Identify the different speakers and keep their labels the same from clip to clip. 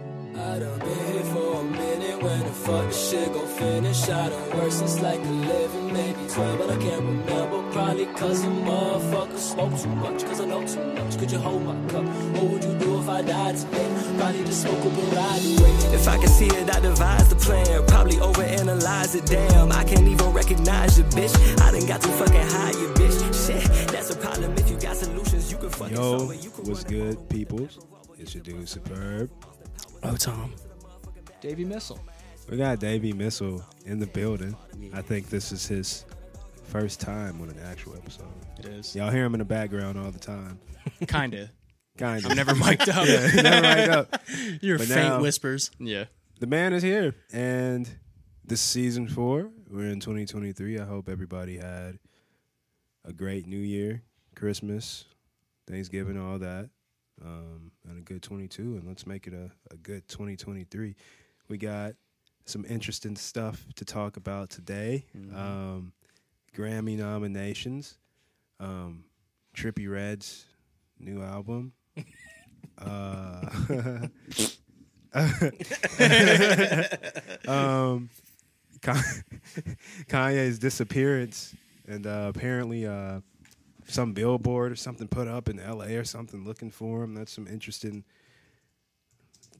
Speaker 1: I've been here for a minute when the fuck this shit gon' finish. I done worked since like 11, maybe 12, but I can't remember. Probably cause the motherfucker smoke too much, cause I know too much. Could you hold my cup? What would you do if I died today? Probably just smoke up and ride away.
Speaker 2: If I could see it, I devise the plan. Probably overanalyze it, damn. I can't even recognize your bitch. I done got too fucking high, you bitch. Shit, that's a problem. If you got solutions, you can fucking
Speaker 3: Yo,
Speaker 2: solve it. You can
Speaker 3: what's
Speaker 2: run it all
Speaker 3: good, peoples? It's your dude, Superb.
Speaker 4: Oh, Tom.
Speaker 5: Davey Missile.
Speaker 3: We got Davey Missile in the building. I think this is his first time on an actual episode.
Speaker 5: It is.
Speaker 3: Y'all hear him in the background all the time.
Speaker 4: Kinda.
Speaker 3: Kind of.
Speaker 4: I'm never mic'd up.
Speaker 3: Never right up.
Speaker 4: Your
Speaker 3: But
Speaker 4: faint
Speaker 3: now-
Speaker 4: whispers.
Speaker 5: Yeah.
Speaker 3: The man is here. And this is season four. We're in 2023. I hope everybody had a great new year, Christmas, Thanksgiving, all that. Um, and a good 22. And let's make it a, a good 2023. We got some interesting stuff to talk about today. Um, Grammy nominations, um, Trippy Red's new album. uh, um, Ka- Kanye's disappearance, and uh, apparently uh, some billboard or something put up in L.A. or something looking for him. That's some interesting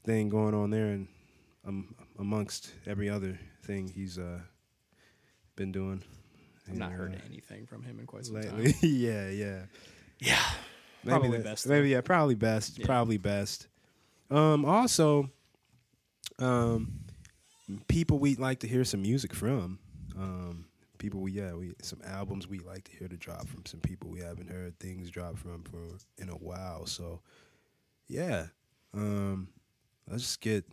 Speaker 3: thing going on there, and um, amongst every other thing he's uh, been doing.
Speaker 5: I've not
Speaker 3: And,
Speaker 5: heard
Speaker 3: uh,
Speaker 5: anything from him in quite some
Speaker 3: lately.
Speaker 5: time.
Speaker 3: yeah, yeah.
Speaker 4: Yeah.
Speaker 3: Maybe
Speaker 5: Probably
Speaker 3: that-
Speaker 5: best,
Speaker 3: Maybe yeah, probably best.
Speaker 5: Yeah.
Speaker 3: Probably best. Um, also, um, people we like to hear some music from. Um, people we yeah we some albums we like to hear to drop from some people we haven't heard things drop from for in a while. So yeah, um, let's just get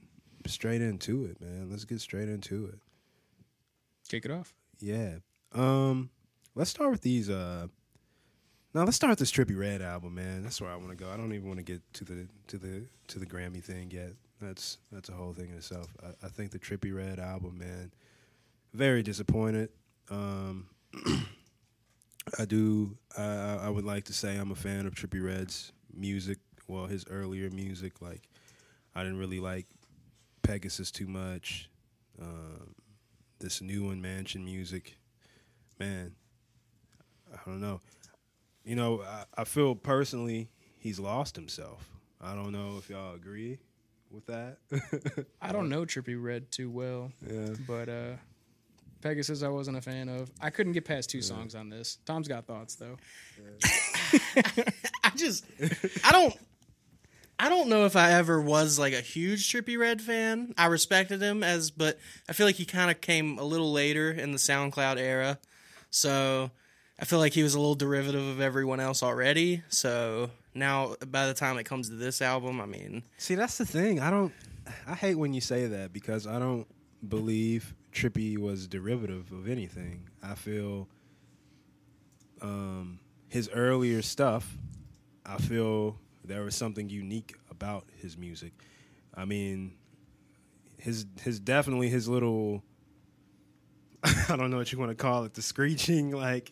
Speaker 3: straight into it, man. Let's get straight into it.
Speaker 5: Kick it off.
Speaker 3: Yeah. Um, let's start with these. Uh, now let's start with this Trippy Red album, man. That's where I want to go. I don't even want to get to the to the to the Grammy thing yet. That's that's a whole thing in itself. I, I think the Trippy Red album, man, very disappointed. Um, I do. I, I I would like to say I'm a fan of Trippy Red's music. Well, his earlier music, like I didn't really like Pegasus too much. Um, this new one, Mansion Music, man, I don't know. You know, I, I feel personally he's lost himself. I don't know if y'all agree with that.
Speaker 5: I don't know Trippy Red too well,
Speaker 3: yeah.
Speaker 5: but uh Pegasus I wasn't a fan of. I couldn't get past two songs on this. Tom's got thoughts though.
Speaker 4: I just I don't I don't know if I ever was like a huge Trippy Red fan. I respected him as but I feel like he kind of came a little later in the SoundCloud era. So I feel like he was a little derivative of everyone else already. So now by the time it comes to this album, I mean,
Speaker 3: See, that's the thing. I don't. I hate when you say that because I don't believe Trippy was derivative of anything. I feel um, his earlier stuff. I feel there was something unique about his music. I mean, his his definitely his little. I don't know what you want to call it. The screeching like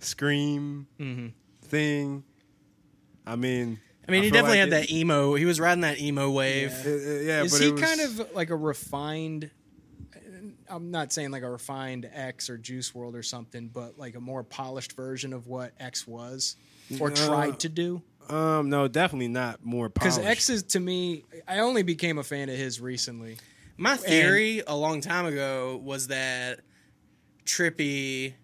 Speaker 3: scream thing. I mean.
Speaker 4: Mm-hmm. I mean, he
Speaker 3: feel
Speaker 4: definitely
Speaker 3: like
Speaker 4: had
Speaker 3: it-
Speaker 4: that emo. He was riding that emo wave.
Speaker 5: Yeah.
Speaker 3: it- it- yeah,
Speaker 5: Is
Speaker 3: but
Speaker 5: he
Speaker 3: it was-
Speaker 5: kind of like a refined I'm not saying like a refined X or Juice World or something, but like a more polished version of what X was or
Speaker 3: No.
Speaker 5: tried to do?
Speaker 3: Um, no, definitely not more
Speaker 5: Because
Speaker 3: polished.
Speaker 5: X is to me, I only became a fan of his recently.
Speaker 4: My theory a long time ago was that Trippy.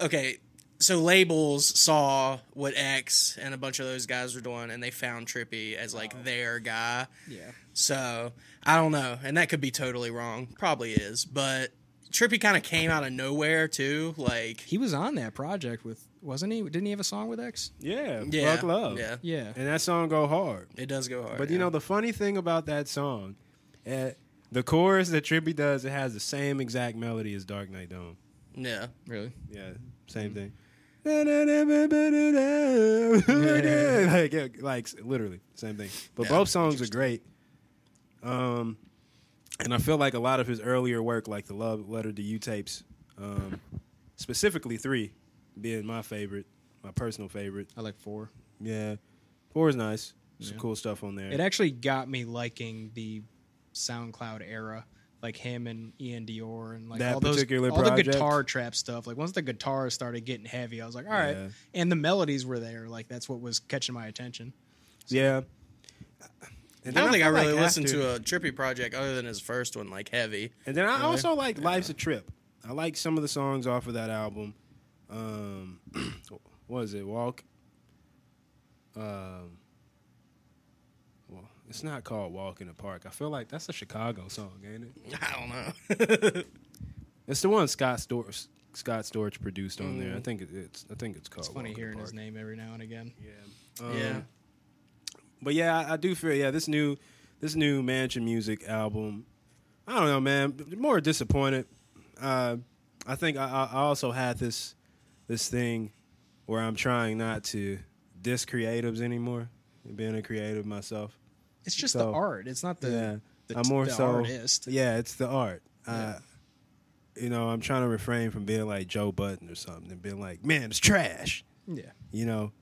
Speaker 4: Okay, so labels saw what X and a bunch of those guys were doing, and they found Trippy as like
Speaker 3: Oh.
Speaker 4: their guy.
Speaker 5: Yeah.
Speaker 4: So I don't know, and that could be totally wrong. Probably is, but Trippy kind of came out of nowhere too. Like,
Speaker 5: He was on that project with, wasn't he? Didn't he have a song with X?
Speaker 3: yeah,
Speaker 4: yeah,
Speaker 3: fuck love.
Speaker 4: yeah,
Speaker 5: Yeah.
Speaker 3: and that song go hard.
Speaker 4: it does go hard.
Speaker 3: But you
Speaker 4: yeah.
Speaker 3: know the funny thing about that song, eh, the chorus that Trippy does, it has the same exact melody as Dark Knight Dome.
Speaker 4: yeah,
Speaker 5: Really?
Speaker 3: Yeah, same thing. like, yeah, like literally same thing. But
Speaker 4: Yeah,
Speaker 3: both songs are great. Um, and I feel like a lot of his earlier work, like the Love Letter to You tapes, um, specifically three, being my favorite, my personal favorite.
Speaker 5: I like four.
Speaker 3: Yeah, four is nice. Some cool stuff on there.
Speaker 5: It actually got me liking the SoundCloud era, like him and Ian Dior and like
Speaker 3: That
Speaker 5: all those
Speaker 3: particular
Speaker 5: all
Speaker 3: project?
Speaker 5: the guitar trap stuff. Like once the guitars started getting heavy, I was like, all right.
Speaker 3: Yeah.
Speaker 5: And the melodies were there, like that's what was catching my attention.
Speaker 3: yeah.
Speaker 4: I don't think I really listened to a Trippy project other than his first one, like Heavy.
Speaker 3: And then I also like Life's a Trip. I like some of the songs off of that album. Um, what is it? Walk. Um, well, it's not called Walk in the Park. I feel like that's a Chicago song, ain't it?
Speaker 4: I don't know.
Speaker 3: It's the one Scott Storch Scott Storch produced on there. I think it, it's I think it's called.
Speaker 5: Mm-hmm. It's funny
Speaker 3: Walk in the
Speaker 5: hearing his
Speaker 3: Park.
Speaker 5: name every now and again.
Speaker 3: Yeah. Um,
Speaker 4: yeah.
Speaker 3: But yeah, I, I do feel yeah this new this new Mansion Music album. I don't know, man. b- More disappointed. Uh, I think I, I- I also had this this thing where I'm trying not to diss creatives anymore. Being a creative myself,
Speaker 5: It's just
Speaker 3: So,
Speaker 5: the art. It's not the
Speaker 3: yeah,
Speaker 5: the,
Speaker 3: I'm more
Speaker 5: the
Speaker 3: so
Speaker 5: artist.
Speaker 3: yeah, it's the art. Uh, you know, I'm trying to refrain from being like Joe Button or something and being like, man, it's trash.
Speaker 5: Yeah.
Speaker 3: You know,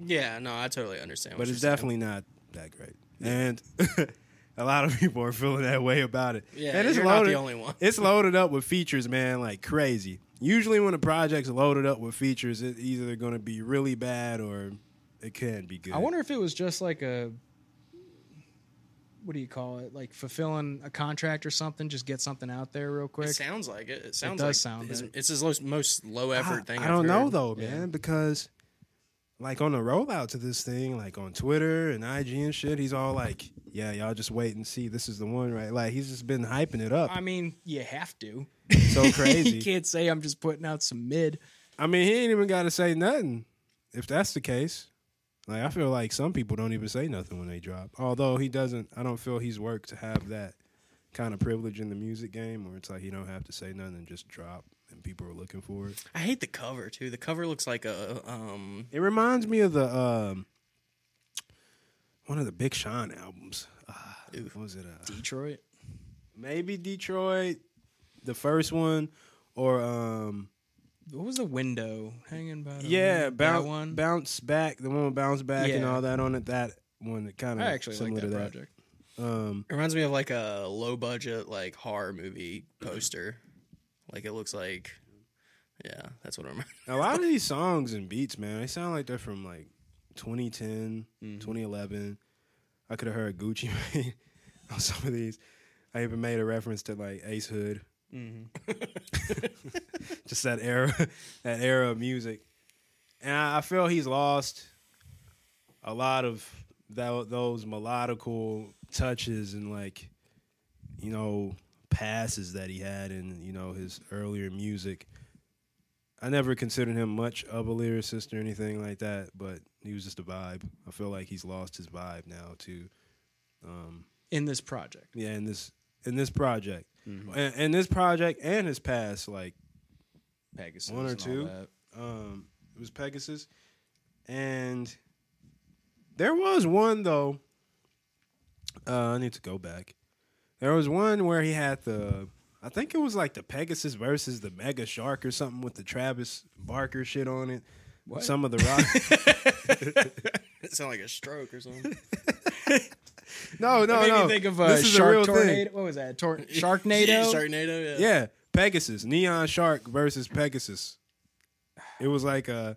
Speaker 4: Yeah, no, I totally understand.
Speaker 3: but
Speaker 4: what
Speaker 3: it's
Speaker 4: you're
Speaker 3: definitely not that great. And a lot of people are feeling that way about it.
Speaker 4: Yeah,
Speaker 3: and it's
Speaker 4: you're not
Speaker 3: loaded,
Speaker 4: the only one.
Speaker 3: It's loaded up with features, man, like crazy. Usually, when a project's loaded up with features, it's either going to be really bad or it can be good.
Speaker 5: I wonder if it was just like a what do you call it? Like fulfilling a contract or something, just get something out there real quick.
Speaker 4: It sounds like it. It sounds
Speaker 5: does
Speaker 4: like
Speaker 5: sound
Speaker 4: his-
Speaker 5: it.
Speaker 4: it's his most, most low effort
Speaker 3: I,
Speaker 4: thing.
Speaker 3: I
Speaker 4: I've
Speaker 3: don't know
Speaker 4: heard.
Speaker 3: though, man, because like on the rollout to this thing, like on Twitter and IG and shit, he's all like, "Yeah, y'all just wait and see. This is the one, right?" Like he's just been hyping it up.
Speaker 5: I mean, you have to.
Speaker 3: so crazy.
Speaker 5: you can't say I'm just putting out some mid.
Speaker 3: I mean, he ain't even got to say nothing if that's the case. Like, I feel like some people don't even say nothing when they drop. Although he doesn't, I don't feel he's worked to have that kind of privilege in the music game where it's like you don't have to say nothing and just drop and people are looking for it.
Speaker 4: I hate the cover too. The cover looks like a um.
Speaker 3: It reminds me of the um one of the Big Sean albums. Uh, what was it? Uh,
Speaker 5: Detroit.
Speaker 3: maybe Detroit, the first one, or um
Speaker 5: What was the window hanging by? The
Speaker 3: Yeah,
Speaker 5: window?
Speaker 3: bounce,
Speaker 5: that one.
Speaker 3: bounce back. The one with bounce back and
Speaker 5: Yeah.
Speaker 3: all that on it. That one kind
Speaker 5: I
Speaker 3: of
Speaker 5: actually like
Speaker 3: similar
Speaker 5: that,
Speaker 3: to that.
Speaker 5: project.
Speaker 3: Um,
Speaker 4: It reminds me of like a low budget like horror movie poster. Like it looks like. Yeah, that's what I remember.
Speaker 3: a lot of these songs and beats, man, they sound like they're from like 2010, 2011. I could have heard Gucci Mane on some of these. I even made a reference to like Ace Hood. Just that era, that era of music, and I, I feel he's lost a lot of tho- those melodical touches and like you know passes that he had in you know his earlier music. I never considered him much of a lyricist or anything like that, but he was just a vibe. I feel like he's lost his vibe now too.
Speaker 5: In this project,
Speaker 3: Yeah, in this in this project, and, and this project and his past, like
Speaker 5: Pegasus.
Speaker 3: one or
Speaker 5: and all
Speaker 3: two.
Speaker 5: that.
Speaker 3: Um, it was Pegasus, and there was one though. Uh, I need to go back. There was one where he had the, I think it was like the Pegasus versus the Mega Shark or something with the Travis Barker shit on it.
Speaker 5: What?
Speaker 3: Some of the rock.
Speaker 4: It sounded like a stroke or something.
Speaker 3: no, no,
Speaker 5: Made
Speaker 3: no.
Speaker 5: me think of uh,
Speaker 3: This is a
Speaker 5: Shark
Speaker 3: real thing.
Speaker 5: Tornado. What was that? Tor- Sharknado.
Speaker 4: Sharknado. Yeah.
Speaker 3: Yeah, Pegasus, Neon Shark versus Pegasus. It was like a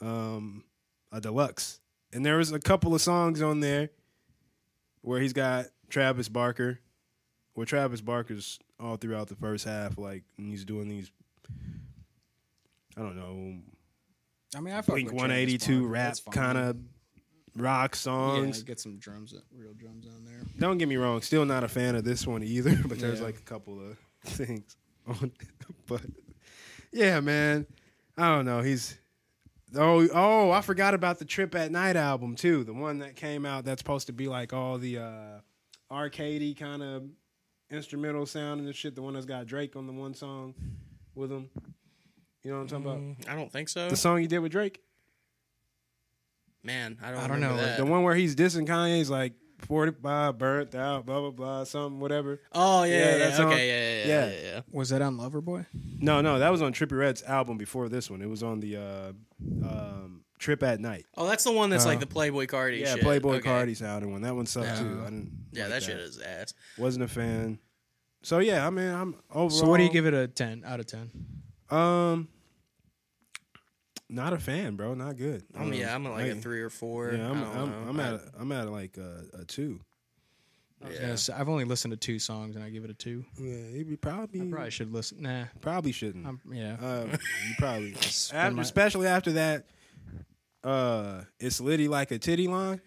Speaker 3: um a deluxe. And there was a couple of songs on there where he's got Travis Barker. Where Travis Barker's all throughout the first half, like and he's doing these I don't know,
Speaker 5: I mean, I fuck
Speaker 3: Blink
Speaker 5: with Travis
Speaker 3: one eighty two
Speaker 5: Barker,
Speaker 3: rap
Speaker 5: that's fine.
Speaker 3: kind of rock
Speaker 5: Yeah,
Speaker 3: songs.
Speaker 5: get some drums, real drums on there.
Speaker 3: Don't get me wrong, still not a fan of this one either, but there's
Speaker 5: Yeah.
Speaker 3: like a couple of things on it. But yeah, man. I don't know. He's oh oh, I forgot about the Trip at Night album too. The one that came out that's supposed to be like all the uh arcadey kind of instrumental sound and the shit, the one that's got Drake on the one song with him. You know what I'm talking about?
Speaker 4: I don't think so.
Speaker 3: The song he did with Drake?
Speaker 4: Man, I don't.
Speaker 5: I don't
Speaker 4: remember
Speaker 5: know, like
Speaker 4: That.
Speaker 3: The one where he's dissing Kanye's like 45 burnt out, blah blah blah, something, whatever.
Speaker 4: Oh yeah,
Speaker 3: Yeah,
Speaker 4: yeah,
Speaker 3: that
Speaker 4: yeah,
Speaker 3: song.
Speaker 4: okay, yeah, yeah, yeah,
Speaker 3: Yeah.
Speaker 4: yeah, yeah.
Speaker 5: Was that on Loverboy?
Speaker 3: No, no, that was on Trippie Red's album before this one. It was on the uh, um, Trip at Night.
Speaker 4: Oh, that's the one that's like the Playboy Cardi.
Speaker 3: Yeah,
Speaker 4: shit.
Speaker 3: Playboy
Speaker 4: Okay.
Speaker 3: Cardi's the outer one. That one sucked too. I didn't.
Speaker 4: Yeah,
Speaker 3: like
Speaker 4: that shit is ass.
Speaker 3: Wasn't a fan. So yeah, I mean, I'm overall.
Speaker 5: So what do you give it a ten out of ten?
Speaker 3: Um, not a fan, bro. Not good.
Speaker 4: Um,
Speaker 3: Um,
Speaker 4: yeah, I'm at like a
Speaker 3: I-
Speaker 4: three or four.
Speaker 3: Yeah, I'm
Speaker 4: I don't
Speaker 3: I'm,
Speaker 4: know.
Speaker 3: I'm
Speaker 4: I-
Speaker 3: at a, I'm at like a, a two.
Speaker 5: I was gonna say- I've only listened to two songs and I give it a two.
Speaker 3: Yeah, he'd be probably
Speaker 5: Probably should listen. Nah,
Speaker 3: probably shouldn't.
Speaker 5: I'm, yeah.
Speaker 3: Uh, you probably
Speaker 5: my-
Speaker 3: after, especially after that. Uh, it's litty like a titty line.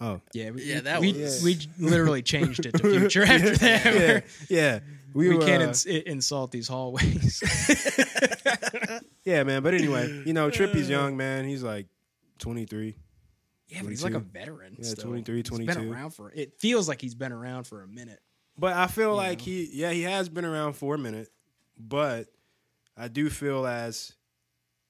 Speaker 3: Oh
Speaker 5: Yeah, we,
Speaker 4: Yeah, that
Speaker 5: we,
Speaker 4: was-
Speaker 5: we literally changed it to future after that.
Speaker 3: yeah,
Speaker 5: We're-
Speaker 3: yeah. We,
Speaker 5: We
Speaker 3: were,
Speaker 5: can't
Speaker 3: uh,
Speaker 5: ins- i- insult these hallways.
Speaker 3: yeah, man. But anyway, you know, Trippy's young, man. He's like twenty three.
Speaker 5: yeah, but he's like a
Speaker 3: 22.
Speaker 5: veteran.
Speaker 3: Yeah,
Speaker 5: still.
Speaker 3: 23,
Speaker 5: He's been
Speaker 3: 22.
Speaker 5: around for. It feels like he's been around for a minute.
Speaker 3: But I feel like he, yeah, he has been around for a minute, but I do feel as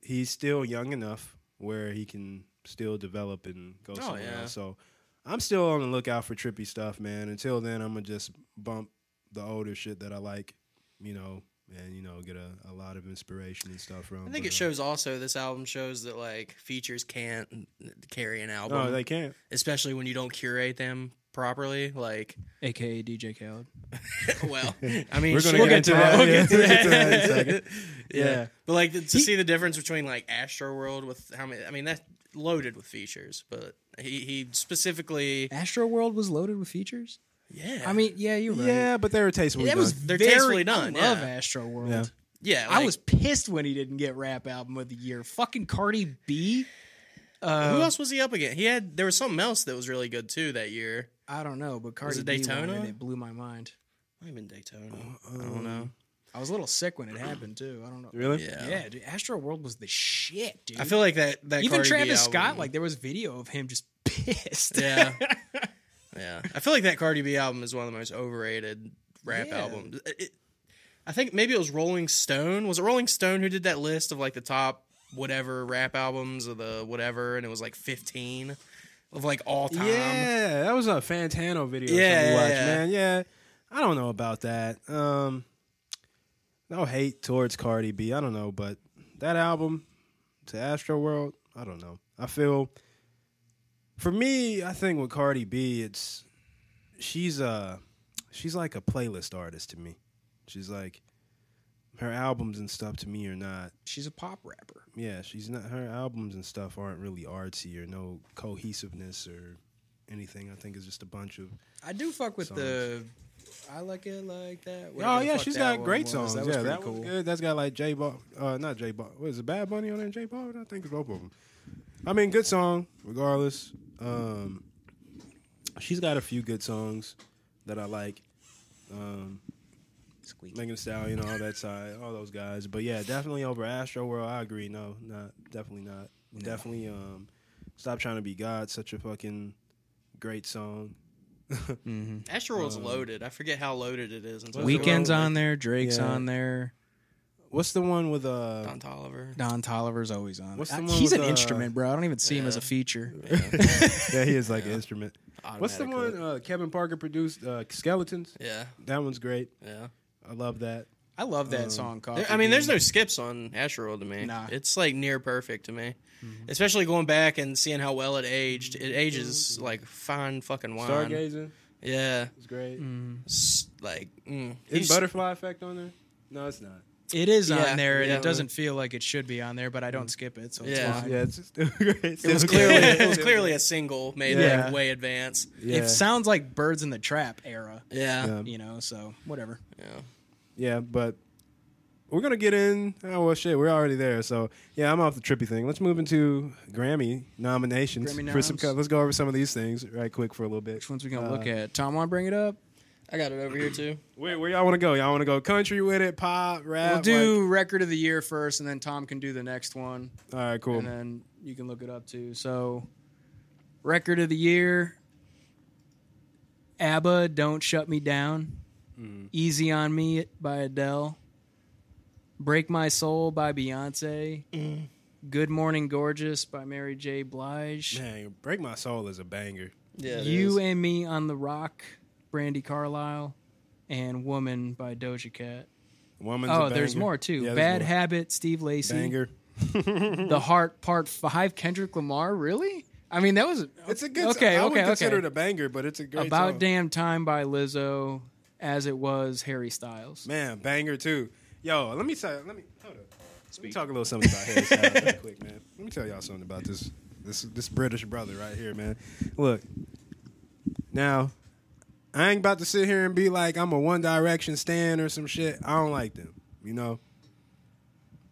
Speaker 3: he's still young enough where he can still develop and go somewhere
Speaker 4: yeah.
Speaker 3: else. So I'm still on the lookout for trippy stuff, man. Until then, I'm gonna just bump the older shit that I like, you know, and you know, get a, a lot of inspiration and stuff from.
Speaker 4: I
Speaker 3: but,
Speaker 4: think it
Speaker 3: uh,
Speaker 4: shows also this album shows that like features can't carry an album,
Speaker 3: No, they can't.
Speaker 4: especially when you don't curate them properly. Like,
Speaker 5: AKA DJ Khaled.
Speaker 4: well, I mean,
Speaker 3: We're gonna
Speaker 4: shit.
Speaker 3: get into that.
Speaker 4: We'll
Speaker 3: Yeah,
Speaker 4: get to
Speaker 3: we'll get to
Speaker 4: that.
Speaker 3: that in a second.
Speaker 4: yeah.
Speaker 3: Yeah.
Speaker 4: but like to see the difference between like Astro World with how many? I mean, that's loaded with features, but he he specifically,
Speaker 5: Astro World was loaded with features.
Speaker 4: yeah,
Speaker 5: I mean, yeah, you're right.
Speaker 3: Yeah, but they were tastefully
Speaker 5: that
Speaker 3: done.
Speaker 5: was
Speaker 4: They're
Speaker 5: very,
Speaker 4: tastefully done,
Speaker 5: I love
Speaker 4: yeah.
Speaker 5: Astro World.
Speaker 3: Yeah.
Speaker 4: yeah,
Speaker 5: I
Speaker 4: like,
Speaker 5: was pissed when he didn't get rap album of the year. Fucking Cardi B. Uh,
Speaker 4: Who else was he up against? He had there was something else that was really good too that year.
Speaker 5: I don't know, but Cardi
Speaker 4: it
Speaker 5: B won,
Speaker 4: Daytona?
Speaker 5: and it blew my mind.
Speaker 4: Might have been Daytona. I
Speaker 3: Uh,
Speaker 4: don't know.
Speaker 5: I was a little sick when it happened too. I don't know.
Speaker 3: really.
Speaker 4: Yeah.
Speaker 5: Yeah, dude. Astro World was the shit, dude.
Speaker 4: I feel like that that
Speaker 5: even
Speaker 4: Cardi B
Speaker 5: Travis Scott,
Speaker 4: album-
Speaker 5: like there was video of him just pissed.
Speaker 4: yeah, yeah. I feel like that Cardi B album is one of the most overrated rap
Speaker 5: Yeah.
Speaker 4: albums. It- it- I think maybe it was Rolling Stone. Was it Rolling Stone who did that list of like the top whatever rap albums or the whatever, and it was like fifteen of like all time.
Speaker 3: Yeah, that was a Fantano video Um, yeah,
Speaker 4: Yeah,
Speaker 3: that we
Speaker 4: yeah,
Speaker 3: watched,
Speaker 4: yeah.
Speaker 3: man. Yeah. I don't know about that. Um no hate towards Cardi B. I don't know, but that album to Astro World, I don't know. I feel for me, I think with Cardi B, it's she's a she's like a playlist artist to me. She's like her albums and stuff to me are not
Speaker 5: She's a pop rapper.
Speaker 3: yeah, she's not. Her albums and stuff aren't really artsy or no cohesiveness or anything. I think it's just a bunch of.
Speaker 5: I do fuck with the. I like it like that.
Speaker 3: oh yeah, she's got great songs.
Speaker 5: That was
Speaker 3: yeah,
Speaker 5: pretty
Speaker 3: that was
Speaker 5: cool.
Speaker 3: good. That's got like J Ball, uh, not J Ball. What is it? Bad Bunny on there? J Ball? I think it's both of them. I mean, good song regardless. Um, she's got a few good songs that I like. Um,
Speaker 5: Squeak.
Speaker 3: Megan Thee Stallion, all that side, all those guys. But yeah, definitely over Astro World. I agree. No, not definitely not. Definitely. Um, stop trying to be God. Such a fucking great song.
Speaker 4: Astro World's
Speaker 5: Um,
Speaker 4: loaded. I forget how loaded it is. Until
Speaker 5: Weekends
Speaker 4: Don
Speaker 5: on there. Drake's
Speaker 3: Yeah.
Speaker 5: on there.
Speaker 3: What's the one with uh?
Speaker 4: Tolliver.
Speaker 5: Don Tolliver's always on.
Speaker 3: What's
Speaker 5: I-
Speaker 3: the one
Speaker 5: he's
Speaker 3: with,
Speaker 5: an
Speaker 3: uh,
Speaker 5: instrument, bro. I don't even see him as a feature.
Speaker 3: yeah, he is like an instrument. What's the
Speaker 4: Automatic
Speaker 3: one uh, Kevin Parker produced? Uh, Skeletons.
Speaker 4: Yeah,
Speaker 3: That one's great.
Speaker 4: yeah.
Speaker 3: I love that.
Speaker 5: I love
Speaker 3: Mm.
Speaker 5: that song. Coffee
Speaker 4: There- I mean, there's
Speaker 5: Bean.
Speaker 4: no skips on Astro World to me.
Speaker 5: Nah. Mm-hmm.
Speaker 4: It's like near perfect to me. Especially going back and seeing how well it aged. It ages like fine fucking wine.
Speaker 3: Stargazing
Speaker 4: Yeah.
Speaker 3: is great.
Speaker 5: Mm.
Speaker 4: S- like, mm.
Speaker 3: Is
Speaker 4: He's-
Speaker 3: Butterfly Effect on there? No, it's not.
Speaker 5: It is
Speaker 4: Yeah,
Speaker 5: on there, and
Speaker 4: yeah.
Speaker 5: it doesn't feel like it should be on there, but I don't skip it, so it's
Speaker 4: Yeah.
Speaker 5: fine.
Speaker 3: Yeah, it's still great. It
Speaker 4: It was clearly it was clearly a single made
Speaker 3: Yeah.
Speaker 4: like way advance.
Speaker 3: yeah. Um,
Speaker 5: It sounds like Birds in the Trap era,
Speaker 4: Yeah.
Speaker 3: Yeah.
Speaker 5: you know. So whatever.
Speaker 4: Yeah.
Speaker 3: Yeah, but we're gonna get in. Oh well, shit, we're already there. So yeah, I'm off the trippy thing. Let's move into Grammy nominations
Speaker 5: Grammy
Speaker 3: for some.
Speaker 5: noms.
Speaker 3: Let's go over some of these things right quick for a little bit.
Speaker 5: Which ones we gonna look at? Tom, want to bring it up?
Speaker 4: I got it over here too.
Speaker 3: Where, where y'all want to go? Y'all want to go country with it, pop, rap?
Speaker 5: We'll do record of the year first, and then Tom can do the next one,
Speaker 3: like- all right, cool.
Speaker 5: and then you can look it up too. So, record of the year: ABBA, "Don't Shut Me Down,"
Speaker 3: Mm.
Speaker 5: "Easy on Me" by Adele, "Break My Soul" by Beyonce,
Speaker 3: Mm.
Speaker 5: "Good Morning Gorgeous" by Mary J. Blige.
Speaker 3: Dang, break my soul is a banger.
Speaker 4: Yeah. it
Speaker 5: You
Speaker 4: is.
Speaker 5: and Me on the Rock, Brandy Carlisle, and Woman by Doja Cat.
Speaker 3: Woman's a
Speaker 5: Oh,
Speaker 3: banger.
Speaker 5: there's more too.
Speaker 3: Yeah, there's
Speaker 5: Bad
Speaker 3: more.
Speaker 5: Habit, Steve Lacy.
Speaker 3: banger.
Speaker 5: the Heart Part Five. Kendrick Lamar, really? I mean, that was
Speaker 3: It's a good.
Speaker 5: Okay,
Speaker 3: I
Speaker 5: okay,
Speaker 3: would
Speaker 5: okay.
Speaker 3: consider it a banger, but it's a great
Speaker 5: about
Speaker 3: song.
Speaker 5: damn time by Lizzo, as it was Harry Styles.
Speaker 3: Man, banger too. Yo, let me tell. Let me hold up. Let me talk a little something about Harry Styles real quick, man. Let me tell y'all something about this this this British brother right here, man. Look, now I ain't about to sit here and be like I'm a One Direction stan or some shit. I don't like them, you know.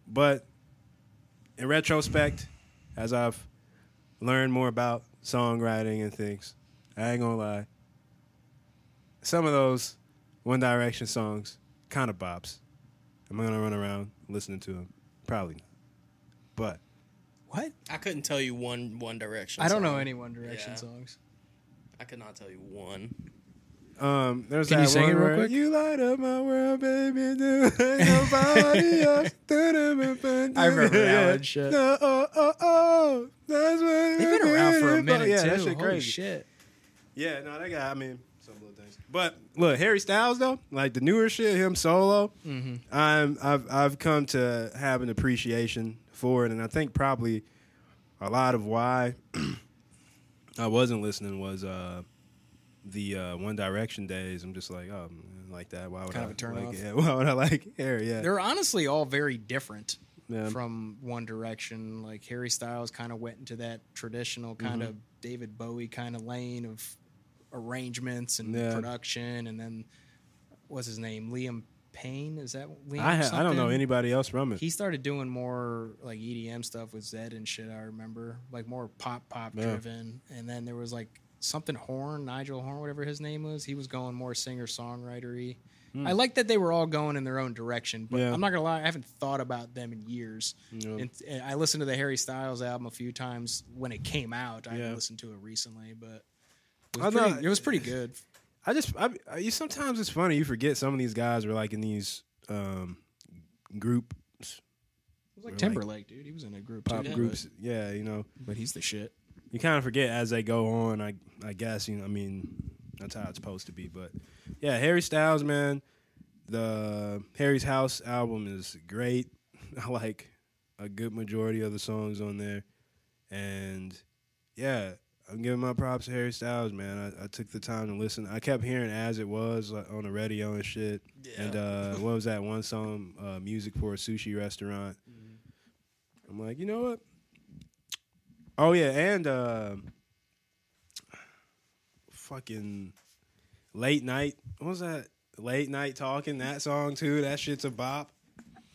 Speaker 3: But in retrospect, as I've learned more about songwriting and things, I ain't gonna lie. Some of those One Direction songs kind of bops. Am I gonna run around listening to them? Probably not. But
Speaker 5: What?
Speaker 4: I couldn't tell you one One Direction.
Speaker 5: I don't know
Speaker 4: song.
Speaker 5: any One Direction
Speaker 4: Yeah.
Speaker 5: songs.
Speaker 4: I could not tell you one.
Speaker 3: um, there's
Speaker 5: Can
Speaker 3: that
Speaker 5: you sing
Speaker 3: one
Speaker 5: it real
Speaker 3: where,
Speaker 5: quick?
Speaker 3: You light up my world, baby. Do ain't nobody else. I
Speaker 5: I remember that one, shit.
Speaker 3: No, oh, oh, oh. That's what
Speaker 5: They've been around for
Speaker 3: Yeah,
Speaker 5: a minute too.
Speaker 3: that shit
Speaker 5: Holy
Speaker 3: crazy.
Speaker 5: shit!
Speaker 3: Yeah, no, that guy. I mean, some little things. But look, Harry Styles though, like the newer shit, him solo.
Speaker 5: Mm-hmm.
Speaker 3: I'm I've I've come to have an appreciation for it, and I think probably a lot of why I wasn't listening was uh the uh One Direction days. I'm just like, oh, man, like that. Why would
Speaker 5: Kind
Speaker 3: I
Speaker 5: of a turn
Speaker 3: like
Speaker 5: off.
Speaker 3: it? Why would I like Harry? Yeah,
Speaker 5: They're honestly all very different
Speaker 3: Yeah.
Speaker 5: from One Direction. Like Harry Styles kind of went into that traditional kind
Speaker 3: Mm-hmm.
Speaker 5: of David Bowie kind of lane of arrangements and
Speaker 3: Yeah.
Speaker 5: production, and then what's his name? Liam Payne is that Liam?
Speaker 3: I ha- I don't know
Speaker 5: something?
Speaker 3: anybody else from it.
Speaker 5: He started doing more like EDM stuff with Zed and shit. I remember like more pop pop
Speaker 3: Yeah.
Speaker 5: driven, and then there was like something Horn, Nigel Horn, whatever his name was. He was going more singer songwritery. I like that they were all going in their own direction, but
Speaker 3: Hmm. Yeah.
Speaker 5: I'm not gonna lie, I haven't thought about them in years.
Speaker 3: Yeah.
Speaker 5: And, and I listened to the Harry Styles album a few times when it came out. I
Speaker 3: Yeah.
Speaker 5: haven't listened to it recently, but it
Speaker 3: I
Speaker 5: was,
Speaker 3: know-
Speaker 5: pretty, it was pretty good.
Speaker 3: I just I, I you sometimes it's funny you forget some of these guys were like in these um groups
Speaker 5: It was like Timberlake, dude. He was in a group,
Speaker 3: pop
Speaker 5: too, but-
Speaker 3: groups. Yeah, you know,
Speaker 5: but he's the shit.
Speaker 3: you kind of forget as they go on. I I guess you know. I mean, that's how it's supposed to be. But yeah, Harry Styles, man, the Harry's House album is great. I like a good majority of the songs on there, and yeah, I'm giving my props to Harry Styles, man. I, I took the time to listen. I kept hearing as it was like, on the radio and shit. And uh, what was that one song? Uh, music for a sushi restaurant. I'm like, you know what? Oh yeah, and uh, fucking late night. What was that? Late night talking. That song too. That shit's a bop.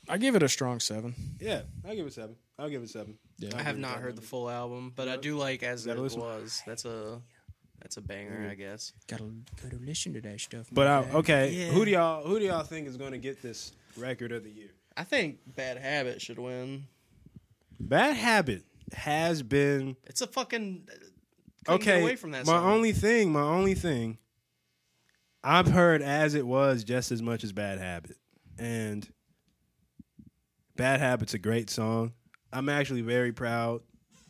Speaker 5: I give it a strong seven.
Speaker 3: Yeah, I'll give it seven. I'll give it seven.
Speaker 5: Yeah.
Speaker 4: I have not heard the full album, but I do like as
Speaker 3: that
Speaker 4: it
Speaker 3: a listen?
Speaker 4: was. That's a that's a banger, I guess.
Speaker 5: Gotta gotta listen to that stuff.
Speaker 3: But I, okay,
Speaker 4: Yeah.
Speaker 3: who do y'all who do y'all think is going to get this record of the year?
Speaker 4: I think Bad Habit should win.
Speaker 3: Bad Habit has been
Speaker 4: It's a fucking couldn't get
Speaker 3: okay.
Speaker 4: away from that.
Speaker 3: my
Speaker 4: song.
Speaker 3: only thing, my only thing, I've heard as it was just as much as Bad Habit, and Bad Habit's a great song. I'm actually very proud.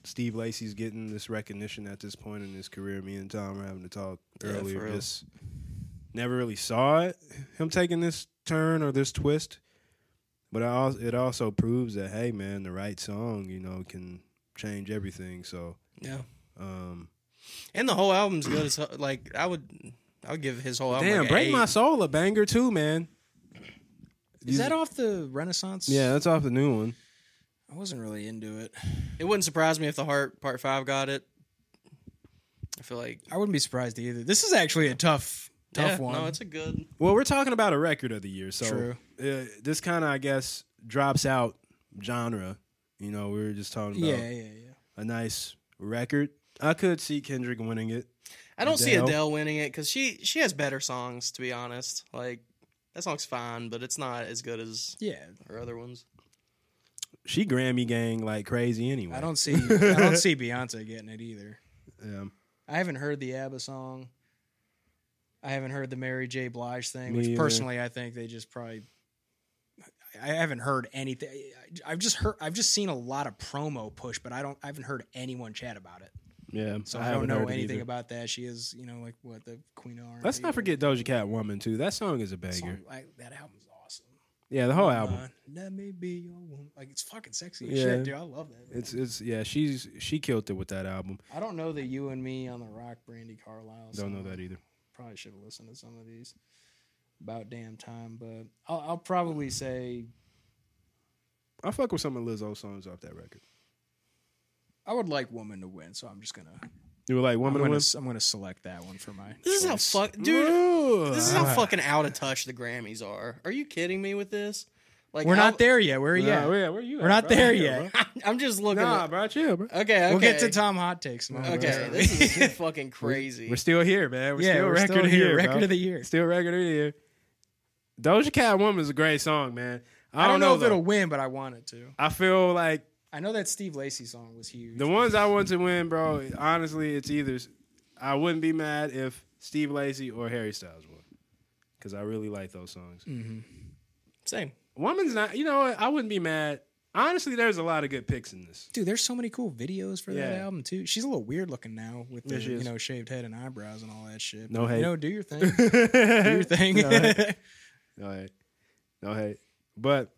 Speaker 3: Steve Lacy's getting this recognition at this point in his career. Me and Tom were having to talk
Speaker 4: Yeah, for
Speaker 3: earlier.
Speaker 4: real.
Speaker 3: Just never really saw it. Him taking this turn or this twist, but I also, it also proves that hey, man, the right song, you know, can change everything. So,
Speaker 4: yeah,
Speaker 3: um,
Speaker 4: and the whole album's good. As, hell. like I would, I would give his whole album.
Speaker 3: Damn,
Speaker 4: like a
Speaker 3: break
Speaker 4: eight.
Speaker 3: my soul a banger too, man.
Speaker 5: Is that off the Renaissance?
Speaker 3: Yeah, that's off the new one.
Speaker 5: I wasn't really into it.
Speaker 4: It wouldn't surprise me if the Heart Part Five got it. I feel like
Speaker 5: I wouldn't be surprised either. This is actually a tough, tough
Speaker 4: yeah,
Speaker 5: one.
Speaker 4: No, it's a good.
Speaker 3: Well, we're talking about a record of the year, so
Speaker 5: True.
Speaker 3: Uh, this kind of, I guess, drops out genre. You know, we were just talking about
Speaker 5: yeah, yeah, yeah.
Speaker 3: a nice record. I could see Kendrick winning it.
Speaker 4: I don't see
Speaker 3: Adele.
Speaker 4: Adele winning it because she she has better songs. To be honest, like that song's fine, but it's not as good as
Speaker 5: Yeah,
Speaker 4: her other ones.
Speaker 3: She Grammy gang like crazy anyway.
Speaker 5: I don't see, I don't see Beyonce getting it either.
Speaker 3: Yeah.
Speaker 5: I haven't heard the ABBA song. I haven't heard the Mary J. Blige thing,
Speaker 3: Me
Speaker 5: which
Speaker 3: either.
Speaker 5: personally I think they just probably. I haven't heard anything. I- I've just heard. I've just seen a lot of promo push, but I don't. I haven't heard anyone chat about it.
Speaker 3: yeah.
Speaker 5: So I, don't
Speaker 3: haven't
Speaker 5: know
Speaker 3: heard it
Speaker 5: anything
Speaker 3: either.
Speaker 5: about that. She is, you know, like what the queen of R.
Speaker 3: Let's not forget Doja Cat Woman too. That song is a banger.
Speaker 5: Song- I- that album's awesome.
Speaker 3: Yeah, the whole album.
Speaker 4: Mine. Let me be your woman. Like it's fucking sexy as
Speaker 3: Yeah.
Speaker 4: shit, dude. I love that.
Speaker 3: It's it's yeah. She's she killed it with that album.
Speaker 5: I don't know that you and me on the rock, Brandy Carlisle.
Speaker 3: Don't know
Speaker 5: song.
Speaker 3: that either.
Speaker 5: Probably should have listened to some of these. About damn time, but I'll, I'll probably say
Speaker 3: I fuck with some of Lizzo's songs off that record.
Speaker 5: I would like Woman to win, so I'm just gonna.
Speaker 3: You were like
Speaker 5: I'm
Speaker 3: woman
Speaker 5: gonna,
Speaker 3: win.
Speaker 5: s- I'm gonna select that one for my.
Speaker 4: This is how
Speaker 5: choice.
Speaker 4: fuck, dude. This is how fucking out of touch the Grammys are. Are you kidding me with this? Like
Speaker 5: We're
Speaker 4: I'll-
Speaker 5: not there yet. Where are you?
Speaker 3: Yeah,
Speaker 5: at?
Speaker 3: where, where you?
Speaker 5: We're
Speaker 3: at,
Speaker 5: not
Speaker 3: bro?
Speaker 5: there
Speaker 3: Yeah,
Speaker 5: yet.
Speaker 3: bro.
Speaker 4: I'm just looking.
Speaker 3: Nah,
Speaker 4: at,
Speaker 3: bro, chill, bro.
Speaker 4: Okay, okay.
Speaker 5: We'll get to Tom hot takes. in a moment.
Speaker 4: Okay, this is just fucking crazy.
Speaker 3: We're still here, man. We're
Speaker 5: Yeah,
Speaker 3: still
Speaker 5: we're
Speaker 3: record
Speaker 5: still
Speaker 3: of the
Speaker 5: here.
Speaker 3: year,
Speaker 5: Record
Speaker 3: bro.
Speaker 5: of the year.
Speaker 3: Still record of the year. Doja Cat "Woman" is a great song, man. I
Speaker 5: I
Speaker 3: don't,
Speaker 5: don't know if
Speaker 3: though.
Speaker 5: it'll win, but I want it to.
Speaker 3: I feel like
Speaker 5: I know that Steve Lacy song was huge.
Speaker 3: the ones I want to win, bro. Honestly, it's either I wouldn't be mad if Steve Lacy or Harry Styles won, because I really like those songs.
Speaker 4: Same.
Speaker 3: Woman's not. You know what? I wouldn't be mad. Honestly, there's a lot of good picks in this.
Speaker 5: Dude, there's so many cool videos for
Speaker 3: Yeah.
Speaker 5: that album too. She's a little weird looking now with the
Speaker 3: Yeah, she
Speaker 5: you
Speaker 3: is.
Speaker 5: know shaved head and eyebrows and all that shit.
Speaker 3: No
Speaker 5: But,
Speaker 3: hate.
Speaker 5: You know, do your thing. do your
Speaker 3: no
Speaker 5: thing.
Speaker 3: hate. No hate. No hate. But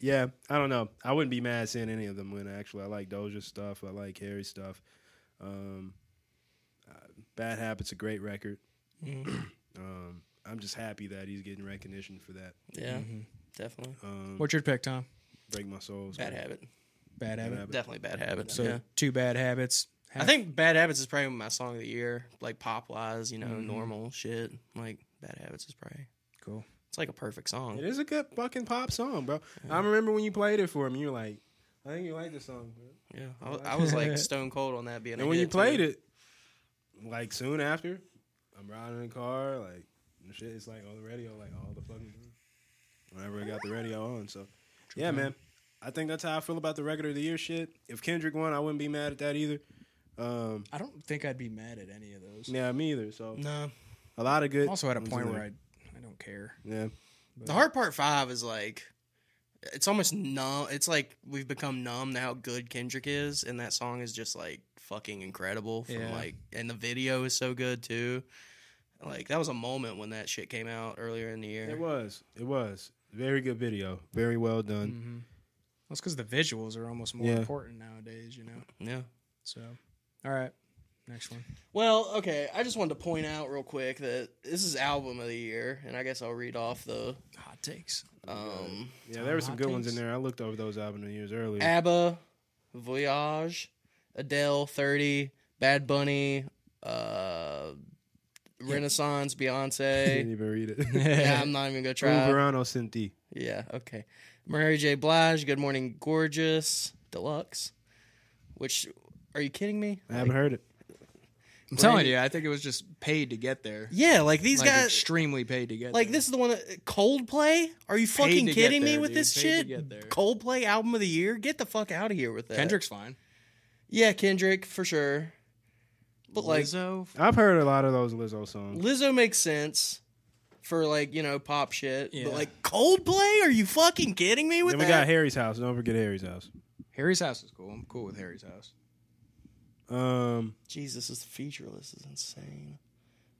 Speaker 3: yeah, I don't know. I wouldn't be mad seeing any of them win. Actually, I like Doja stuff. I like Harry stuff. Um, uh, Bad Habits a great record.
Speaker 4: Mm-hmm.
Speaker 3: um, I'm just happy that he's getting recognition for that.
Speaker 4: Yeah, definitely.
Speaker 3: Um,
Speaker 5: What's your pick, Tom?
Speaker 3: Break my soul. is
Speaker 4: Bad
Speaker 3: great.
Speaker 4: habit.
Speaker 5: Bad habit.
Speaker 3: Habit.
Speaker 4: Definitely bad habit.
Speaker 5: So
Speaker 4: yeah.
Speaker 5: two bad habits.
Speaker 4: I think Bad Habits is probably my song of the year, like pop wise, you know, normal shit. Like Bad Habits is probably
Speaker 5: cool.
Speaker 4: it's like a perfect song.
Speaker 3: It is a good fucking pop song, bro. I remember when you played it for me. You were like, I think you like this song, bro.
Speaker 4: Yeah, I, was- I was like stone cold on that being. a
Speaker 3: And when you
Speaker 4: hit, too.
Speaker 3: played it, like soon after, I'm riding in the car, like and shit. It's like on the radio, like all the fucking whenever I got the radio on. So yeah, man, I think that's how I feel about the record of the year shit. If Kendrick won, I wouldn't be mad at that either. Um,
Speaker 5: I don't think I'd be mad at any of those.
Speaker 3: yeah, me either. So
Speaker 4: no,
Speaker 3: a lot of good.
Speaker 5: I'm also at a
Speaker 3: ones
Speaker 5: point
Speaker 3: in
Speaker 5: where I
Speaker 3: there.
Speaker 5: I don't care.
Speaker 3: yeah,
Speaker 4: the hard part five is like it's almost numb. It's like we've become numb to how good Kendrick is, and that song is just like fucking incredible. From
Speaker 5: Yeah.
Speaker 4: like, and the video is so good too. Like that was a moment when that shit came out earlier in the year.
Speaker 3: it was, it was very good video, very well done.
Speaker 5: Mm-hmm. That's because the visuals are almost more
Speaker 3: Yeah.
Speaker 5: important nowadays. You know.
Speaker 4: Yeah.
Speaker 5: So, all right, next one.
Speaker 4: Well, okay. I just wanted to point out real quick that this is album of the year, and I guess I'll read off the
Speaker 5: Hot takes.
Speaker 4: um,
Speaker 3: Yeah, there were some
Speaker 5: Hot
Speaker 3: good ones in
Speaker 5: takes.
Speaker 3: there. I looked over those album of the years earlier.
Speaker 4: ABBA, Voyage, Adele, Thirty, Bad Bunny, uh, Renaissance,
Speaker 3: didn't
Speaker 4: Beyonce.
Speaker 3: even read it.
Speaker 4: yeah, I'm not even gonna try.
Speaker 3: Uberano Cinti.
Speaker 4: Yeah, okay. Mary J. Blige, Good Morning Gorgeous, Deluxe. Which are you kidding me?
Speaker 3: I haven't heard it.
Speaker 5: I'm telling you, I think it was just paid to get there.
Speaker 4: Yeah, like these
Speaker 5: like
Speaker 4: guys.
Speaker 5: extremely paid to get
Speaker 4: Like
Speaker 5: there.
Speaker 4: this is the one that Coldplay? Are you
Speaker 5: Paid
Speaker 4: fucking
Speaker 5: to get
Speaker 4: kidding me
Speaker 5: there,
Speaker 4: with
Speaker 5: dude.
Speaker 4: this
Speaker 5: Paid to
Speaker 4: shit?
Speaker 5: get there.
Speaker 4: Coldplay album of the year? Get the fuck out of here with that.
Speaker 5: Kendrick's fine.
Speaker 4: Yeah, Kendrick for sure. But like
Speaker 5: Lizzo,
Speaker 4: Lizzo,
Speaker 3: I've heard a lot of those Lizzo songs.
Speaker 4: makes sense for like, you know, pop shit.
Speaker 5: Yeah.
Speaker 4: But like Coldplay? Are you fucking kidding me with
Speaker 3: Then we
Speaker 4: that?
Speaker 3: got Harry's house. Don't forget Harry's house.
Speaker 5: Harry's house is cool. I'm cool with Harry's house.
Speaker 3: Um,
Speaker 4: Jesus, this feature list is insane.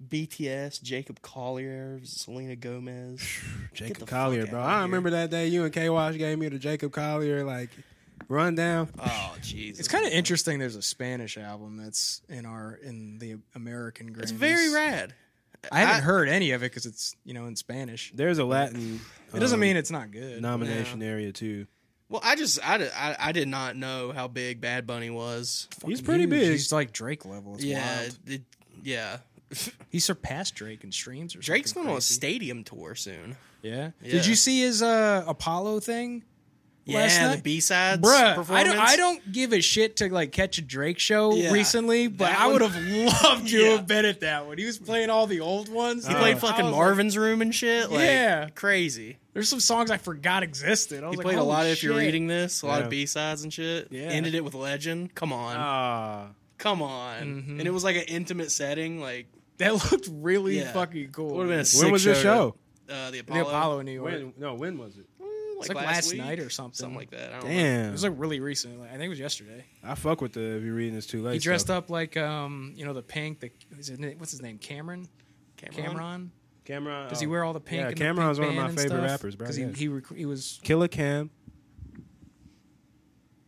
Speaker 4: BTS, Jacob Collier, Selena Gomez. the
Speaker 3: Jacob
Speaker 4: fuck
Speaker 3: Collier, bro.
Speaker 4: outta here.
Speaker 3: I remember that day you and K Wash gave me the Jacob Collier like rundown.
Speaker 4: oh Jesus.
Speaker 5: It's kind of interesting. There's a Spanish album that's in our in the American. Grammys.
Speaker 4: it's very rad.
Speaker 5: I haven't
Speaker 4: I-
Speaker 5: heard any of it because it's you know in Spanish.
Speaker 3: There's a Latin.
Speaker 5: It doesn't
Speaker 3: um,
Speaker 5: mean it's not good.
Speaker 3: nomination area too.
Speaker 4: Well, I just I, di- I, I did not know how big Bad Bunny was.
Speaker 3: He's pretty big.
Speaker 5: He's like Drake level. It's
Speaker 4: yeah,
Speaker 5: wild.
Speaker 4: it- yeah.
Speaker 5: He surpassed Drake in streams. Or
Speaker 4: Drake's
Speaker 5: something
Speaker 4: going on a
Speaker 5: crazy.
Speaker 4: stadium tour soon.
Speaker 5: Yeah.
Speaker 4: Yeah.
Speaker 5: Did you see his uh, Apollo thing? Last
Speaker 4: yeah, the
Speaker 5: night-
Speaker 4: B sides,
Speaker 5: Bruh, I don't, I don't give a shit to like catch a Drake show
Speaker 4: Yeah.
Speaker 5: recently, but
Speaker 4: That
Speaker 5: I
Speaker 4: one-
Speaker 5: would have loved to
Speaker 4: Yeah.
Speaker 5: have been at that one. He was playing all the old ones.
Speaker 4: He
Speaker 5: Uh,
Speaker 4: played
Speaker 5: I
Speaker 4: fucking
Speaker 5: was
Speaker 4: Marvin's Room and shit. Like,
Speaker 5: Yeah.
Speaker 4: crazy.
Speaker 5: There's some songs I forgot existed. I was
Speaker 4: He
Speaker 5: like,
Speaker 4: played a
Speaker 5: "Holy
Speaker 4: lot of if you're
Speaker 5: shit."
Speaker 4: reading this, a lot
Speaker 3: Yeah.
Speaker 4: of B sides and shit.
Speaker 3: Yeah.
Speaker 4: Ended it with Legend. Come on,
Speaker 5: Uh,
Speaker 4: Uh,
Speaker 3: Ah,
Speaker 4: come on.
Speaker 3: Mm-hmm.
Speaker 4: And it was like an intimate setting, like
Speaker 5: That looked really
Speaker 4: Yeah.
Speaker 5: fucking cool.
Speaker 4: Would've been a
Speaker 3: when
Speaker 4: Sick
Speaker 3: was this
Speaker 4: show
Speaker 3: show?
Speaker 4: uh, the
Speaker 5: the
Speaker 4: Apollo. Mm,
Speaker 5: Apollo in New York.
Speaker 3: When? No, when was it?
Speaker 5: It's like last night or something.
Speaker 4: something like that. I don't know.
Speaker 5: It
Speaker 3: Damn,
Speaker 5: was like really recent. Like, I think it was yesterday.
Speaker 3: I fuck with the. If you're reading this too late,
Speaker 5: He dressed up like um, you know, the pink. The is it- what's his name? Cameron.
Speaker 4: Cameron? Oh.
Speaker 5: Cameron.
Speaker 3: Cameron.
Speaker 5: Does he wear all the pink?
Speaker 3: um, Yeah,
Speaker 5: and
Speaker 3: Cameron's
Speaker 5: the
Speaker 3: one
Speaker 5: pink
Speaker 3: of my
Speaker 5: band and
Speaker 3: favorite
Speaker 5: stuff?
Speaker 3: rappers, bro,
Speaker 5: Because
Speaker 3: yeah.
Speaker 5: he he, rec- he was
Speaker 3: Killer Cam?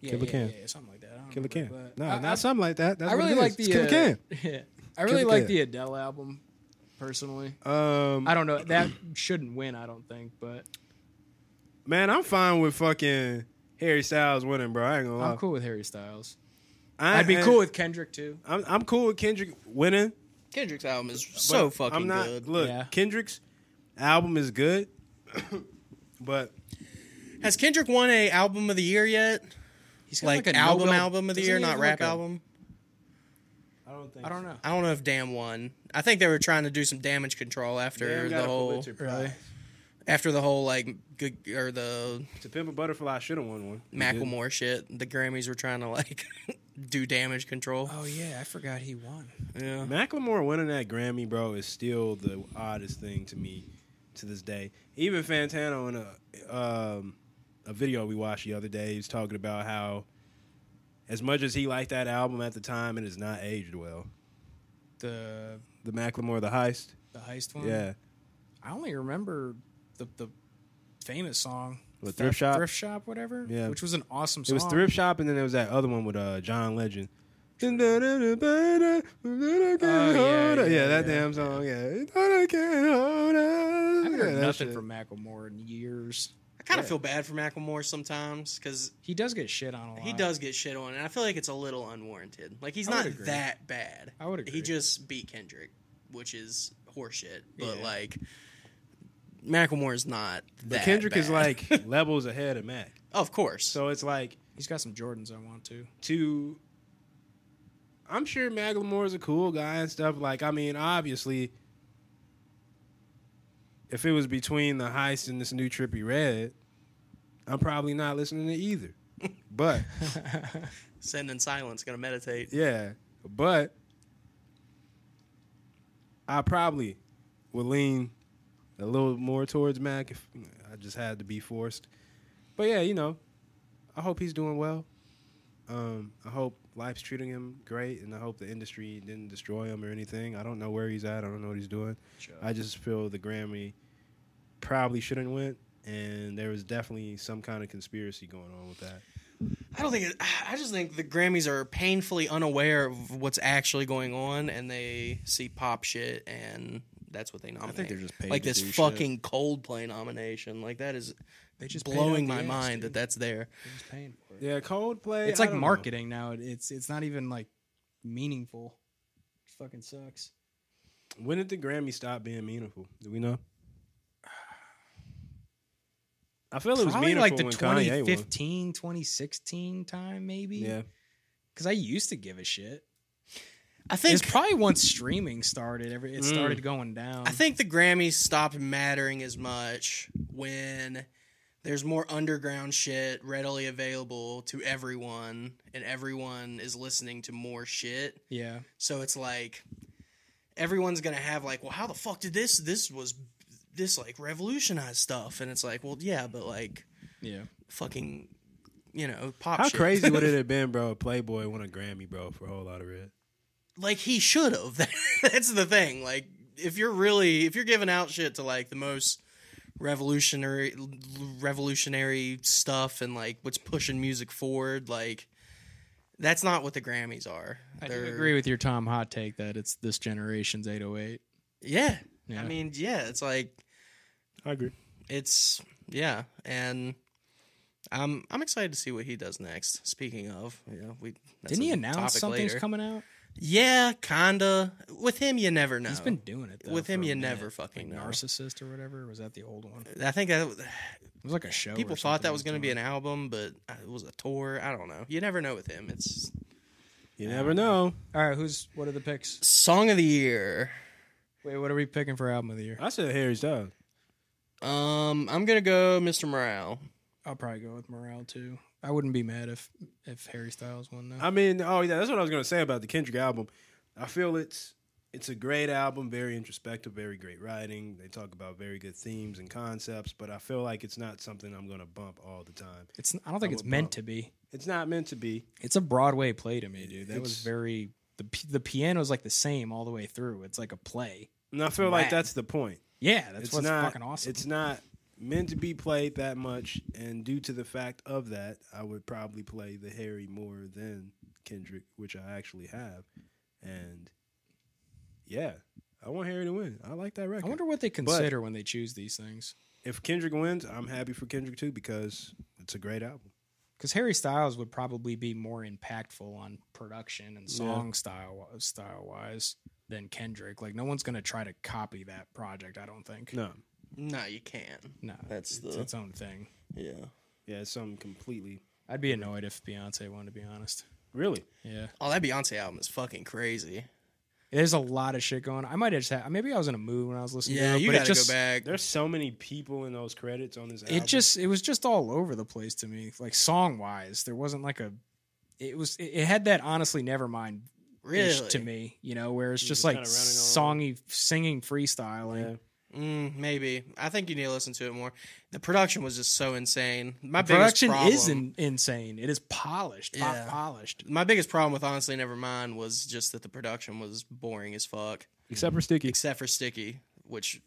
Speaker 5: yeah,
Speaker 3: Killer
Speaker 5: yeah,
Speaker 3: Cam.
Speaker 5: yeah, yeah, something like that. I don't
Speaker 3: Killer Cam.
Speaker 5: remember, but
Speaker 3: No,
Speaker 5: I,
Speaker 3: not
Speaker 5: I,
Speaker 3: something like that. That's
Speaker 5: I
Speaker 3: what
Speaker 5: really
Speaker 3: it
Speaker 5: like
Speaker 3: is.
Speaker 5: the
Speaker 3: It's Killer
Speaker 5: uh,
Speaker 3: Cam.
Speaker 5: Yeah, I really
Speaker 3: Killer
Speaker 5: like
Speaker 3: Cam.
Speaker 5: the Adele album. Personally,
Speaker 3: Um,
Speaker 5: I don't know that shouldn't win. I don't think, but
Speaker 3: man, I'm fine with fucking Harry Styles winning, bro. I ain't gonna lie.
Speaker 5: I'm cool with Harry Styles.
Speaker 3: I,
Speaker 5: I'd be
Speaker 3: I-
Speaker 5: cool with Kendrick too.
Speaker 3: I'm, I'm cool with Kendrick winning.
Speaker 4: Kendrick's album is so
Speaker 3: but
Speaker 4: fucking
Speaker 3: I'm not,
Speaker 4: good.
Speaker 3: Look,
Speaker 5: Yeah.
Speaker 3: Kendrick's album is good, but
Speaker 4: Has Kendrick won a album of the year yet?
Speaker 5: He's got
Speaker 4: Like,
Speaker 5: a
Speaker 4: album
Speaker 5: Nobel-
Speaker 4: album of the
Speaker 5: doesn't
Speaker 4: year,
Speaker 5: he
Speaker 4: not
Speaker 5: have,
Speaker 4: rap
Speaker 5: like, a-
Speaker 4: album.
Speaker 3: I don't think
Speaker 5: I don't know.
Speaker 4: I don't know if Damn won. I think they were trying to do some damage control after
Speaker 3: Damn
Speaker 4: the
Speaker 3: got a
Speaker 4: whole
Speaker 3: Pulitzer Prize.
Speaker 5: Really?
Speaker 4: after the whole like good or the
Speaker 3: To Pimp a Butterfly should have won one. He didn't.
Speaker 4: Macklemore shit. The Grammys were trying to like do damage control.
Speaker 5: Oh yeah, I forgot he won.
Speaker 4: Yeah.
Speaker 3: Macklemore winning that Grammy, bro, is still the oddest thing to me to this day. Even Fantano in a um, a video we watched the other day, he was talking about how as much as he liked that album at the time, it has not aged well.
Speaker 5: The
Speaker 3: The Macklemore, the heist,
Speaker 5: the heist one.
Speaker 3: yeah,
Speaker 5: I only remember the the famous song.
Speaker 3: What,
Speaker 5: Thri-
Speaker 3: Thrift Shop?
Speaker 5: Thrift Shop, whatever.
Speaker 3: Yeah.
Speaker 5: Which was an awesome
Speaker 3: it
Speaker 5: song. Oh,
Speaker 3: was Thrift Shop, and then there was that other one with uh, John Legend. Yeah,
Speaker 5: yeah, yeah,
Speaker 3: that
Speaker 5: yeah.
Speaker 3: damn song. Yeah, I can't hold
Speaker 5: I haven't heard
Speaker 3: on. Yeah, that
Speaker 5: nothing
Speaker 3: shit.
Speaker 5: from Macklemore in years.
Speaker 4: I kind of feel bad for Macklemore sometimes because
Speaker 5: He does get shit on a lot.
Speaker 4: he does get shit on, and I feel like it's a little unwarranted. Like he's
Speaker 5: I would
Speaker 4: not
Speaker 5: agree.
Speaker 4: that bad.
Speaker 5: I would
Speaker 4: He
Speaker 5: agree.
Speaker 4: just beat Kendrick, which is horseshit. But
Speaker 5: Yeah.
Speaker 4: like, Macklemore is not. That
Speaker 3: But Kendrick is
Speaker 4: bad.
Speaker 3: like levels ahead of Mac,
Speaker 4: of course.
Speaker 3: so it's like
Speaker 5: He's got some Jordans I want to.
Speaker 3: to I'm sure Macklemore is a cool guy and stuff. Like, I mean, obviously, if it was between the heist and this new trippy red, I'm probably not listening to either. But
Speaker 4: Send in silence. Gonna meditate.
Speaker 3: yeah, but I probably would lean a little more towards Mac if I just had to be forced. But yeah, you know, I hope he's doing well. Um, I hope life's treating him great, and I hope the industry didn't destroy him or anything. I don't know where he's at. I don't know what he's doing. I just feel the Grammy probably shouldn't win, and there was definitely some kind of conspiracy going on with that.
Speaker 4: I don't think. It, I just think the Grammys are painfully unaware of what's actually going on, and they see pop shit, and that's what they nominate.
Speaker 6: they're just paid
Speaker 4: like
Speaker 6: to
Speaker 4: this
Speaker 6: do shit.
Speaker 4: fucking Coldplay nomination. Like that is
Speaker 5: They just paid
Speaker 4: blowing
Speaker 5: out
Speaker 4: my
Speaker 5: the ass, dude.
Speaker 4: mind that that's there.
Speaker 5: He's paying for it.
Speaker 3: Yeah, Coldplay.
Speaker 5: It's
Speaker 3: I
Speaker 5: like
Speaker 3: don't know.
Speaker 5: marketing now. It- It's it's not even like meaningful. It fucking sucks.
Speaker 3: When did the Grammy stop being meaningful? Do we know? I feel it was
Speaker 5: Probably
Speaker 3: meaningful
Speaker 5: like the
Speaker 3: when Kanye won.
Speaker 5: 2015, 2016 time maybe.
Speaker 3: Yeah,
Speaker 5: Because I used to give a shit.
Speaker 4: I think.
Speaker 5: It's probably once streaming started. Every it
Speaker 3: Mm.
Speaker 5: started going down.
Speaker 4: I think the Grammys stopped mattering as much when there's more underground shit readily available to everyone, and everyone is listening to more shit.
Speaker 5: Yeah.
Speaker 4: So it's like everyone's gonna have like, well, how the fuck did this? This was this like revolutionized stuff, and it's like, well, yeah, but like
Speaker 5: Yeah.
Speaker 4: fucking, you know, pop.
Speaker 3: how
Speaker 4: shit.
Speaker 3: crazy would it have been, bro? If Playboy won a Grammy, bro, for a whole lot of red.
Speaker 4: like he should have. That's the thing. Like if you're really if you're giving out shit to like the most revolutionary revolutionary stuff and like what's pushing music forward, like that's not what the Grammys are.
Speaker 5: I do
Speaker 4: They're-
Speaker 5: agree with your Tom hot take that it's this generation's 808.
Speaker 4: Yeah.
Speaker 5: Yeah.
Speaker 4: I mean, yeah, it's like
Speaker 3: I agree.
Speaker 4: it's yeah, and I'm I'm excited to see what he does next. Speaking of, yeah, we that's
Speaker 5: Didn't he
Speaker 4: a
Speaker 5: announce
Speaker 4: topic
Speaker 5: something's
Speaker 4: later.
Speaker 5: coming out?
Speaker 4: Yeah, kinda. With him, you never know.
Speaker 5: He's been doing it. Though,
Speaker 4: Oh. With him,
Speaker 5: for a
Speaker 4: you
Speaker 5: minute.
Speaker 4: never fucking know.
Speaker 5: Narcissist or whatever was that the old one? It
Speaker 4: I think that,
Speaker 5: was like a show.
Speaker 4: people
Speaker 5: or something
Speaker 4: thought that was going to be
Speaker 5: doing.
Speaker 4: an album, but uh, it was a tour. I don't know. You never know with him. It's
Speaker 3: You never know.
Speaker 5: All right, who's what are the picks?
Speaker 4: song of the year.
Speaker 5: Wait, what are we picking for album of the year?
Speaker 3: I said Harry Styles.
Speaker 4: Um, I'm gonna go Mr. Morale.
Speaker 5: I'll probably go with Morale too. I wouldn't be mad if if Harry Styles won. Though.
Speaker 3: I mean, oh yeah, that's what I was gonna say about the Kendrick album. I feel it's it's a great album, very introspective, very great writing. They talk about very good themes and concepts, but I feel like it's not something I'm gonna bump all the time.
Speaker 5: It's I don't think
Speaker 3: I
Speaker 5: it's
Speaker 3: would
Speaker 5: meant
Speaker 3: bump.
Speaker 5: to be.
Speaker 3: It's not meant to be.
Speaker 5: It's a Broadway play to me, dude. That was
Speaker 3: It's-
Speaker 5: very the p- the piano's like the same all the way through. It's like a play.
Speaker 3: And I feel
Speaker 5: Rad.
Speaker 3: like that's the point.
Speaker 5: Yeah, that's
Speaker 3: it's
Speaker 5: what's
Speaker 3: not
Speaker 5: fucking awesome.
Speaker 3: It's not meant to be played that much, and due to the fact of that, I would probably play the Harry more than Kendrick, which I actually have. And yeah, I want Harry to win. I like that record.
Speaker 5: I wonder what they consider when they choose these things.
Speaker 3: if Kendrick wins, I'm happy for Kendrick too because it's a great album.
Speaker 5: Because Harry Styles would probably be more impactful on production and song style style wise than Kendrick. Like no one's gonna try to copy that project. I don't think.
Speaker 3: No,
Speaker 4: No, you can't.
Speaker 5: no,
Speaker 4: That's
Speaker 5: it's
Speaker 4: the-
Speaker 5: its own thing.
Speaker 4: Yeah.
Speaker 3: yeah, it's something completely
Speaker 5: I'd be annoyed if Beyonce won. To be honest,
Speaker 3: really.
Speaker 5: yeah.
Speaker 4: Oh, that Beyonce album is fucking crazy.
Speaker 5: There's a lot of shit going. on. I might have just had, maybe I was in a mood when I was listening.
Speaker 4: Yeah,
Speaker 5: to it,
Speaker 4: you
Speaker 5: but it
Speaker 4: gotta
Speaker 5: just,
Speaker 4: go back.
Speaker 3: There's so many people in those credits on this. album.
Speaker 5: It just it was just all over the place to me. Like song wise, there wasn't like a. It was it, it had that honestly never mind
Speaker 4: Really?
Speaker 5: to me, you know, where it's just
Speaker 3: just
Speaker 5: like
Speaker 3: kinda running
Speaker 5: songy singing freestyling.
Speaker 3: Yeah.
Speaker 4: Mm, maybe. I think you need to listen to it more. The production was just so insane. My biggest
Speaker 5: Production
Speaker 4: problem,
Speaker 5: is in, insane. It is polished, pop
Speaker 4: Yeah.
Speaker 5: polished.
Speaker 4: My biggest problem with honestly, never mind, was just that the production was boring as fuck,
Speaker 3: except for Sticky.
Speaker 4: except for Sticky, which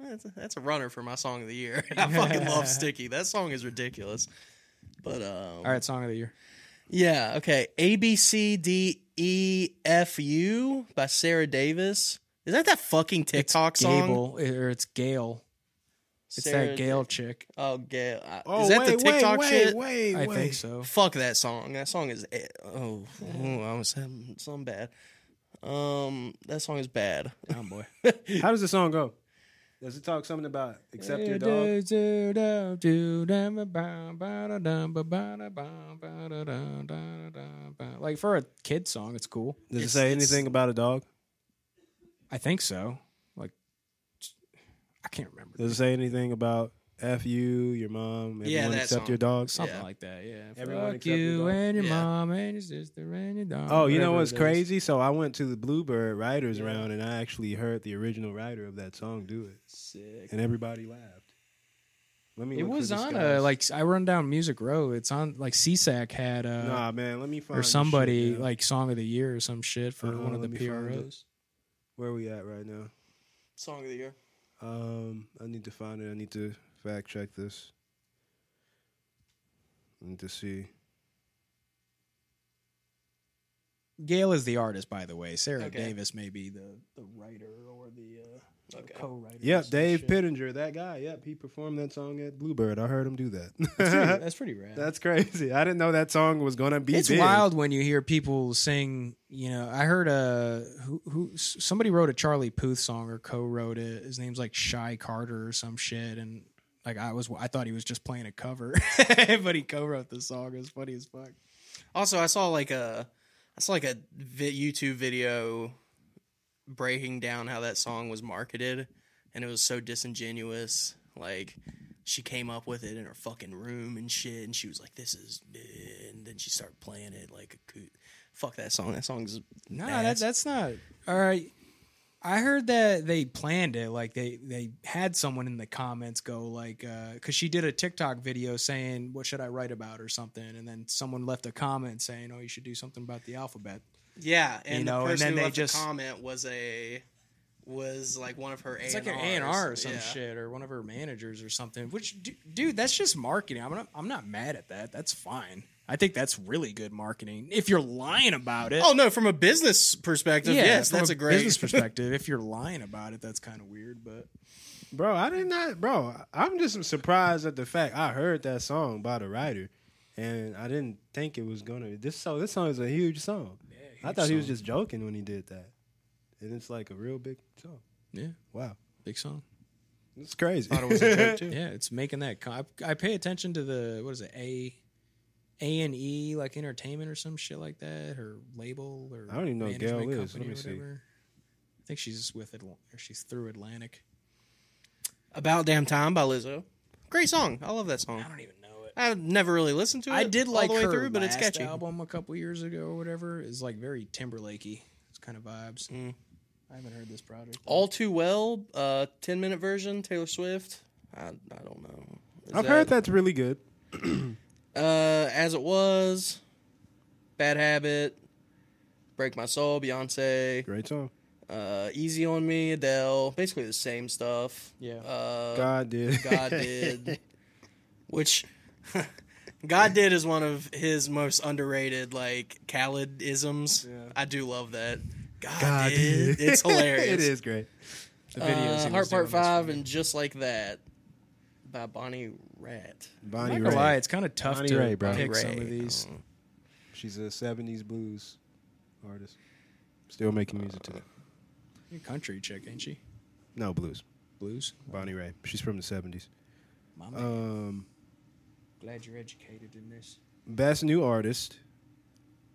Speaker 4: that's a, that's a runner for my song of the year. I fucking love Sticky. That song is ridiculous. But um,
Speaker 5: All right, song of the year.
Speaker 4: Yeah, okay. A B C D E F U by Sarah Davis. Is that that fucking TikTok song?
Speaker 5: Gable or it's Gail. It's
Speaker 4: Sarah-
Speaker 5: that Gail chick.
Speaker 4: Oh, Gail. I-
Speaker 3: Oh,
Speaker 4: is that
Speaker 3: wait,
Speaker 4: the TikTok
Speaker 3: wait,
Speaker 4: shit?
Speaker 3: Wait, wait,
Speaker 5: I
Speaker 3: wait.
Speaker 5: think so.
Speaker 4: Fuck that song. That song is eh, oh, oh I was having some bad. Um, that song is bad.
Speaker 5: Oh boy.
Speaker 3: How does the song go? Does it talk something about accept your dog?
Speaker 5: Like for a kid song, it's cool.
Speaker 3: Does it
Speaker 4: It's-
Speaker 3: say
Speaker 4: it's-
Speaker 3: anything about a dog?
Speaker 5: I think so. Like I can't remember.
Speaker 3: Does it say anything about F you, your mom, everyone
Speaker 4: Yeah, that
Speaker 3: except
Speaker 4: song.
Speaker 3: your dog?
Speaker 5: Something
Speaker 4: Yeah.
Speaker 5: like that, yeah.
Speaker 3: Everyone
Speaker 5: Fuck
Speaker 3: except your
Speaker 5: you
Speaker 3: dog.
Speaker 5: and your
Speaker 4: Yeah.
Speaker 5: mom and your sister and your dog.
Speaker 3: Oh, you know
Speaker 5: whatever
Speaker 3: what's
Speaker 5: it is.
Speaker 3: crazy? So I went to the Bluebird Writers Round and I actually heard the original writer of that song do it.
Speaker 5: Sick.
Speaker 3: And everybody laughed. Let me
Speaker 5: It
Speaker 3: look for
Speaker 5: was
Speaker 3: this
Speaker 5: on
Speaker 3: guy's-
Speaker 5: a like I run down Music Row. It's on like CSAC had uh
Speaker 3: Nah man, let me find
Speaker 5: or
Speaker 3: this shit,
Speaker 5: somebody
Speaker 3: yeah.
Speaker 5: like Song of the Year or some shit for
Speaker 3: Uh-uh,
Speaker 5: one of the
Speaker 3: let me find it.
Speaker 5: PROs.
Speaker 3: Where we at right now?
Speaker 4: Song of the year.
Speaker 3: Um, I need to find it. I need to fact check this. I need to see.
Speaker 5: Gail is the artist, by the way. Sarah
Speaker 4: Okay.
Speaker 5: Davis may be the, the writer or the uh,
Speaker 4: Okay.
Speaker 5: co-writer. or
Speaker 3: Yep,
Speaker 5: some
Speaker 3: Dave
Speaker 5: shit.
Speaker 3: Pittenger, that guy. Yep, he performed that song at Bluebird. I heard him do
Speaker 5: That's pretty,
Speaker 3: that.
Speaker 5: that's pretty rad.
Speaker 3: That's crazy. I didn't know that song was gonna be.
Speaker 5: it's
Speaker 3: big.
Speaker 5: wild when you hear people sing. You know, I heard a who who s- somebody wrote a Charlie Puth song or co-wrote it. His name's like Shy Carter or some shit, and like I was I thought he was just playing a cover, but he co-wrote the song. It was funny as fuck.
Speaker 4: Also, I saw like a I saw like a vi- YouTube video breaking down how that song was marketed, and it was so disingenuous. Like she came up with it in her fucking room and shit, and she was like, "This is," and then she started playing it like a coot. Fuck that song. That song's
Speaker 5: No,
Speaker 4: ass.
Speaker 5: that, that's not all right. I heard that they planned it, like they they had someone in the comments go like, because she did a TikTok video saying, "What should I write about?" or something, and then someone left a comment saying, "Oh, you should do something about the alphabet."
Speaker 4: yeah. And
Speaker 5: You know, and
Speaker 4: the person
Speaker 5: then
Speaker 4: who
Speaker 5: they
Speaker 4: left
Speaker 5: just-
Speaker 4: the comment was a was like one of her.
Speaker 5: It's like an A and R or some shit, or one of her managers or something. Which, du- dude, that's just marketing. I'm not I'm not mad at that. That's fine. I think that's really good marketing. If you're lying about it,
Speaker 4: Oh no! From a business perspective, yes,
Speaker 5: from
Speaker 4: that's a, great
Speaker 5: business perspective. If you're lying about it, that's kind of weird, but.
Speaker 3: bro. I did not, bro. I'm just surprised at the fact I heard that song by the writer, and I didn't think it was gonna. This so this song is a huge song. I thought he was just joking when he did that, and it's like a real big song.
Speaker 5: Yeah,
Speaker 3: Wow,
Speaker 5: big song.
Speaker 3: it's crazy.
Speaker 4: thought it was a joke too.
Speaker 5: Yeah, it's making that. co- I, I pay attention to the what is it a a and e like entertainment or some shit like that or label or
Speaker 3: I don't even know what
Speaker 5: management
Speaker 3: Gayle is.
Speaker 5: company
Speaker 3: Let me
Speaker 5: or
Speaker 3: see.
Speaker 5: whatever. I think she's with it or she's through Atlantic.
Speaker 4: About Damn Time by Lizzo. Great song. I love that song.
Speaker 5: I don't even know it.
Speaker 4: I've never really listened to it.
Speaker 5: I did like
Speaker 4: Uh, all the way
Speaker 5: her
Speaker 4: through, but it's
Speaker 5: last
Speaker 4: catchy.
Speaker 5: album a couple years ago or whatever is like very Timberlakey. It's kind of vibes.
Speaker 3: Mm.
Speaker 5: I haven't heard this project.
Speaker 4: All Too Well, uh, ten minute version. Taylor Swift. I, I don't know. Is
Speaker 3: I've heard that's really good.
Speaker 4: Uh, As it was, Bad Habit, Break My Soul, Beyonce,
Speaker 3: Great song.
Speaker 4: uh, Easy on Me, Adele, basically the same stuff.
Speaker 5: Yeah.
Speaker 4: Uh,
Speaker 3: God did.
Speaker 4: God did, which God did is one of his most underrated like Khaled isms.
Speaker 3: Yeah.
Speaker 4: I do love that. God,
Speaker 3: God
Speaker 4: did.
Speaker 3: did.
Speaker 4: It's hilarious.
Speaker 3: it is great. The
Speaker 4: Uh,
Speaker 3: he was
Speaker 4: Heart Part
Speaker 3: doing was
Speaker 4: Five
Speaker 3: funny.
Speaker 4: and Just Like That by Bonnie Rat.
Speaker 5: I'm
Speaker 3: Bonnie
Speaker 5: not gonna lie,
Speaker 3: Raitt.
Speaker 5: it's kind of tough
Speaker 3: Bonnie
Speaker 5: to
Speaker 3: Raitt, bro. Oh.
Speaker 5: pick
Speaker 4: Bonnie
Speaker 5: some of
Speaker 4: Raitt.
Speaker 5: these.
Speaker 3: She's a '70s blues artist, still making music today.
Speaker 5: You're a country chick, ain't she?
Speaker 3: No blues.
Speaker 5: Blues.
Speaker 3: Bonnie Ray. She's from the '70s.
Speaker 5: Mama,
Speaker 3: Um,
Speaker 5: glad you're educated in this.
Speaker 3: best new artist.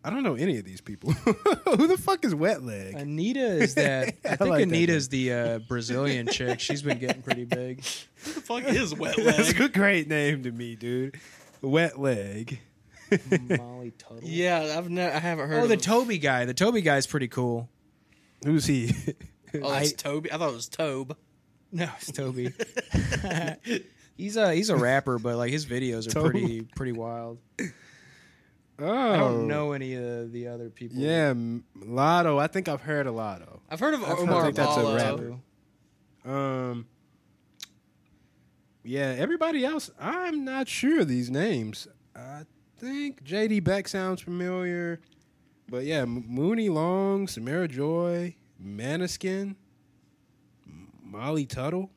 Speaker 3: I don't know any of these people. Who the fuck is Wet Leg?
Speaker 5: Anita is that. I
Speaker 3: I like
Speaker 5: think
Speaker 3: that
Speaker 5: Anita's the uh, Brazilian chick. She's been getting pretty big.
Speaker 4: Who the fuck is Wet
Speaker 3: That's
Speaker 4: Leg?
Speaker 3: a great name to me, dude. Wet Leg.
Speaker 5: Molly Tuttle.
Speaker 4: yeah, I've never, I haven't heard.
Speaker 5: Oh,
Speaker 4: of
Speaker 5: the
Speaker 4: him.
Speaker 5: Toby guy. The Toby guy's pretty cool.
Speaker 3: Who's he?
Speaker 4: Oh, that's Toby. I thought it was Tobe.
Speaker 5: No, it's Toby. he's a he's a rapper, but like his videos are
Speaker 3: Toby.
Speaker 5: pretty pretty wild.
Speaker 3: oh,
Speaker 5: I don't know any of the other people.
Speaker 3: Yeah, M- Lotto. I think I've heard of Lotto.
Speaker 4: I've heard of
Speaker 5: I've
Speaker 4: Omar
Speaker 3: think
Speaker 5: heard
Speaker 3: that's a
Speaker 4: Apollo.
Speaker 3: rapper. Um. Yeah, everybody else. I'm not sure of these names. I think JD Beck sounds familiar, but yeah, M- Mooney Long, Samara Joy, Maniskin, M- Molly Tuttle,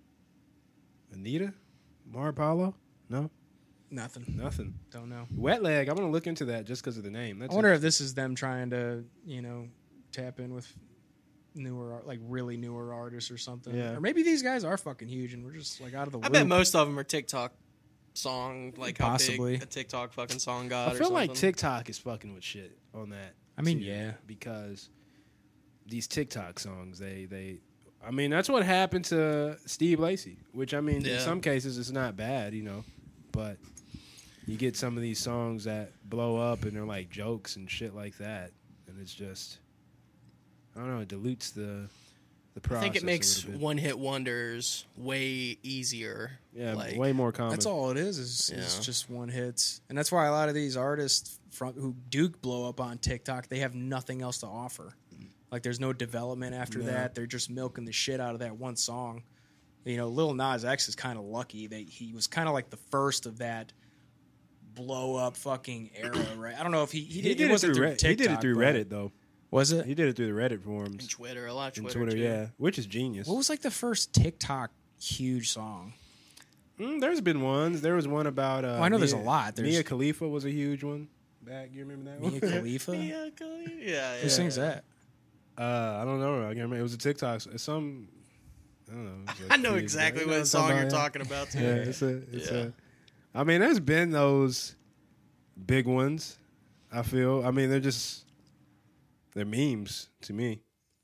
Speaker 3: Anita, Mar Apollo. No,
Speaker 5: Nothing.
Speaker 3: nothing.
Speaker 5: Don't know.
Speaker 3: Wet leg. I'm gonna look into that just because of the name. That's
Speaker 5: I wonder if this is them trying to, you know, tap in with newer, art- like really newer artists or something.
Speaker 3: Yeah.
Speaker 5: Or maybe these guys are fucking huge and we're just like out of the
Speaker 4: I
Speaker 5: loop.
Speaker 4: bet most of them are TikTok song, like how
Speaker 5: Possibly.
Speaker 4: big a TikTok fucking song
Speaker 3: I
Speaker 4: god.
Speaker 3: feel
Speaker 4: or
Speaker 3: like
Speaker 4: something.
Speaker 3: TikTok is fucking with shit on that.
Speaker 5: I mean,
Speaker 3: too,
Speaker 5: yeah.
Speaker 3: because these TikTok songs, they they, I mean, that's what happened to Steve Lacy. Which I mean, in
Speaker 4: Yeah.
Speaker 3: some cases, it's not bad, you know, but you get some of these songs that blow up and they're like jokes and shit like that, and it's just, I don't know, it dilutes the the
Speaker 4: I
Speaker 3: process.
Speaker 4: think it
Speaker 3: a
Speaker 4: makes
Speaker 3: little bit.
Speaker 4: one hit wonders way easier.
Speaker 3: yeah
Speaker 4: like,
Speaker 3: way more common.
Speaker 5: That's all it is. Is, is
Speaker 4: Yeah.
Speaker 5: just one hits, and that's why a lot of these artists from who do blow up on TikTok, they have nothing else to offer. Like there's no development after
Speaker 3: No.
Speaker 5: that. They're just milking the shit out of that one song. You know, Lil Nas X is kind of lucky that he was kind of like the first of that blow up fucking era, right? I don't know if he
Speaker 3: He
Speaker 5: he, did,
Speaker 3: did,
Speaker 5: it
Speaker 3: it
Speaker 5: wasn't
Speaker 3: through
Speaker 5: through
Speaker 3: Reddit.
Speaker 5: TikTok.
Speaker 3: He did it through
Speaker 5: but-
Speaker 3: Reddit though.
Speaker 5: Was it?
Speaker 3: He did it through the Reddit forums.
Speaker 4: And Twitter, a lot of
Speaker 3: And
Speaker 4: Twitter.
Speaker 3: Twitter,
Speaker 4: too.
Speaker 3: yeah, which is genius.
Speaker 5: What was like the first TikTok huge song?
Speaker 3: Mm, there's been ones. There was one about. Uh,
Speaker 5: Oh, I know there's a lot. There's-
Speaker 3: Mia Khalifa was a huge one. Back, you remember that
Speaker 5: Mia
Speaker 3: one?
Speaker 5: Khalifa.
Speaker 4: Yeah, cool. yeah,
Speaker 5: Who
Speaker 4: yeah.
Speaker 5: sings that?
Speaker 3: uh, I don't know. I can't remember. It was a TikTok. It's some. I don't know. It was like
Speaker 4: I know
Speaker 3: three years
Speaker 4: exactly
Speaker 3: ago.
Speaker 4: what
Speaker 3: You know
Speaker 4: song
Speaker 3: I'm
Speaker 4: you're
Speaker 3: about,
Speaker 4: talking about. Too.
Speaker 3: Yeah, yeah it's a. It's
Speaker 4: Yeah.
Speaker 3: a. I mean, there's been those big ones. I feel. I mean, they're just they're memes to me.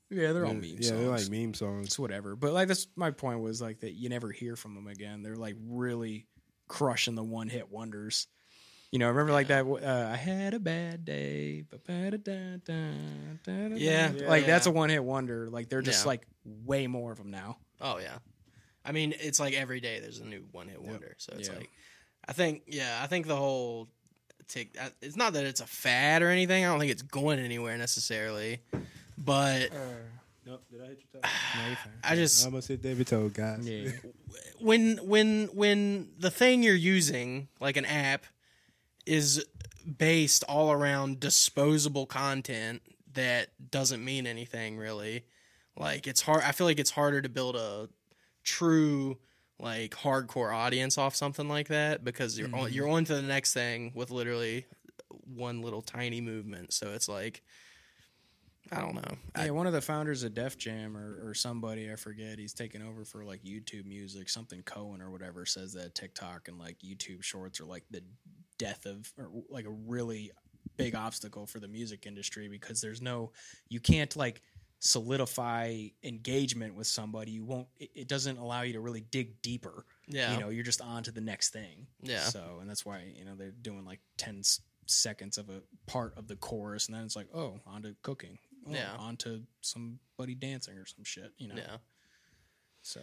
Speaker 5: Yeah, they're all
Speaker 3: yeah,
Speaker 5: Oh, meme
Speaker 3: yeah,
Speaker 5: songs.
Speaker 3: they're like meme songs.
Speaker 5: it's whatever. But like that's my point was like that you never hear from them again. They're like really crushing the one hit wonders. You know, remember like that. Uh, I had a bad day. ba-ba-da-da-da-da-da-da.
Speaker 4: Yeah.
Speaker 5: like
Speaker 4: Yeah.
Speaker 5: that's a one hit wonder. Like they're just
Speaker 4: Yeah.
Speaker 5: like way more of them now.
Speaker 4: Oh yeah, I mean it's like every day there's a new one hit wonder. So it's
Speaker 5: Yeah.
Speaker 4: like, I think yeah, I think the whole tick. I- It's not that it's a fad or anything. I don't think it's going anywhere necessarily, but
Speaker 3: Nope. Did I hit your toe?
Speaker 4: I just
Speaker 3: I almost hit David toe, guys.
Speaker 5: yeah,
Speaker 4: when when when the thing you're using like an app is based all around disposable content that doesn't mean anything really like it's hard i feel like it's harder to build a true like hardcore audience off something like that because you're
Speaker 5: Mm-hmm.
Speaker 4: on, you're on to the next thing with literally one little tiny movement so it's like i don't know I-
Speaker 5: yeah. One of the founders of Def Jam or, or somebody I forget, he's taken over for like YouTube music. Something Cohen or whatever says that TikTok and like YouTube Shorts are like the death of or like a really big obstacle for the music industry because there's no you can't like solidify engagement with somebody you won't it, it doesn't allow you to really dig deeper
Speaker 4: yeah
Speaker 5: you know you're just on to the next thing
Speaker 4: Yeah.
Speaker 5: so and that's why you know they're doing like 10 s- seconds of a part of the chorus and then it's like oh on to cooking oh,
Speaker 4: Yeah.
Speaker 5: on to somebody dancing or some shit you know
Speaker 4: yeah
Speaker 5: so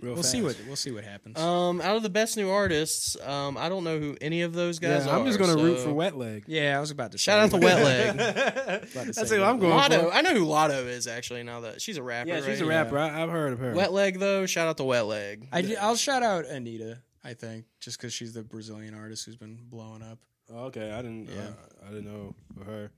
Speaker 3: Real
Speaker 6: We'll see
Speaker 3: fast.
Speaker 6: what we'll see what happens.
Speaker 5: Uh,
Speaker 4: Um, out of the best new artists, um, I don't know who any of those
Speaker 3: Yeah,
Speaker 4: guys are.
Speaker 3: I'm just gonna root
Speaker 4: so-
Speaker 3: for Wet Leg.
Speaker 6: yeah, I was about to
Speaker 4: Shout out to Wet Leg.
Speaker 3: That's who I'm going
Speaker 4: Lotto.
Speaker 3: for.
Speaker 4: I know who Lotto is actually. Now that she's a rapper.
Speaker 3: Yeah, she's
Speaker 4: right?
Speaker 3: a rapper. I, I've heard of her.
Speaker 4: Wet Leg though. Shout out to Wet Leg.
Speaker 6: I, will shout out Anita. I think just because she's the Brazilian artist who's been blowing up.
Speaker 3: Oh, okay, I didn't.
Speaker 6: Yeah.
Speaker 3: Uh, I didn't know for her.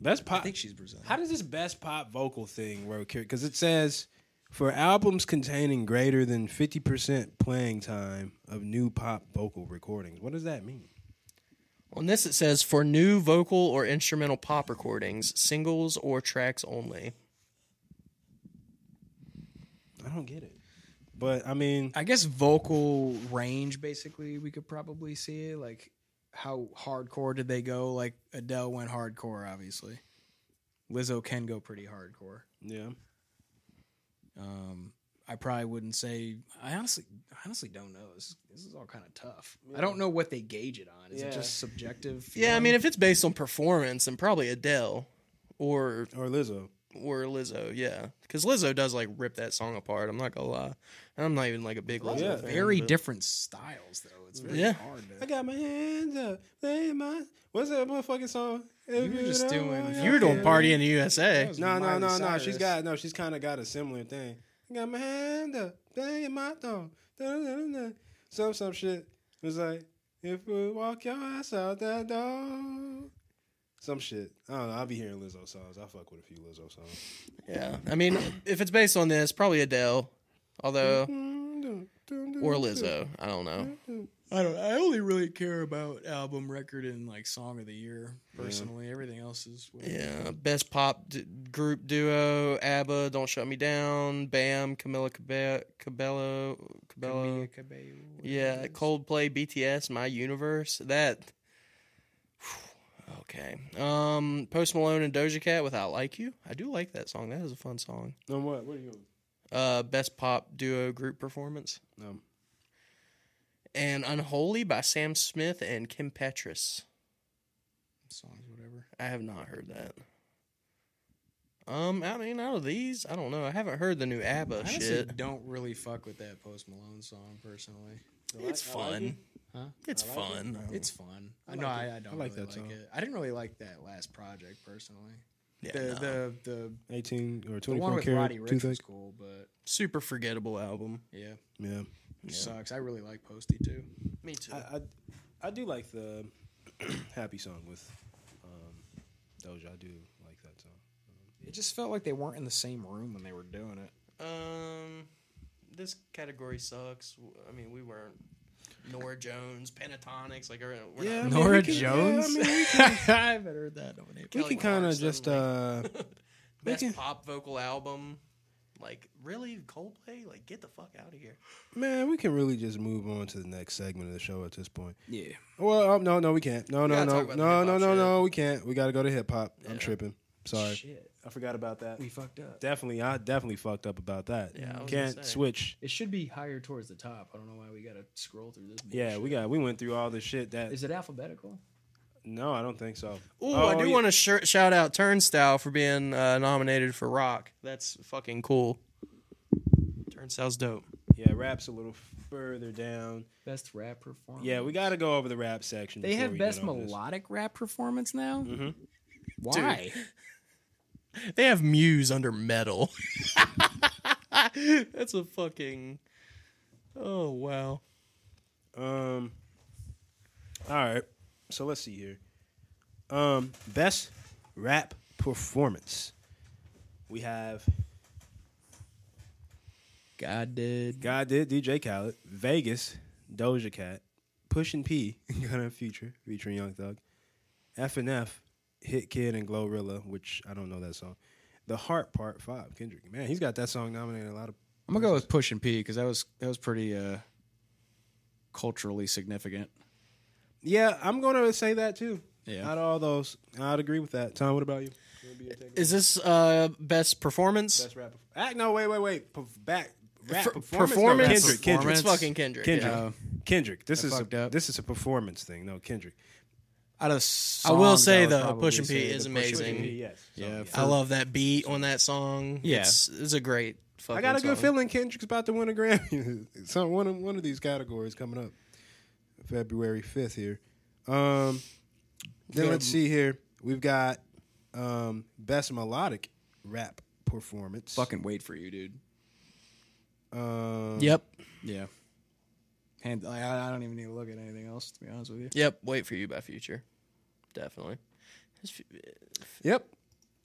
Speaker 3: Best pop.
Speaker 6: I think she's Brazilian.
Speaker 3: How does this best pop vocal thing work here? Because it says for albums containing greater than fifty percent playing time of new pop vocal recordings. What does that mean?
Speaker 4: On this, it says for new vocal or instrumental pop recordings, singles or tracks only.
Speaker 3: I don't get it. But I mean,
Speaker 5: I guess vocal range basically we could probably see it like how hardcore did they go? Like Adele went hardcore, obviously. Lizzo can go pretty hardcore.
Speaker 3: yeah.
Speaker 5: Um, I probably wouldn't say. I honestly, I honestly don't know. This is, this is all kind of tough. I don't know what they gauge it on. Is
Speaker 3: Yeah.
Speaker 5: it just subjective?
Speaker 4: Yeah, I
Speaker 5: feeling?
Speaker 4: mean, if it's based on performance, then probably Adele or
Speaker 3: Or Lizzo.
Speaker 4: or Lizzo. Yeah, because Lizzo does like rip that song apart. I'm not gonna lie, and I'm not even like a big Lizzo
Speaker 3: yeah.
Speaker 4: fan.
Speaker 5: very
Speaker 4: but-
Speaker 5: different styles, though. It's really
Speaker 4: Yeah.
Speaker 5: hard.
Speaker 3: I
Speaker 5: To,
Speaker 3: got my hands up. They my. What's that motherfucking song?
Speaker 6: You were just doing-
Speaker 4: You were doing party in the USA.
Speaker 6: was
Speaker 3: No, no,
Speaker 6: Miley
Speaker 3: no, no.
Speaker 6: Cyrus.
Speaker 3: She's got no. She's kind of got a similar thing. I got my hand up, thing in my thumb, da-da-da-da-da. some some shit. It was like if we walk your ass out that door, some shit. I don't know. I'll be hearing Lizzo songs. I fuck with a few Lizzo songs.
Speaker 4: Yeah, I mean, if it's based on this, probably Adele, although or Lizzo. I don't know.
Speaker 6: I don't. I only really care about album, record, and like song of the year. Personally, everything else is. whatever.
Speaker 4: Yeah, best pop d- group duo: ABBA, "Don't Shut Me Down," Bam, Camila Cabe- Cabello, Cabello. Yeah, Coldplay, BTS, My Universe. That. Okay. Um, Post Malone and Doja Cat with "I Like You." I do like that song. That is a fun song.
Speaker 3: No what? What are you?
Speaker 4: Uh, best pop duo group performance
Speaker 3: No.
Speaker 4: and "Unholy" by Sam Smith and Kim Petras.
Speaker 6: songs, whatever.
Speaker 4: I have not heard that. Um, I mean, out of these, I don't know. I haven't heard the new ABBA
Speaker 6: I honestly
Speaker 4: shit.
Speaker 6: don't really fuck with that Post Malone song personally.
Speaker 4: It's fun.
Speaker 6: Huh?
Speaker 4: It's fun.
Speaker 6: It's fun. I
Speaker 3: like
Speaker 6: know.
Speaker 3: it.
Speaker 6: I, I don't
Speaker 3: Oh. I like that
Speaker 6: really like
Speaker 3: song.
Speaker 6: it. I didn't really like that last project personally.
Speaker 4: Yeah,
Speaker 6: the,
Speaker 4: no.
Speaker 6: the the
Speaker 3: Eighteen or
Speaker 6: the one
Speaker 3: twenty-four
Speaker 6: with Roddy
Speaker 3: karat
Speaker 6: Rich was
Speaker 3: toothache.
Speaker 6: cool, but
Speaker 4: super forgettable album.
Speaker 6: yeah,
Speaker 3: Yeah.
Speaker 6: sucks. I really like Posty too.
Speaker 4: Me too.
Speaker 3: I, I I do like the happy song with um, Doja. I do like that song.
Speaker 6: It just felt like they weren't in the same room when they were doing it.
Speaker 4: Um, this category sucks. I mean, we weren't Nora Jones, Pentatonics, like we're, we're
Speaker 3: Yeah, I
Speaker 4: not,
Speaker 3: mean,
Speaker 5: Nora
Speaker 3: we can- yeah,
Speaker 5: Jones?
Speaker 3: I mean, we
Speaker 6: I haven't heard that.
Speaker 3: we
Speaker 4: Kelly
Speaker 3: can kind of
Speaker 4: Clarkson,
Speaker 3: just
Speaker 4: like,
Speaker 3: uh we
Speaker 4: best
Speaker 3: can-
Speaker 4: pop vocal album. Like really, Coldplay? Like get the fuck out of here.
Speaker 3: man we can really just move on to the next segment of the show at this point
Speaker 5: Yeah.
Speaker 3: well um, no no we can't no no
Speaker 4: gotta
Speaker 3: no
Speaker 4: talk
Speaker 3: no
Speaker 4: about
Speaker 3: no
Speaker 4: the
Speaker 3: no
Speaker 4: hip-hop
Speaker 3: no,
Speaker 4: shit.
Speaker 3: we can't we gotta go to hip-hop i'm
Speaker 4: Yeah.
Speaker 3: tripping sorry
Speaker 5: Shit.
Speaker 3: i forgot about that
Speaker 5: We fucked up.
Speaker 3: definitely i definitely fucked up about that
Speaker 4: Yeah, I was gonna
Speaker 3: can't
Speaker 4: say.
Speaker 3: switch
Speaker 5: It should be higher towards the top. I don't know why we got to scroll through this.
Speaker 3: yeah we got we went through all this shit that
Speaker 5: Is it alphabetical?
Speaker 3: no i don't think so
Speaker 4: Ooh,
Speaker 3: Oh,
Speaker 4: I do
Speaker 3: yeah.
Speaker 4: want to shir- shout out Turnstile for being uh, nominated for Rock. That's fucking cool. Turnstile's dope.
Speaker 3: yeah rap's a little further down
Speaker 5: Best rap performance.
Speaker 3: yeah we gotta go over the rap section
Speaker 5: They
Speaker 3: before
Speaker 5: have
Speaker 3: we
Speaker 5: best
Speaker 3: get on this.
Speaker 5: melodic rap performance now. Mm-hmm. Why?
Speaker 4: They have Muse under metal. That's a fucking. Oh wow.
Speaker 3: Um. All right. So let's see here. Um, best rap performance. We have
Speaker 5: God did.
Speaker 3: God did DJ Khaled, Vegas, Doja Cat, Push and P, Gunna and Future featuring Young Thug, F and F, Hit Kid and Glorilla, which I don't know that song. The Heart Part Five, Kendrick. Man, he's got that song nominated in a lot of.
Speaker 6: I'm gonna go with Push and P because that was that was pretty uh, culturally significant.
Speaker 3: Yeah, I'm gonna say that too.
Speaker 6: Yeah.
Speaker 3: Out of all those, I'd agree with that. Tom, what about you? What would be your take?
Speaker 4: Is this uh best performance?
Speaker 3: Best rap. Act, no, wait, wait, wait. P- back. Rap
Speaker 4: Per-
Speaker 3: performance.
Speaker 4: performance?
Speaker 3: No, Kendrick. Kendrick.
Speaker 4: It's fucking Kendrick.
Speaker 3: Kendrick.
Speaker 5: Uh,
Speaker 4: yeah.
Speaker 3: Kendrick. This is a,
Speaker 6: fucked up.
Speaker 3: this is a performance thing. No, Kendrick.
Speaker 6: Out of
Speaker 4: I will
Speaker 6: songs,
Speaker 4: say
Speaker 6: would
Speaker 4: though,
Speaker 6: probably
Speaker 4: Push and P
Speaker 6: say
Speaker 4: is
Speaker 6: the Push and
Speaker 4: amazing.
Speaker 6: P.
Speaker 3: Yes.
Speaker 6: Yeah,
Speaker 4: I love that beat on that song.
Speaker 6: Yeah.
Speaker 4: It's, it's a great fucking
Speaker 3: I got a good
Speaker 4: song.
Speaker 3: feeling Kendrick's about to win a Grammy. Some one of one of these categories coming up February fifth here. Um, then
Speaker 6: Yeah.
Speaker 3: let's see here. We've got um, best melodic rap performance.
Speaker 5: Fucking wait for you, dude.
Speaker 3: Um,
Speaker 4: Yep.
Speaker 5: Yeah. And like, I, I don't even need to look at anything else to be honest with you.
Speaker 4: Yep. Wait for you by Future. Definitely. It's fu-
Speaker 3: Yep.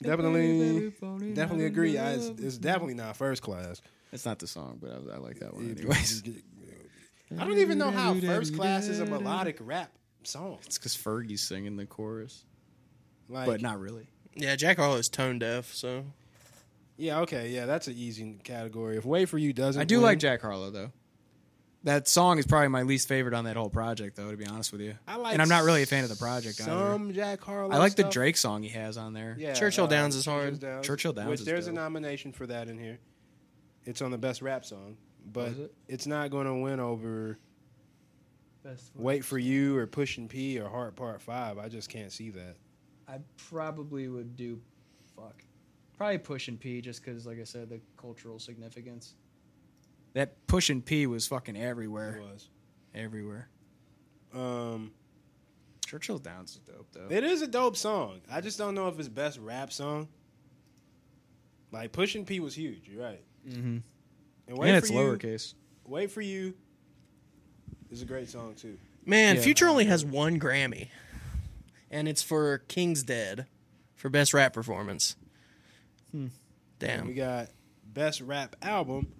Speaker 3: Definitely. Definitely agree. I, it's, it's definitely not first class.
Speaker 5: It's not the song, but I, I like that one anyways.
Speaker 3: I don't even know how first class is a melodic rap song.
Speaker 5: It's because Fergie's singing the chorus,
Speaker 3: Like,
Speaker 5: but not really.
Speaker 4: Yeah, Jack Harlow is tone deaf, so
Speaker 3: Yeah. Okay. Yeah. That's an easy category. If "Wait for You" doesn't,
Speaker 5: I do
Speaker 3: win-
Speaker 5: like Jack Harlow though. That song is probably my least favorite on that whole project, though. To be honest with you,
Speaker 3: I like
Speaker 5: and I'm not really a fan of the project. Either.
Speaker 3: Some Jack Harlow.
Speaker 5: I like the
Speaker 3: stuff.
Speaker 5: Drake song he has on there.
Speaker 3: Yeah,
Speaker 4: Churchill
Speaker 3: uh,
Speaker 4: Downs is hard.
Speaker 3: Churchill Downs,
Speaker 5: Churchill Downs
Speaker 3: Which
Speaker 5: is
Speaker 3: there's a
Speaker 5: dope.
Speaker 3: nomination for that in here. It's on the best rap song, but
Speaker 5: is it?
Speaker 3: it's not going to win over
Speaker 5: Best
Speaker 3: "Wait for You" or "Pushing P" or "Heart Part 5. I just can't see that.
Speaker 5: I probably would do, fuck, probably push and pee just because, like I said, the cultural significance. That push and pee was fucking everywhere,
Speaker 3: It was.
Speaker 5: everywhere.
Speaker 3: Um,
Speaker 5: Churchill Downs is dope though.
Speaker 3: it is a dope song. I just don't know if it's best rap song. Like "Pushing P" was huge. You're right.
Speaker 5: mm-hmm.
Speaker 3: And
Speaker 5: And it's
Speaker 3: for You-
Speaker 5: lowercase.
Speaker 3: "Wait for You" is a great song too.
Speaker 4: Man,
Speaker 5: Yeah.
Speaker 4: Future only has one Grammy. And it's for King's Dead for best rap performance. Damn.
Speaker 3: Hmm. We got best rap album.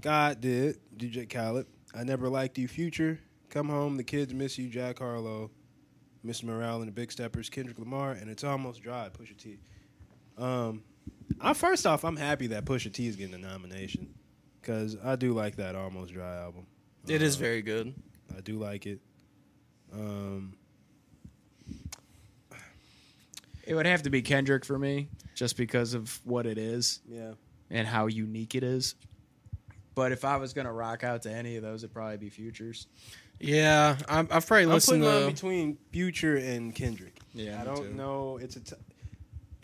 Speaker 3: God did DJ Khaled. I never liked you. Future. Come home. The kids miss you. Jack Harlow. Mr. Morale and the Big Steppers. Kendrick Lamar. And it's almost dry. Pusha T. Um, I first off, I'm happy that Pusha T is getting a nomination because I do like that almost dry album.
Speaker 4: it is
Speaker 3: Uh,
Speaker 4: very good.
Speaker 3: I do like it. Um,
Speaker 5: It would have to be Kendrick for me, just because of what it is
Speaker 3: yeah.
Speaker 5: and how unique it is. But if I was gonna rock out to any of those, it'd probably be Futures.
Speaker 4: Yeah, I'm, I've probably
Speaker 3: I'm
Speaker 4: listened
Speaker 3: putting
Speaker 4: to.
Speaker 3: on between Future and Kendrick.
Speaker 5: Yeah,
Speaker 3: I don't know. It's a. T-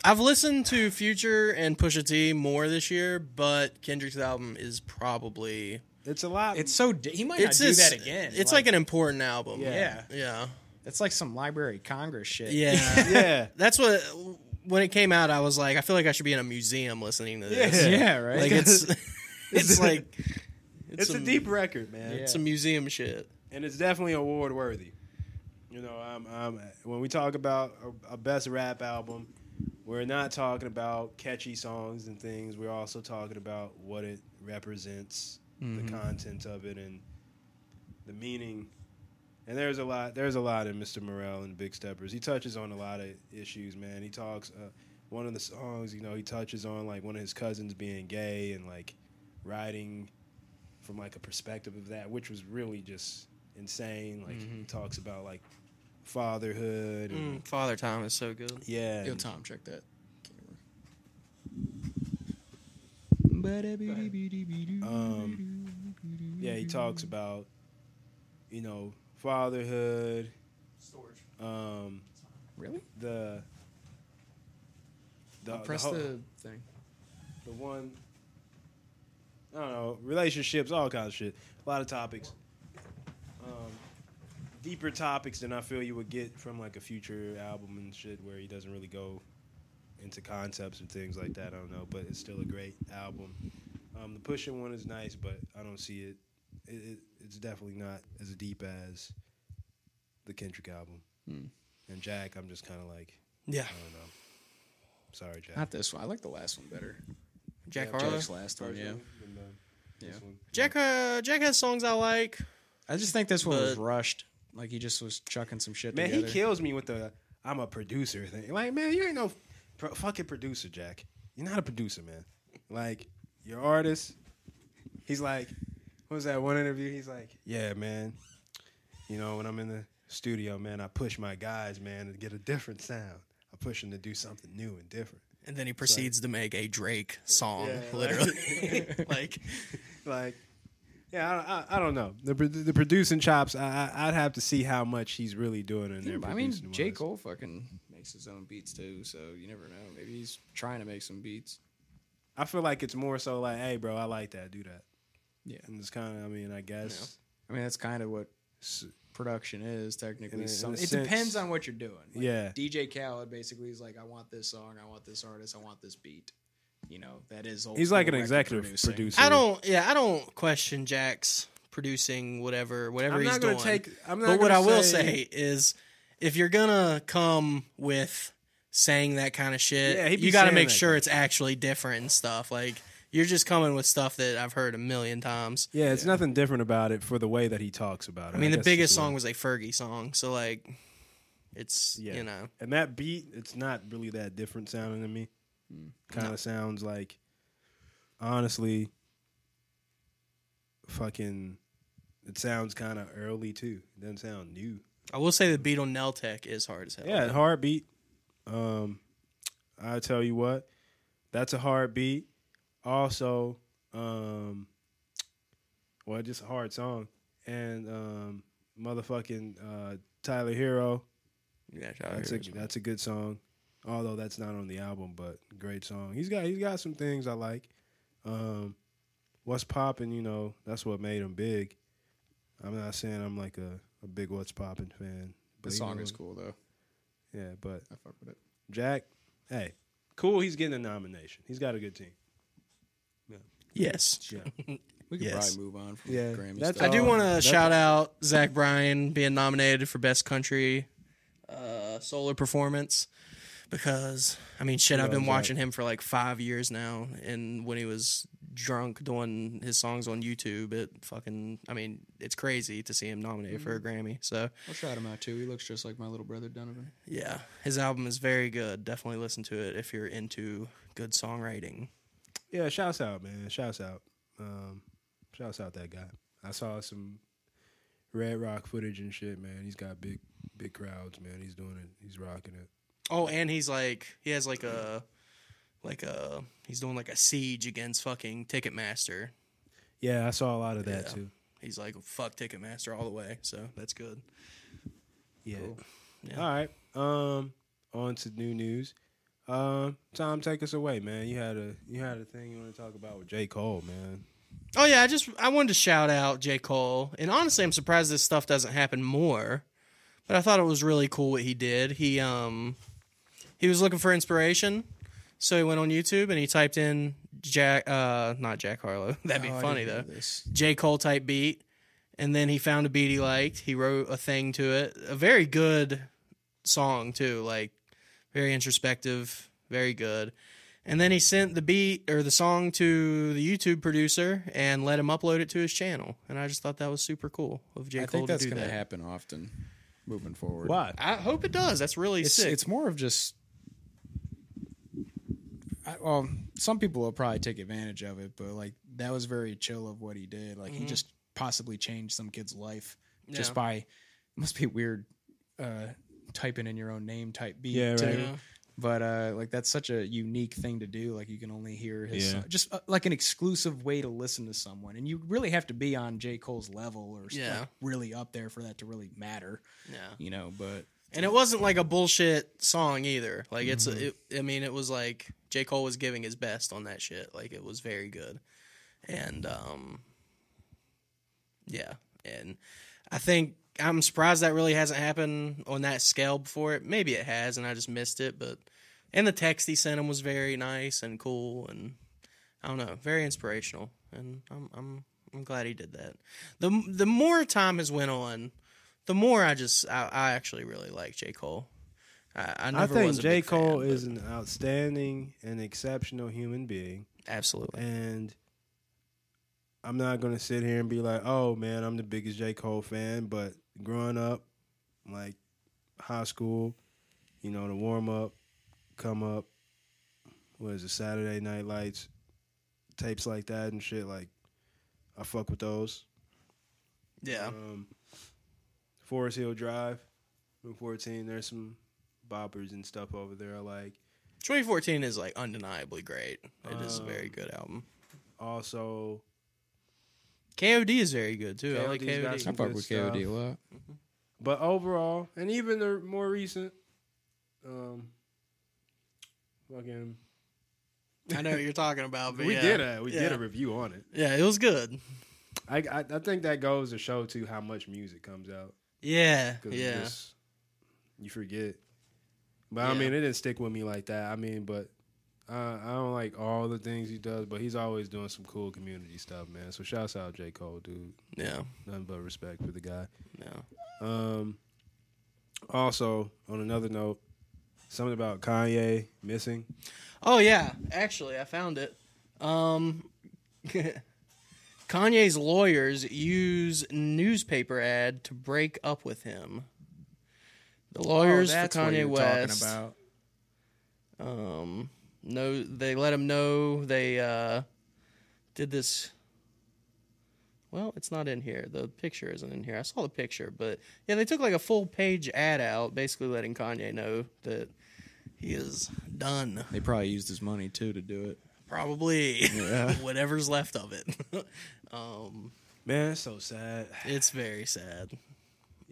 Speaker 4: I've listened to Future and Pusha T more this year, but Kendrick's album is probably
Speaker 3: it's a lot.
Speaker 5: It's so di- he might
Speaker 4: it's
Speaker 5: not do
Speaker 4: his-
Speaker 5: that again.
Speaker 4: It's like, an important album.
Speaker 3: Yeah.
Speaker 4: yeah,
Speaker 5: it's like some Library of Congress shit.
Speaker 4: yeah.
Speaker 3: yeah.
Speaker 4: That's what when it came out, I was like, I feel like I should be in a museum listening to this.
Speaker 3: Yeah.
Speaker 5: yeah, right.
Speaker 4: Like it's, it's like
Speaker 3: It's a
Speaker 4: some-
Speaker 3: deep record, man,
Speaker 5: Yeah.
Speaker 4: It's a museum shit.
Speaker 3: and it's definitely award worthy. You know, I'm, I'm, when we talk about a, a best rap album, we're not talking about catchy songs and things. We're also talking about what it represents, the content of it, and the meaning. And there's a lot. There's a lot in Mr. Morale and Big Steppers. He touches on a lot of issues, man. He talks. Uh, one of the songs, you know, he touches on like one of his cousins being gay and like writing from like a perspective of that, which was really just insane. Like he talks about like fatherhood and
Speaker 4: Mm, Father Time is so good.
Speaker 3: yeah,
Speaker 6: Yo,
Speaker 3: and-
Speaker 6: Tom, check that.
Speaker 3: um, yeah, he talks about you know fatherhood, um,
Speaker 5: really?
Speaker 3: the the
Speaker 6: Press
Speaker 3: the, whole-
Speaker 6: the thing.
Speaker 3: the one. I don't know relationships, all kinds of shit, a lot of topics, um, deeper topics than I feel you would get from like a future album and shit where he doesn't really go into concepts and things like that. I don't know, but it's still a great album. Um, the pushing one is nice, but I don't see it. It, it. It's definitely not as deep as the Kendrick album. And Jack, I'm just kind of like,
Speaker 4: Yeah,
Speaker 3: I don't know. Sorry, Jack.
Speaker 5: Not this one. I like the last one better.
Speaker 4: Jack
Speaker 3: Yeah,
Speaker 4: Harlow.
Speaker 5: Jack's last one, yeah.
Speaker 3: Personally, and, uh, this
Speaker 5: Yeah.
Speaker 3: one.
Speaker 4: Jack uh, Jack has songs I like.
Speaker 5: I just think this one was
Speaker 4: But-
Speaker 5: rushed. Like he just was chucking some shit
Speaker 3: Man,
Speaker 5: together.
Speaker 3: he kills me with the I'm a producer thing. Like, man, you ain't no pro- fucking producer, Jack. You're not a producer, man. Like, you're artist. He's like, what was that one interview? He's like, yeah, man. You know, when I'm in the studio, man, I push my guys, man, to get a different sound. I push them to do something new and different.
Speaker 4: And then he proceeds to make a Drake song,
Speaker 3: Yeah, like-
Speaker 4: literally. like,
Speaker 3: Like, yeah, I, I, I don't know. The, pro- the producing chops, I, I, I'd have to see how much he's really doing in there.
Speaker 5: I mean,
Speaker 3: producing
Speaker 5: J.
Speaker 3: wise.
Speaker 5: Cole fucking makes his own beats too, so you never know. Maybe he's trying to make some beats.
Speaker 3: I feel like it's more so like, hey, bro, I like that. Do that.
Speaker 5: Yeah.
Speaker 3: And it's kind of, I mean, I guess.
Speaker 5: I mean, that's kind of what
Speaker 3: s-
Speaker 5: production is technically.
Speaker 3: In a-
Speaker 5: some,
Speaker 3: in a
Speaker 5: it depends
Speaker 3: sense.
Speaker 5: on what you're doing. Like,
Speaker 3: Yeah.
Speaker 5: DJ Khaled basically is like, I want this song, I want this artist, I want this beat. You know, that is.
Speaker 3: He's like an
Speaker 5: ultimate record
Speaker 3: executive
Speaker 5: producing.
Speaker 3: producer.
Speaker 4: I don't. Yeah, I don't question Jack's producing whatever whatever
Speaker 3: I'm
Speaker 4: he's
Speaker 3: not gonna
Speaker 4: doing.
Speaker 3: take. I'm not
Speaker 4: but what
Speaker 3: gonna
Speaker 4: I will say is, if you're gonna come with saying that kind of shit,
Speaker 3: Yeah, he be
Speaker 4: you got to
Speaker 3: saying
Speaker 4: make
Speaker 3: that
Speaker 4: sure
Speaker 3: kind of-
Speaker 4: it's actually different and stuff. Like you're just coming with stuff that I've heard a million times.
Speaker 3: Yeah, it's nothing different about it for the way that he talks about it.
Speaker 4: I mean,
Speaker 3: guess
Speaker 4: the
Speaker 3: that's
Speaker 4: biggest
Speaker 3: what-
Speaker 4: song was a Fergie song, so like, it's
Speaker 3: Yeah.
Speaker 4: you know,
Speaker 3: and that beat, it's not really that different sounding to me. Kind of sounds like, honestly, fucking. It sounds kind of early too. It doesn't sound new.
Speaker 4: I will say the beat on Neltech is hard as hell.
Speaker 3: Yeah, heartbeat. Um, I tell you what, that's a heartbeat. Also, um, well, just a hard song. And um, motherfucking uh, Tyler Hero.
Speaker 4: yeah,
Speaker 3: That's a that's a good song. Although that's not on the album, but great song. He's got he's got some things I like. Um, what's poppin', you know, that's what made him big. I'm not saying I'm like a, a big what's poppin' fan.
Speaker 5: The
Speaker 3: but you
Speaker 5: song
Speaker 3: know,
Speaker 5: is cool though.
Speaker 3: Yeah, but
Speaker 5: I fuck with it.
Speaker 3: Jack, hey, cool. He's getting a nomination. He's got a good team.
Speaker 4: yes. Um,
Speaker 5: We could
Speaker 4: Yes.
Speaker 5: probably move on from
Speaker 3: Yeah,
Speaker 5: Grammy
Speaker 3: that's-
Speaker 4: I
Speaker 5: stuff.
Speaker 4: do
Speaker 3: Oh,
Speaker 4: want to
Speaker 3: that's-
Speaker 4: shout out Zach Bryan being nominated for Best Country uh, Solar Performance because I mean, shit, I've been
Speaker 3: Zach.
Speaker 4: watching him for like five years now, and when he was drunk doing his songs on YouTube, it fucking, I mean, it's crazy to see him nominated for a Grammy. So
Speaker 5: I'll shout him out too. He looks just like my little brother Donovan.
Speaker 4: yeah, his album is very good. Definitely listen to it if you're into good songwriting.
Speaker 3: Yeah, shouts out, man. Shouts out. Um, shouts out that guy. I saw some Red Rock footage and shit, man. He's got big, big crowds, man. He's doing it. He's rocking it.
Speaker 4: Oh, and he's like he has like a like a he's doing like a siege against fucking Ticketmaster.
Speaker 3: Yeah, I saw a lot of that
Speaker 4: Yeah.
Speaker 3: too.
Speaker 4: He's like fuck Ticketmaster all the way. So that's good.
Speaker 3: Yeah.
Speaker 4: Yeah.
Speaker 3: All right. Um, on to new news. Um, Tom, take us away, man. You had a you had a thing you want to talk about with J Cole, man.
Speaker 4: Oh yeah, I just I wanted to shout out J Cole, and honestly, I'm surprised this stuff doesn't happen more. But I thought it was really cool what he did. He um he was looking for inspiration, so he went on YouTube and he typed in Jack uh not Jack Harlow. That'd be
Speaker 5: Oh, I
Speaker 4: funny
Speaker 5: didn't
Speaker 4: though.
Speaker 5: know this.
Speaker 4: J. Cole type beat. And then he found a beat he liked. He wrote a thing to it. A very good song, too. Like, very introspective, very good. And then he sent the beat or the song to the YouTube producer and let him upload it to his channel. And I just thought that was super cool of J.
Speaker 5: I
Speaker 4: Cole
Speaker 5: think that's
Speaker 4: to do
Speaker 5: going to
Speaker 4: that.
Speaker 5: happen often moving forward.
Speaker 4: I hope it does. That's really
Speaker 5: it's
Speaker 4: sick.
Speaker 5: it's more of just I, well some people will probably take advantage of it but like that was very chill of what he did like he just possibly changed some kid's life
Speaker 4: Mm-hmm. Yeah.
Speaker 5: just by must be weird uh typing in your own name type beat
Speaker 3: Yeah,
Speaker 5: too.
Speaker 3: right.
Speaker 4: Yeah.
Speaker 5: but uh like that's such a unique thing to do like you can only hear his
Speaker 3: Yeah.
Speaker 5: song. just uh, like an exclusive way to listen to someone and you really have to be on j cole's level or yeah.
Speaker 4: Yeah.
Speaker 5: really up there for that to really matter
Speaker 4: yeah.
Speaker 5: you know but
Speaker 4: And it wasn't like a bullshit song either. Like it's,
Speaker 5: Mm-hmm.
Speaker 4: it, I mean, it was like J Cole was giving his best on that shit. Like it was very good, and um, yeah, and I think I'm surprised that really hasn't happened on that scale before. It maybe it has, and I just missed it. But and the text he sent him was very nice and cool, and I don't know, very inspirational. And I'm I'm I'm glad he did that. the The more time has went on, the more I just I, I actually really like J Cole. I, I
Speaker 3: I
Speaker 4: never was
Speaker 3: think
Speaker 4: a
Speaker 3: J
Speaker 4: big
Speaker 3: Cole
Speaker 4: fan,
Speaker 3: is an outstanding and exceptional human being.
Speaker 4: but- absolutely
Speaker 3: And I'm not gonna sit here and be like, oh man, I'm the biggest J. Cole fan, but growing up, like high school, you know, the warm up, come up, what is it, Saturday night lights, tapes like that and shit, like I fuck with those.
Speaker 4: yeah.
Speaker 3: Um Forest Hill Drive, Room 14, there's some boppers and stuff over there I like.
Speaker 4: 2014 is like undeniably great. It is a very
Speaker 3: Um,
Speaker 4: good album.
Speaker 3: Also,
Speaker 4: KOD is very good too. I like
Speaker 3: KOD's got
Speaker 4: KOD.
Speaker 5: i
Speaker 3: some-
Speaker 5: fuck
Speaker 3: good
Speaker 5: with kod a
Speaker 3: stuff. Mm-hmm.
Speaker 5: lot
Speaker 3: But overall, and even the more recent, um, fucking
Speaker 4: I know what you're talking about, but
Speaker 3: we
Speaker 4: yeah.
Speaker 3: did a we did
Speaker 4: Yeah.
Speaker 3: a review on it.
Speaker 4: Yeah, it was good.
Speaker 3: I, I I think that goes to show too how much music comes out
Speaker 4: Yeah,
Speaker 3: you
Speaker 4: yeah.
Speaker 3: just- you forget. But I
Speaker 4: Yeah.
Speaker 3: mean, it didn't stick with me like that. I mean, but uh, I don't like all the things he does, but he's always doing some cool community stuff, man. So shouts out J Cole, dude.
Speaker 4: yeah,
Speaker 3: Nothing but respect for the guy.
Speaker 4: no.
Speaker 3: Um, also, on another note, something about Kanye missing.
Speaker 4: Oh yeah, actually, I found it. Um, Kanye's lawyers use newspaper ad to break up with him. The
Speaker 3: Oh,
Speaker 5: Oh,
Speaker 4: lawyers for Kanye West. Um, no, they let him know they uh, did this. Well, it's not in here. The picture isn't in here. I saw the picture, but yeah, they took like a full page ad out, basically letting Kanye know that he is done.
Speaker 5: They probably used his money too to do it.
Speaker 4: Probably whatever's left of it. um,
Speaker 3: Man, it's so sad.
Speaker 4: it's very sad.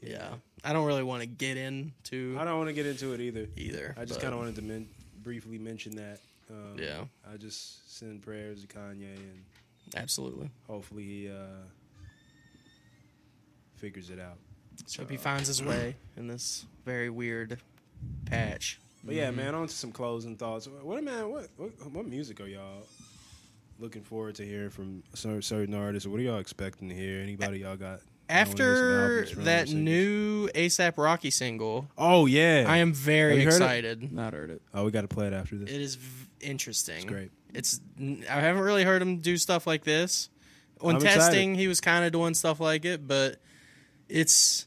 Speaker 4: Yeah, I don't really want to get into
Speaker 3: I don't want to get into it either.
Speaker 4: either.
Speaker 3: I just
Speaker 4: but
Speaker 3: kind of wanted to men- briefly mention that. Um,
Speaker 4: yeah,
Speaker 3: I just send prayers to Kanye and
Speaker 4: absolutely.
Speaker 3: hopefully he uh, figures it out.
Speaker 4: So hope he finds his way in this very weird patch.
Speaker 3: But
Speaker 4: Mm-hmm.
Speaker 3: yeah, man, on to some closing thoughts. What man, what what, what music are y'all looking forward to hearing from cer- certain artists? What are y'all expecting to hear? Anybody y'all got?
Speaker 4: After
Speaker 3: nominations for albums from
Speaker 4: that
Speaker 3: or singles?
Speaker 4: new ASAP Rocky single,
Speaker 3: oh yeah,
Speaker 4: I am very
Speaker 3: Have you heard it?
Speaker 4: excited.
Speaker 5: Not heard it.
Speaker 3: Oh, we got to play it after this.
Speaker 4: It is v- interesting. It's
Speaker 3: great.
Speaker 4: It's n- I haven't really heard him do stuff like this. When
Speaker 3: I'm excited.
Speaker 4: testing, he was kind of doing stuff like it, but it's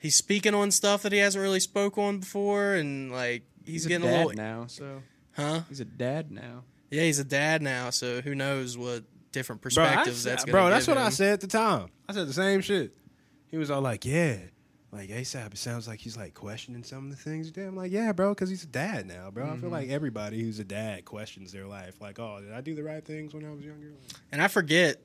Speaker 4: he's speaking on stuff that he hasn't really spoke on before, and like he's,
Speaker 7: a
Speaker 4: getting a,
Speaker 7: dad
Speaker 4: little
Speaker 7: now, so
Speaker 4: huh?
Speaker 7: he's a dad now.
Speaker 4: Yeah, he's a dad now, so who knows what different
Speaker 3: bro, I
Speaker 4: perspectives
Speaker 3: said-
Speaker 4: that's gonna
Speaker 3: bro, that's
Speaker 4: give
Speaker 3: what I
Speaker 4: him.
Speaker 3: said at the time. I said the same shit. He was all like, "Yeah." Like ASAP, it sounds like he's like questioning some of the things. he did. I'm like, yeah, bro, because he's a dad now, bro.
Speaker 4: Mm-hmm.
Speaker 3: I feel like everybody who's a dad questions their life. Like, oh, did I do the right things when I was younger?
Speaker 4: And I forget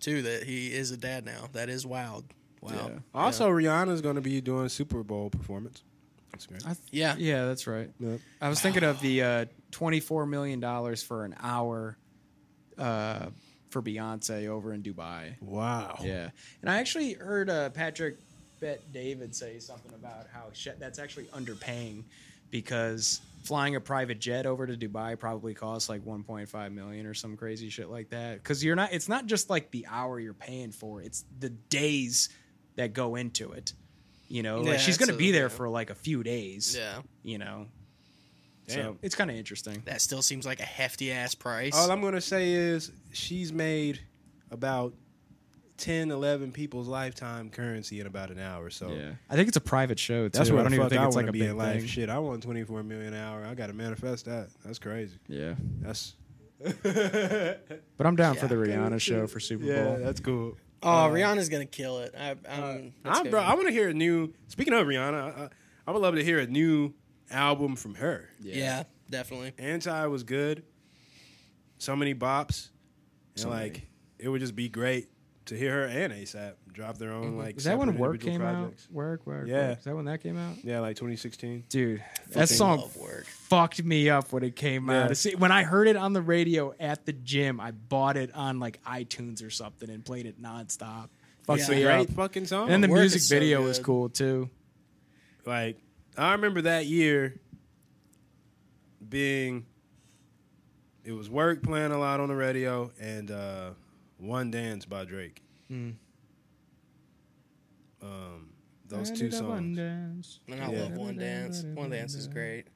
Speaker 4: too that he is a dad now. That is wild. Wow.
Speaker 3: Also, Rihanna's going to be doing Super Bowl performance. That's great.
Speaker 5: I
Speaker 4: Yeah.
Speaker 5: Uh, Yeah, that's right.
Speaker 3: Yeah.
Speaker 5: I was thinking of the uh, twenty-four million dollars for an hour uh, for Beyonce over in Dubai.
Speaker 3: Wow.
Speaker 5: Yeah, and I actually heard uh, Patrick Bet David say something about how sh- that's actually underpaying because flying a private jet over to Dubai probably costs like 1.5 million or some crazy shit like that. Because you're not, it's not just like the hour you're paying for; it's the days that go into it. You know,
Speaker 4: Yeah,
Speaker 5: like she's gonna be
Speaker 4: absolutely.
Speaker 5: there for like a few days.
Speaker 4: Yeah.
Speaker 5: You know,
Speaker 3: Damn.
Speaker 5: so it's kind of interesting.
Speaker 4: That still seems like a hefty ass price.
Speaker 3: All I'm going to say is she's made about 10, 11 people's lifetime currency in about an hour. So
Speaker 5: I think it's a private show. Too.
Speaker 3: that's where
Speaker 5: I don't
Speaker 3: the
Speaker 5: even
Speaker 3: fuck
Speaker 5: think
Speaker 3: I
Speaker 5: it's
Speaker 3: want
Speaker 5: like
Speaker 3: to be
Speaker 5: a big
Speaker 3: in life.
Speaker 5: thing.
Speaker 3: Shit, I want 24 million an hour. I got to manifest that. That's crazy.
Speaker 5: Yeah,
Speaker 3: That's
Speaker 5: but I'm down for the
Speaker 4: Yeah.
Speaker 5: Rihanna show for Super Bowl.
Speaker 3: yeah, that's cool.
Speaker 4: oh, Rihanna's gonna kill it. I, I'm,
Speaker 3: uh, I, bro, I want to hear a new. Speaking of Rihanna, I, I, I would love to hear a new album from her.
Speaker 4: yeah. definitely.
Speaker 3: Anti was good. So many bops. And
Speaker 5: So
Speaker 3: like
Speaker 5: many.
Speaker 3: it would just be great to hear her and ASAP drop their own like
Speaker 5: Mm-hmm. Is that when
Speaker 3: separate
Speaker 5: Work
Speaker 3: individual
Speaker 5: came
Speaker 3: projects.
Speaker 5: out? Work, work,
Speaker 3: Yeah.
Speaker 5: Work. Is that when that came out?
Speaker 3: Yeah, like 2016.
Speaker 5: Dude, that
Speaker 3: Oh.
Speaker 5: song
Speaker 4: love Work.
Speaker 5: fucked me up when it came
Speaker 3: Yeah.
Speaker 5: out. See, when I heard it on the radio at the gym, I bought it on like iTunes or something and played it nonstop. Fucked
Speaker 4: It's
Speaker 3: It's a
Speaker 5: me
Speaker 3: great
Speaker 5: up.
Speaker 3: fucking song.
Speaker 5: And the
Speaker 4: Work
Speaker 5: music
Speaker 4: is so
Speaker 5: video was
Speaker 4: good.
Speaker 5: cool too.
Speaker 3: like I remember that year being it was work playing a lot on the radio and uh One Dance by Drake. Um those two songs.
Speaker 4: And I
Speaker 3: Yeah.
Speaker 4: love One Dance. One Dance is great.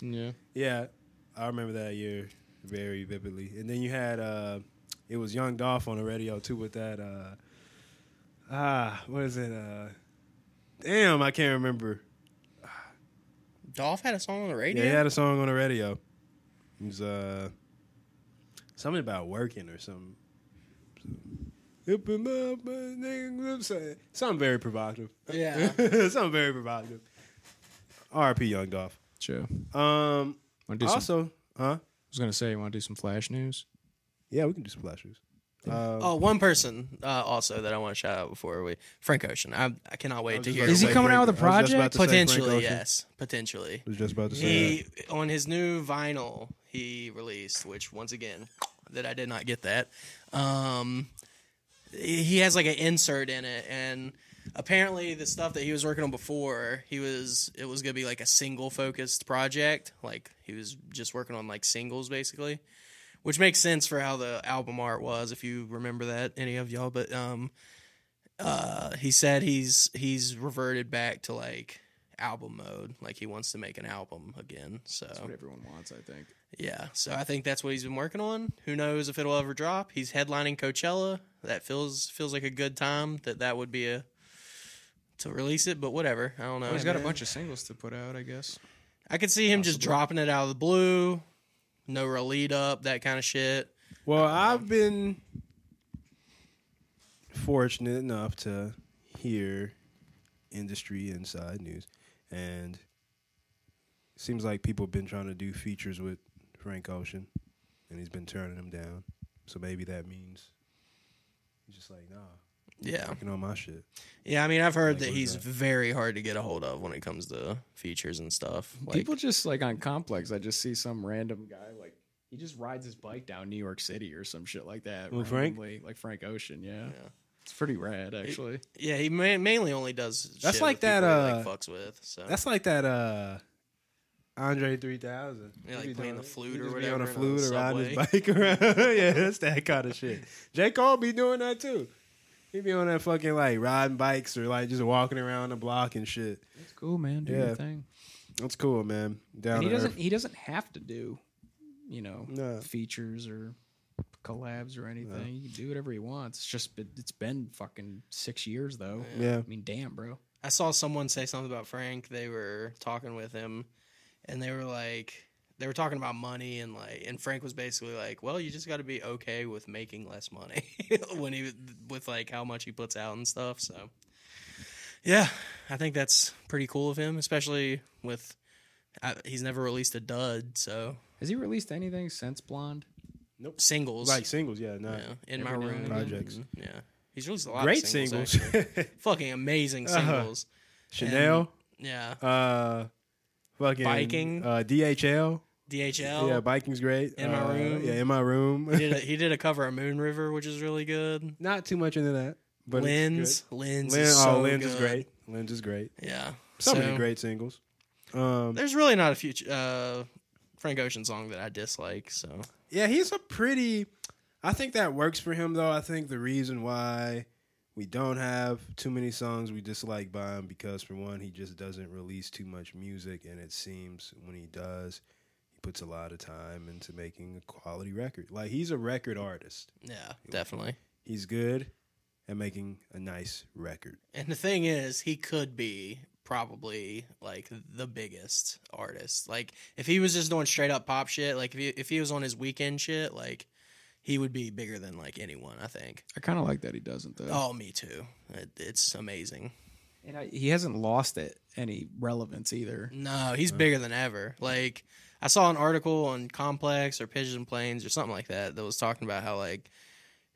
Speaker 5: Yeah.
Speaker 3: Yeah, I remember that year very vividly. And then you had uh it was Young Dolph on the radio too with that uh ah what is it uh damn I can't remember.
Speaker 4: Dolph had a song on the
Speaker 3: Yeah,
Speaker 4: radio.
Speaker 3: he had a song on the radio. It was uh something about working or something. Open my- my name, Something very provocative.
Speaker 4: Yeah.
Speaker 3: something very provocative. R.P. Young Dolph.
Speaker 5: Sure.
Speaker 3: Um.
Speaker 5: Wanna do some, I
Speaker 3: also, huh?
Speaker 5: was gonna say, you want to do some flash news?
Speaker 3: Yeah, we can do some flashers. Uh,
Speaker 4: Oh, one person uh, also that I want to shout out before we Frank Ocean. I, I cannot wait to hear.
Speaker 5: Is he
Speaker 4: what-
Speaker 5: coming out with a project?
Speaker 4: potentially? Yes, potentially.
Speaker 3: I was just about to say.
Speaker 4: He on his new vinyl he released, which once again that I did not get that. Um, he has like an insert in it, and apparently the stuff that he was working on before, he was it was gonna be like a single focused project. Like he was just working on like singles basically, which makes sense for how the album art was, if you remember that any of y'all. But um, uh, he said he's he's reverted back to like album mode like he wants to make an album again so
Speaker 6: What everyone wants, I think.
Speaker 4: yeah, so I think that's what he's been working on. Who knows if it'll ever drop? He's headlining Coachella. That feels feels like a good time that that would be a to release it, but whatever. I don't know.
Speaker 6: He's got a
Speaker 4: man.
Speaker 6: bunch of singles to put out, I guess.
Speaker 4: I could see him just dropping it out of the blue, no real lead up, that kind of shit.
Speaker 3: Well, I've been fortunate enough to hear industry inside news, and seems like people have been trying to do features with Frank Ocean, and he's been turning them down. So maybe that means he's just like, nah,
Speaker 4: Yeah,
Speaker 3: you know my shit.
Speaker 4: yeah. I mean, I've heard that
Speaker 3: what
Speaker 4: he's
Speaker 3: is
Speaker 4: very hard to get a hold of when it comes to features and stuff. Like,
Speaker 6: People just like on Complex, I just see some random guy like he just rides his bike down New York City or some shit like that.
Speaker 3: Who, Frank?
Speaker 6: randomly, like Frank Ocean, yeah. It's pretty rad actually.
Speaker 4: yeah, he ma- mainly only does.
Speaker 3: That's
Speaker 4: shit
Speaker 3: like
Speaker 4: with people
Speaker 3: that,
Speaker 4: he,
Speaker 3: uh,
Speaker 4: like, fucks with. So
Speaker 3: That's like that uh Andre 3000.
Speaker 4: Yeah, like
Speaker 3: He be
Speaker 4: playing
Speaker 3: doing it.
Speaker 4: the flute
Speaker 3: He
Speaker 4: or
Speaker 3: just be
Speaker 4: whatever
Speaker 3: on
Speaker 4: and
Speaker 3: a
Speaker 4: on
Speaker 3: flute
Speaker 4: the
Speaker 3: or riding his bike around. yeah, that's that kind of shit. J. Cole be doing that too. He be on that fucking like riding bikes or like just walking around the block and shit.
Speaker 5: It's cool, man. Do
Speaker 3: Yeah.
Speaker 5: your thing.
Speaker 3: That's cool, man. Down
Speaker 6: And he
Speaker 3: to
Speaker 6: doesn't
Speaker 3: earth.
Speaker 6: he doesn't have to do, you know,
Speaker 3: No.
Speaker 6: features or collabs or anything. He can do whatever he wants. It's just been- it's been fucking six years though.
Speaker 3: Yeah.
Speaker 6: I mean, damn, bro.
Speaker 4: I saw someone say something about Frank. They were talking with him, and they were like, they were talking about money, and like, and Frank was basically like, "Well, you just got to be okay with making less money when he with like how much he puts out and stuff." So, yeah, I think that's pretty cool of him, especially with I, he's never released a dud, so
Speaker 6: Has he released anything since Blonde?
Speaker 4: singles
Speaker 3: Like singles, yeah, nah.
Speaker 4: yeah, Mm-hmm. in my
Speaker 6: every now
Speaker 4: room
Speaker 6: and again.
Speaker 3: Projects.
Speaker 4: Yeah, he's released a lot
Speaker 3: Great
Speaker 4: of singles,
Speaker 3: singles.
Speaker 4: actually. fucking amazing singles.
Speaker 3: Chanel,
Speaker 4: Yeah,
Speaker 3: uh fucking
Speaker 4: Biking.
Speaker 3: uh DHL.
Speaker 4: DHL.
Speaker 3: Yeah, biking's great.
Speaker 4: Oh. In My
Speaker 3: Uh,
Speaker 4: Room.
Speaker 3: Yeah, in my room.
Speaker 4: He did a, he did a cover of Moon River, which is really good.
Speaker 3: Not too much into that, but
Speaker 4: Lens,
Speaker 3: It's
Speaker 4: Lens,
Speaker 3: good. Lin-
Speaker 4: is
Speaker 3: oh,
Speaker 4: so
Speaker 3: Lens
Speaker 4: good.
Speaker 3: is great. Lens is great.
Speaker 4: Yeah,
Speaker 3: So,
Speaker 4: so
Speaker 3: many great singles. Um,
Speaker 4: There's really not a future uh, Frank Ocean song that I dislike. So
Speaker 3: yeah, he's a pretty. I think that works for him, though. I think the reason why we don't have too many songs we dislike by him because, for one, he just doesn't release too much music, and it seems when he does, he puts a lot of time into making a quality record. Like he's a record artist.
Speaker 4: yeah, definitely.
Speaker 3: He's good at making a nice record.
Speaker 4: And the thing is, he could be probably like the biggest artist. Like if he was just doing straight up pop shit, like if he, if he was on his weekend shit, like he would be bigger than like anyone. I think.
Speaker 6: I kind of like that he doesn't though.
Speaker 4: Oh, me too. It, it's amazing.
Speaker 6: And I, he hasn't lost it any relevance either.
Speaker 4: No, he's bigger than ever. Like I saw an article on Complex or Pigeon Planes or something like that that was talking about how like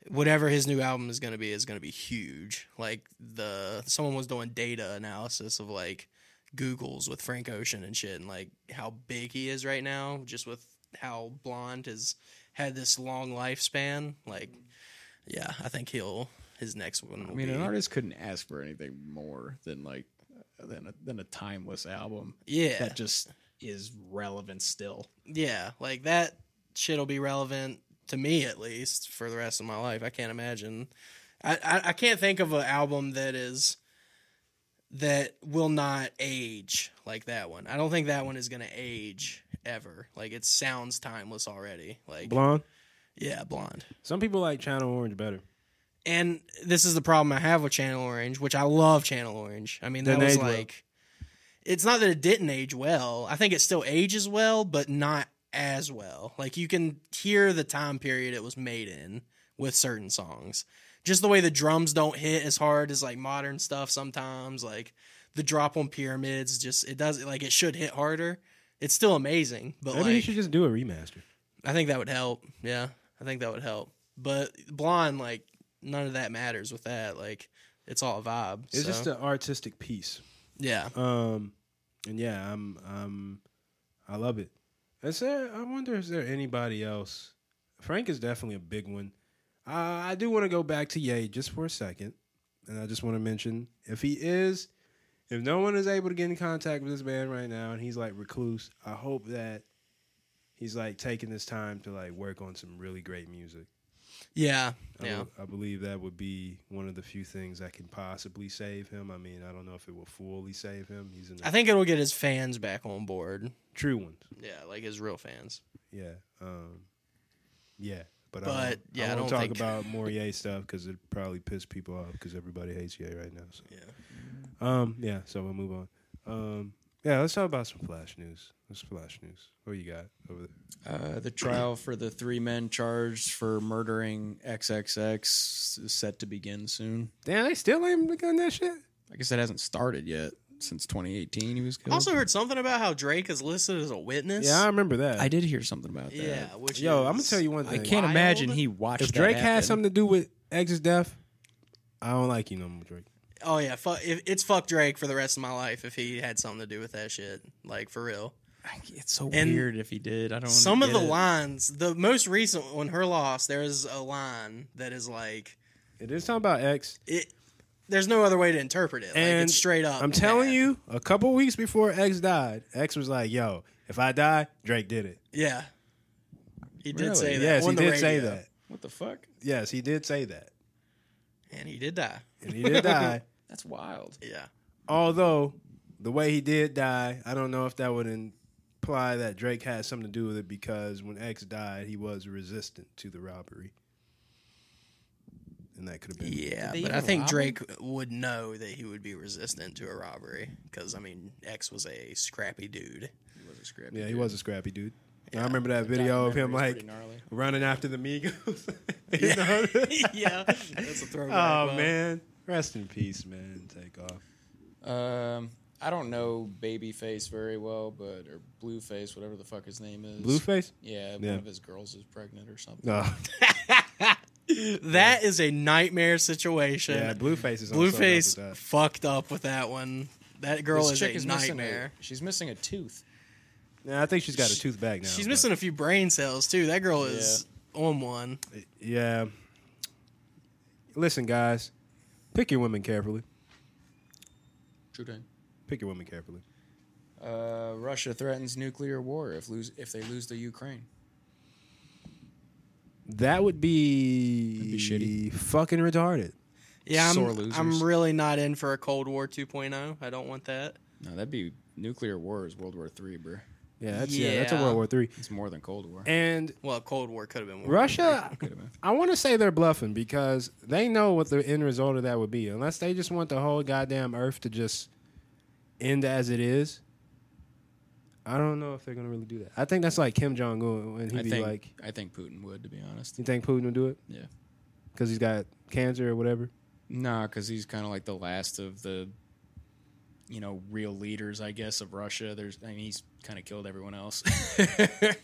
Speaker 4: whatever his new album is going to be is going to be huge. Like the someone was doing data analysis of like Google's with Frank Ocean and shit and like how big he is right now just with how Blonde has had this long lifespan. Like yeah, I think he'll his next one will
Speaker 6: I mean,
Speaker 4: be
Speaker 6: an artist couldn't ask for anything more than like than a, than a timeless album
Speaker 4: yeah.
Speaker 6: that just is relevant still.
Speaker 4: Yeah, like that shit'll be relevant to me at least for the rest of my life. I can't imagine. I I, I can't think of an album that is that will not age like that one. I don't think that one is gonna age ever. Like it sounds timeless already. Like
Speaker 3: Blonde.
Speaker 4: yeah, blonde.
Speaker 3: Some people like Channel Orange better.
Speaker 4: And this is the problem I have with Channel Orange, which I love Channel Orange. I mean, that
Speaker 3: Didn't
Speaker 4: was
Speaker 3: age well.
Speaker 4: like, it's not that it didn't age well. I think it still ages well, but not as well. Like you can hear the time period it was made in with certain songs. Just the way the drums don't hit as hard as like modern stuff sometimes. Like the drop on pyramids, just it does like it should hit harder. It's still amazing, but
Speaker 3: Maybe
Speaker 4: like
Speaker 3: he should just do a remaster.
Speaker 4: I think that would help. Yeah, I think that would help. But blonde, like none of that matters with that. Like it's all a vibe.
Speaker 3: It's
Speaker 4: so.
Speaker 3: just an artistic piece.
Speaker 4: yeah.
Speaker 3: Um, and yeah, I'm, um, I love it. Is there? I wonder is there anybody else? Frank is definitely a big one. Uh, I do want to go back to Ye just for a second, and I just want to mention if he is, if no one is able to get in contact with this man right now, and he's like recluse, I hope that he's like taking this time to like work on some really great music.
Speaker 4: Yeah.
Speaker 3: I
Speaker 4: Yeah.
Speaker 3: would- I believe that would be one of the few things that can possibly save him. I mean, I don't know if it will fully save him. He's in the
Speaker 4: I think it'll get his fans back on board.
Speaker 3: true ones.
Speaker 4: Yeah, like his real fans.
Speaker 3: Yeah. Um, yeah. But,
Speaker 4: But,
Speaker 3: I don't,
Speaker 4: yeah, I
Speaker 3: I won't
Speaker 4: don't
Speaker 3: talk
Speaker 4: think-
Speaker 3: about more Ye stuff because it probably piss people off because everybody hates Ye right now. So. Yeah. Um. Yeah. So we'll move on. Um. Yeah. Let's talk about some flash news. What's flash news? What you got over there?
Speaker 5: Uh, the trial for the three men charged for murdering XXX is set to begin soon.
Speaker 3: Damn, they still ain't looking at that shit.
Speaker 5: I guess it hasn't started yet. Since 2018, he was killed.
Speaker 4: Also heard something about how Drake is listed as a witness.
Speaker 3: Yeah, I remember that.
Speaker 5: I did hear something about that.
Speaker 4: Yeah, which
Speaker 3: Yo, I'm gonna
Speaker 4: is-
Speaker 3: tell you one
Speaker 5: I
Speaker 3: thing.
Speaker 5: can't
Speaker 4: Wild?
Speaker 5: imagine he watched.
Speaker 3: if
Speaker 5: that
Speaker 3: Drake had
Speaker 5: happen.
Speaker 3: something to do with X's death, I don't like you no more, Drake.
Speaker 4: Oh yeah, fuck. If, it's fuck Drake for the rest of my life if he had something to do with that shit. Like for real.
Speaker 5: it's so
Speaker 4: and
Speaker 5: weird if he did. I don't.
Speaker 4: Some of
Speaker 5: get
Speaker 4: the
Speaker 5: it.
Speaker 4: lines, the most recent on her loss, there is a line that is like
Speaker 3: It is talking about X.
Speaker 4: it. There's no other way to interpret it. Like
Speaker 3: And
Speaker 4: it's straight up.
Speaker 3: I'm telling
Speaker 4: bad.
Speaker 3: you, a couple weeks before X died, X was like, "Yo, if I die, Drake did it."
Speaker 4: Yeah. He did
Speaker 5: Really?
Speaker 4: say that.
Speaker 3: Yes,
Speaker 4: on
Speaker 3: he
Speaker 4: the
Speaker 3: did say
Speaker 4: radio.
Speaker 3: that.
Speaker 5: What the fuck?
Speaker 3: Yes, he did say that,
Speaker 4: And he did die.
Speaker 3: and he did die.
Speaker 5: That's wild.
Speaker 4: Yeah.
Speaker 3: Although the way he did die, I don't know if that would imply that Drake had something to do with it because when X died, he was resistant to the robbery, and that could have been.
Speaker 4: Yeah,
Speaker 5: they
Speaker 4: but I
Speaker 5: even
Speaker 4: think
Speaker 5: rob him?
Speaker 4: Drake would know that he would be resistant to a robbery because I mean X was a scrappy dude.
Speaker 3: Yeah, he was a scrappy dude. I remember that video of him like running after the Migos. You know?
Speaker 4: yeah, that's a throwback.
Speaker 3: oh
Speaker 4: Well,
Speaker 3: man, rest in peace, man. Take off.
Speaker 5: Um, I don't know Babyface very well, but or Blueface, whatever the fuck his name is.
Speaker 3: Blueface?
Speaker 5: Yeah,
Speaker 3: Yeah. Oh,
Speaker 5: one of his girls is pregnant or something.
Speaker 3: No,
Speaker 4: Uh, that is a nightmare situation.
Speaker 3: yeah, Blueface is on
Speaker 4: Blueface
Speaker 3: something else with
Speaker 4: fucked up with that one. That girl
Speaker 5: This
Speaker 4: is
Speaker 5: chick
Speaker 4: a
Speaker 5: is missing a.
Speaker 4: nightmare.
Speaker 5: She's missing a tooth.
Speaker 3: that. Nah, I think she's got a tooth back now.
Speaker 4: She's
Speaker 3: but-
Speaker 4: missing a few brain cells too. That girl is on one.
Speaker 3: Yeah. Listen, guys, pick your women carefully.
Speaker 5: True thing.
Speaker 3: Pick your women carefully.
Speaker 5: Uh, Russia threatens nuclear war if lose if they lose the Ukraine.
Speaker 3: That would be,
Speaker 5: be shitty.
Speaker 3: fucking retarded.
Speaker 4: Yeah, I'm,
Speaker 5: Sore losers.
Speaker 4: I'm really not in for a Cold War 2.0. I don't want that.
Speaker 5: No, that'd be nuclear war is World War Three, bro.
Speaker 3: Yeah, that's yeah, that's a
Speaker 4: Yeah.
Speaker 3: World War Three.
Speaker 5: It's more than Cold War.
Speaker 3: And
Speaker 4: Well, Cold War could have been worse.
Speaker 3: Russia,
Speaker 5: Could have been.
Speaker 3: I want to say they're bluffing because they know what the end result of that would be. Unless they just want the whole goddamn Earth to just end as it is. I don't know if they're gonna really do that. I think that's like Kim Jong Un when he'd
Speaker 5: I
Speaker 3: be
Speaker 5: think
Speaker 3: like,
Speaker 5: I think Putin would, to be honest.
Speaker 3: "You think Putin will do it?
Speaker 5: Yeah.
Speaker 3: Because he's got cancer or whatever."
Speaker 5: Nah, because he's kind of like the last of the, you know, real leaders, I guess, of Russia. There's, I mean, he's kind of killed everyone else.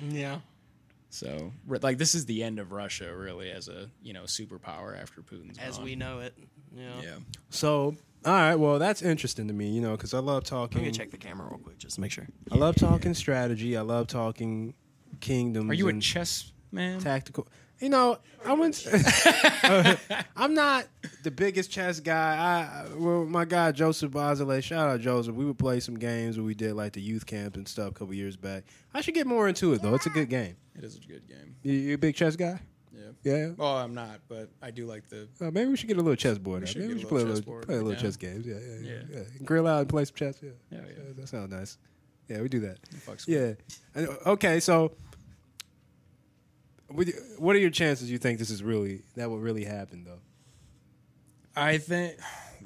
Speaker 4: Yeah.
Speaker 5: so, re- like, this is the end of Russia, really, as a you know superpower after Putin's
Speaker 4: As
Speaker 5: gone.
Speaker 4: we know it. Yeah.
Speaker 5: Oh. Yeah.
Speaker 3: So, all right, well, that's interesting to me, you know, because I love
Speaker 4: Let me
Speaker 3: talking.
Speaker 4: check the camera real quick just to make sure.
Speaker 3: I love talking strategy. I love talking kingdoms.
Speaker 5: Are you a
Speaker 3: and
Speaker 5: chess man?
Speaker 3: tactical? You know, I went. I'm not the biggest chess guy. I well, my guy Joseph Bazile, shout out Joseph. We would play some games when we did like the youth camp and stuff a couple years back. I should get more into it though. It's a good game.
Speaker 5: it is a good game.
Speaker 3: You, you a big chess guy?
Speaker 5: Yeah.
Speaker 3: Yeah.
Speaker 5: Well, I'm not, but I do like the.
Speaker 3: Uh, maybe we should get a little chess board. out.
Speaker 5: should
Speaker 3: Maybe
Speaker 5: get
Speaker 3: we
Speaker 5: a
Speaker 3: should
Speaker 5: little
Speaker 3: play a
Speaker 5: chess
Speaker 3: little,
Speaker 5: board.
Speaker 3: play a little
Speaker 5: Yeah.
Speaker 3: chess games. Yeah, yeah, yeah.
Speaker 5: Yeah. Oh,
Speaker 3: yeah. Grill out and play some chess. Yeah,
Speaker 5: Yeah, yeah.
Speaker 3: That sounds nice. Yeah, we do that.
Speaker 5: fucks with
Speaker 3: Yeah. And, uh, okay, so would you- what are your chances? You think this is really that will really happen though?
Speaker 5: I think.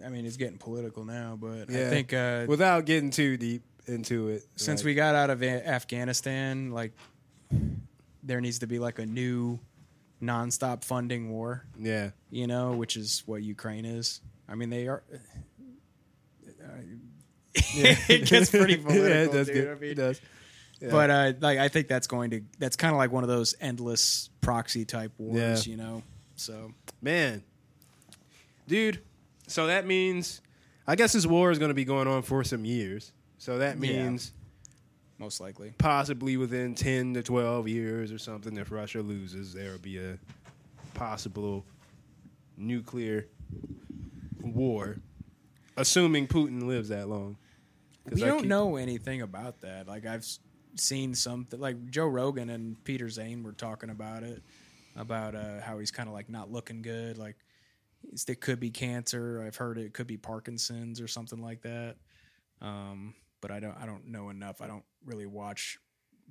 Speaker 5: I mean, it's getting political now, but
Speaker 3: Yeah.
Speaker 5: I think uh,
Speaker 3: Without getting too deep into it,
Speaker 5: since
Speaker 3: like-
Speaker 5: we got out of A- Afghanistan, like there needs to be like a new nonstop funding war,
Speaker 3: yeah,
Speaker 5: you know, which is what Ukraine is. I mean, they are. uh, it gets pretty
Speaker 3: yeah,
Speaker 5: political,
Speaker 3: it does
Speaker 5: dude.
Speaker 3: get
Speaker 5: I mean,
Speaker 3: it does.
Speaker 5: But uh, like I think that's going to that's kind of like one of those endless proxy type wars,
Speaker 3: Yeah.
Speaker 5: you know. So
Speaker 3: Man. Dude, so that means I guess this war is going to be going on for some years. So that
Speaker 5: Yeah.
Speaker 3: means
Speaker 5: most likely,
Speaker 3: possibly within 10 to 12 years or something if Russia loses, there will be a possible nuclear war assuming Putin lives that long. 'Cause
Speaker 5: we
Speaker 3: I
Speaker 5: don't
Speaker 3: keep-
Speaker 5: know anything about that. Like I've s- seen something like Joe Rogan and Peter Zane were talking about it about uh, how he's kind of like not looking good. Like it's- it could be cancer. I've heard it could be Parkinson's or something like that. Um, but I don't I don't know enough. I don't really watch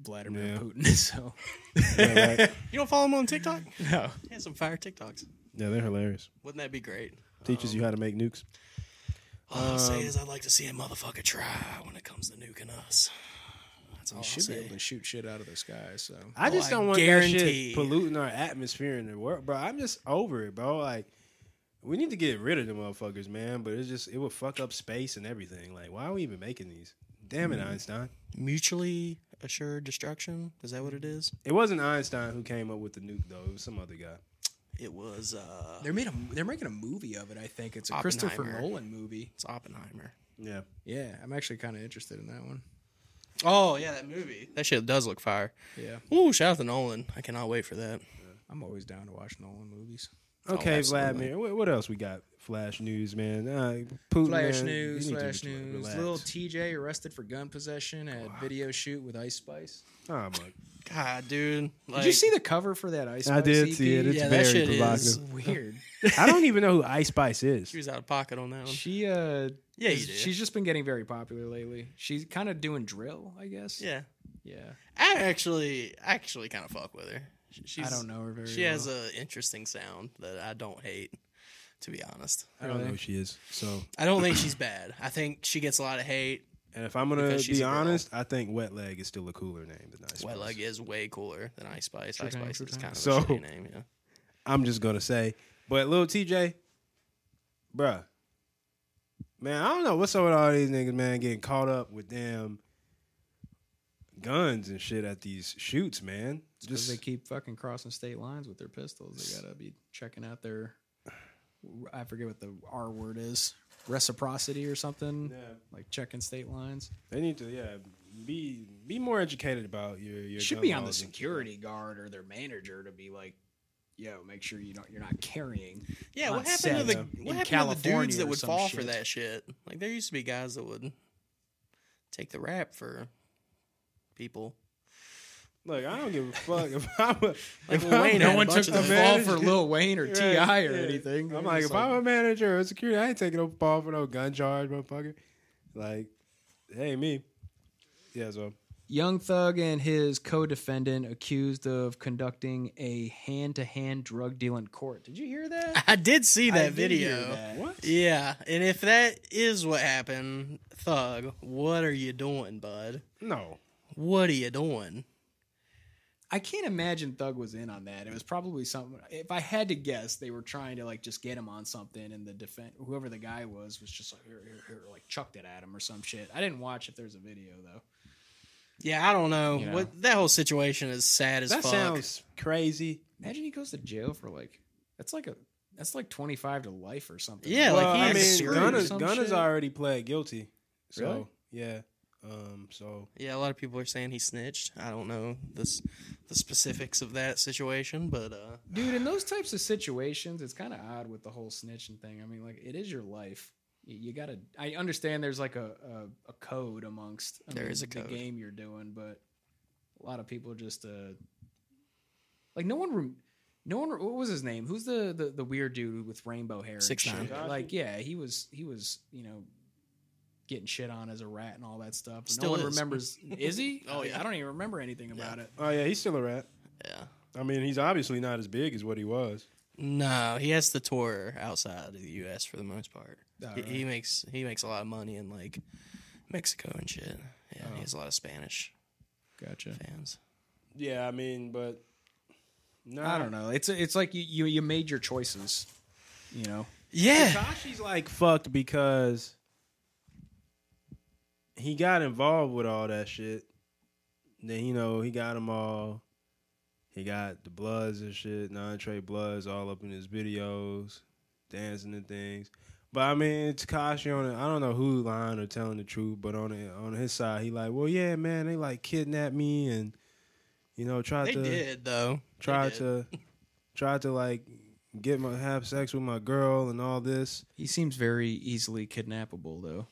Speaker 5: Vladimir
Speaker 3: Yeah.
Speaker 5: Putin, so
Speaker 3: Yeah, right.
Speaker 4: You don't follow him on TikTok?
Speaker 5: no.
Speaker 4: He has some fire TikToks.
Speaker 3: Yeah, they're hilarious.
Speaker 4: Wouldn't that be great?
Speaker 3: Teaches you how to make nukes.
Speaker 4: All I'll
Speaker 5: Um,
Speaker 4: say is I'd like to see a motherfucker try when it comes to nuking us. That's all I'll
Speaker 5: should be
Speaker 4: say.
Speaker 5: able to shoot shit out of the sky. So
Speaker 3: I just
Speaker 4: I
Speaker 3: don't want that
Speaker 4: guarantee.
Speaker 3: shit polluting our atmosphere in the world, bro. I'm just over it, bro. Like, we need to get rid of the motherfuckers, man. But it's just it would fuck up space and everything. Like, why are we even making these? Damn it, Einstein.
Speaker 4: Mutually assured destruction? Is that what it is?
Speaker 3: It wasn't Einstein who came up with the nuke though. It was some other guy.
Speaker 4: It was, uh,
Speaker 5: they're made a, they're making a movie of it. I think it's a Christopher
Speaker 4: Oppenheimer.
Speaker 5: Nolan movie.
Speaker 4: it's Oppenheimer.
Speaker 3: Yeah.
Speaker 5: Yeah, I'm actually kind of interested in that one.
Speaker 4: Oh, yeah, that movie. That shit does look fire.
Speaker 5: Yeah,
Speaker 4: Ooh, shout out to Nolan. I cannot wait for that.
Speaker 5: I'm always down to watch Nolan movies.
Speaker 3: Okay,
Speaker 4: absolutely.
Speaker 3: Vladimir. Oh, What, what else we got? Flash news, man. Uh, Putin,
Speaker 5: Flash
Speaker 3: man,
Speaker 5: news,
Speaker 3: you need to
Speaker 5: flash
Speaker 3: re-
Speaker 5: news.
Speaker 3: relax.
Speaker 5: Little TJ arrested for gun possession at video shoot with Ice Spice.
Speaker 3: Oh, my-
Speaker 4: God, dude. Like,
Speaker 5: did you see the cover for that Ice Spice? E
Speaker 3: I did
Speaker 5: EP?
Speaker 3: see it. It's
Speaker 4: Yeah, that
Speaker 3: very
Speaker 4: shit is-
Speaker 3: provocative.
Speaker 5: weird.
Speaker 3: I don't even know who Ice Spice is.
Speaker 4: She was out of pocket on that one.
Speaker 5: she uh,
Speaker 4: Yeah, you
Speaker 5: is-
Speaker 4: did.
Speaker 5: she's just been getting very popular lately. She's kind of doing drill, I guess.
Speaker 4: Yeah.
Speaker 5: yeah.
Speaker 4: I actually, I actually kind of fuck with her. Sh- She's,
Speaker 5: I don't know her very.
Speaker 4: She
Speaker 5: well.
Speaker 4: has an interesting sound that I don't hate, to be honest.
Speaker 3: I don't know who she is. So,
Speaker 4: I don't think she's bad. I think she gets a lot of hate.
Speaker 3: and if I'm gonna
Speaker 4: Because she's
Speaker 3: be
Speaker 4: a girl.
Speaker 3: honest, I think Wet Leg is still a cooler name than Ice Spice.
Speaker 4: Wet Leg is way cooler than Ice Spice. Ice
Speaker 5: time,
Speaker 4: Spice
Speaker 5: true
Speaker 4: is
Speaker 5: time.
Speaker 4: kind of
Speaker 3: So-
Speaker 4: a shitty name. Yeah.
Speaker 3: I'm just gonna say. But little TJ, bruh, man, I don't know what's up with all these niggas, man, getting caught up with damn guns and shit at these shoots, man.
Speaker 5: Because
Speaker 3: Just
Speaker 5: they keep fucking crossing state lines with their pistols. They gotta be checking out their, I forget what the R word is, reciprocity or something.
Speaker 3: Yeah.
Speaker 5: Like checking state lines.
Speaker 3: they need to, yeah, be be more educated about your your.
Speaker 5: It should
Speaker 3: gun
Speaker 5: be on the
Speaker 3: laws and-
Speaker 5: security guard or their manager to be like, yo, make sure you don't you're not carrying.
Speaker 4: Yeah,
Speaker 5: on
Speaker 4: what
Speaker 5: set
Speaker 4: happened to the
Speaker 5: in
Speaker 4: what happened to the
Speaker 5: California
Speaker 4: dudes that
Speaker 5: or
Speaker 4: would
Speaker 5: some
Speaker 4: fall for
Speaker 5: shit.
Speaker 4: that shit? Like there used to be guys that would take the rap for people.
Speaker 3: Look, I don't give a fuck if I'm a,
Speaker 4: Like
Speaker 3: if
Speaker 4: Lil Wayne
Speaker 3: I'm,
Speaker 4: had a bunch of
Speaker 5: the
Speaker 4: those.
Speaker 5: fall
Speaker 3: Manage-
Speaker 5: for Lil Wayne or
Speaker 3: Right,
Speaker 5: Ti or
Speaker 3: yeah.
Speaker 5: anything.
Speaker 3: I'm like,
Speaker 5: It's
Speaker 3: if I'm a manager or security, I ain't taking no ball for no gun charge, motherfucker. Like, hey, me. Yeah, so
Speaker 5: Young Thug and his co-defendant accused of conducting a hand-to-hand drug deal in court. Did you hear that?
Speaker 4: I did see that
Speaker 5: I did hear
Speaker 4: video.
Speaker 5: that.
Speaker 3: what?
Speaker 4: Yeah, and if that is what happened, Thug, what are you doing, bud?
Speaker 3: No.
Speaker 4: What are you doing?
Speaker 5: I can't imagine Thug was in on that. It was probably something. If I had to guess, they were trying to like just get him on something, and the defense, whoever the guy was, was just like, here, here, here, like chucked it at him or some shit. I didn't watch if there's a video though.
Speaker 4: Yeah, I don't know.
Speaker 5: You
Speaker 4: What that whole situation is sad as
Speaker 3: That
Speaker 4: fuck.
Speaker 3: sounds crazy.
Speaker 5: Imagine he goes to jail for like that's like a that's like twenty five to life or something.
Speaker 4: Yeah,
Speaker 3: Well,
Speaker 4: like, he
Speaker 3: I
Speaker 4: had
Speaker 3: mean,
Speaker 4: screwed or
Speaker 3: Gunna's,
Speaker 5: some
Speaker 3: Gunna's
Speaker 5: shit.
Speaker 3: already pled guilty. So,
Speaker 5: Really?
Speaker 3: yeah. Um, so
Speaker 4: Yeah, a lot of people are saying he snitched. I don't know this the specifics of that situation, but uh
Speaker 5: dude. In those types of situations, it's kind of odd with the whole snitching thing. I mean, like it is your life. You, you gotta. I understand there's like a a, a code amongst I
Speaker 4: There
Speaker 5: mean,
Speaker 4: is a code.
Speaker 5: the game you're doing, but a lot of people just uh like no one. Rem- no one. What was his name? Who's the the, the weird dude with rainbow hair? and
Speaker 4: 6ix9ine.
Speaker 5: shit? Like yeah, he was he was you know. Getting shit on as a rat and all that stuff. But
Speaker 4: Still
Speaker 5: no one
Speaker 4: is.
Speaker 5: remembers. Is he?
Speaker 4: Oh, yeah.
Speaker 5: I don't even remember anything about it.
Speaker 3: Oh yeah, he's still a rat.
Speaker 4: yeah.
Speaker 3: I mean, he's obviously not as big as what he was.
Speaker 4: No, he has to tour outside of the U.S. for the most part.
Speaker 5: Oh,
Speaker 4: he, he makes he makes a lot of money in like Mexico and shit. Yeah,
Speaker 3: Oh.
Speaker 4: he has a lot of Spanish
Speaker 5: Gotcha.
Speaker 4: fans.
Speaker 3: Yeah, I mean, but no,
Speaker 5: I don't know. It's it's like you, you you made your choices. You know,
Speaker 4: Yeah,
Speaker 3: Takashi's like fucked because he got involved with all that shit, Then you know he got them all. He got the Bloods and shit, non-trade Bloods all up in his videos, dancing and things. But I mean, Takashi on it. I don't know who lying or telling the truth, but on it, on his side, he like, well, yeah, man, they like kidnapped me and you know tried
Speaker 4: They
Speaker 3: to
Speaker 4: did though.
Speaker 3: tried to tried to like get my have sex with my girl and all this.
Speaker 5: He seems very easily kidnappable, though.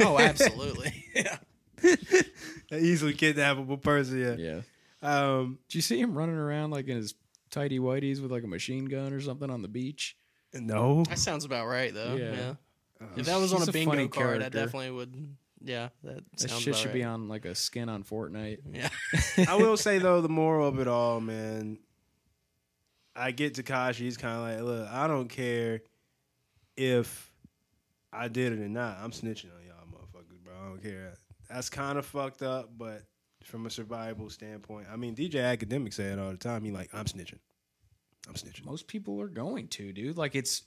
Speaker 4: Oh, absolutely. yeah.
Speaker 3: An easily kidnappable person, yeah.
Speaker 5: Yeah.
Speaker 3: Um,
Speaker 5: Did you see him running around like in his tidy whities with like a machine gun or something on the beach?
Speaker 3: no,
Speaker 4: That sounds about right though.
Speaker 5: Yeah.
Speaker 4: Yeah. if that was on
Speaker 5: he's
Speaker 4: a
Speaker 5: a
Speaker 4: bingo
Speaker 5: funny
Speaker 4: card, I
Speaker 5: character.
Speaker 4: definitely would. Yeah, that
Speaker 5: That
Speaker 4: sounds
Speaker 5: shit
Speaker 4: about
Speaker 5: should
Speaker 4: right.
Speaker 5: be on like a skin on Fortnite.
Speaker 4: Yeah.
Speaker 3: I will say though, the moral of it all, man. I get Takashi. He's kind of like, look, I don't care if I did it or not. I'm snitching on y'all, motherfuckers, bro. I don't care. That's kind of fucked up, but from a survival standpoint, I mean, DJ Academic say it all the time. He like, I'm snitching. I'm snitching.
Speaker 5: Most people are going to, dude. Like it's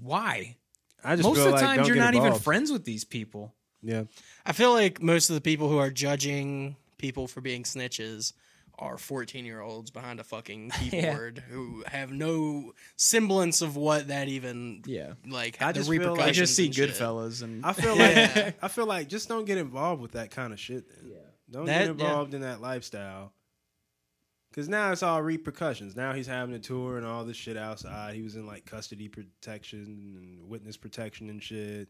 Speaker 5: why?
Speaker 3: I just
Speaker 5: Most
Speaker 3: feel
Speaker 5: of the
Speaker 3: like,
Speaker 5: times
Speaker 3: don't
Speaker 5: you're
Speaker 3: get
Speaker 5: not even
Speaker 3: involved.
Speaker 5: friends with these people.
Speaker 3: Yeah,
Speaker 4: I feel like most of the people who are judging people for being snitches are 14 year olds behind a fucking keyboard who have no semblance of what that even
Speaker 5: Yeah.
Speaker 4: like
Speaker 3: I
Speaker 4: the
Speaker 3: just feel like-
Speaker 4: repercussions.
Speaker 3: I
Speaker 5: I just see
Speaker 4: and shit.
Speaker 5: Goodfellas and
Speaker 3: I feel
Speaker 4: Yeah.
Speaker 3: like I feel like just don't get involved with that kind of shit. Then. Don't get
Speaker 4: That- yeah.
Speaker 3: involved in that lifestyle. Cause now it's all repercussions. Now he's having a tour and all this shit outside. He was in like custody protection and witness protection and shit.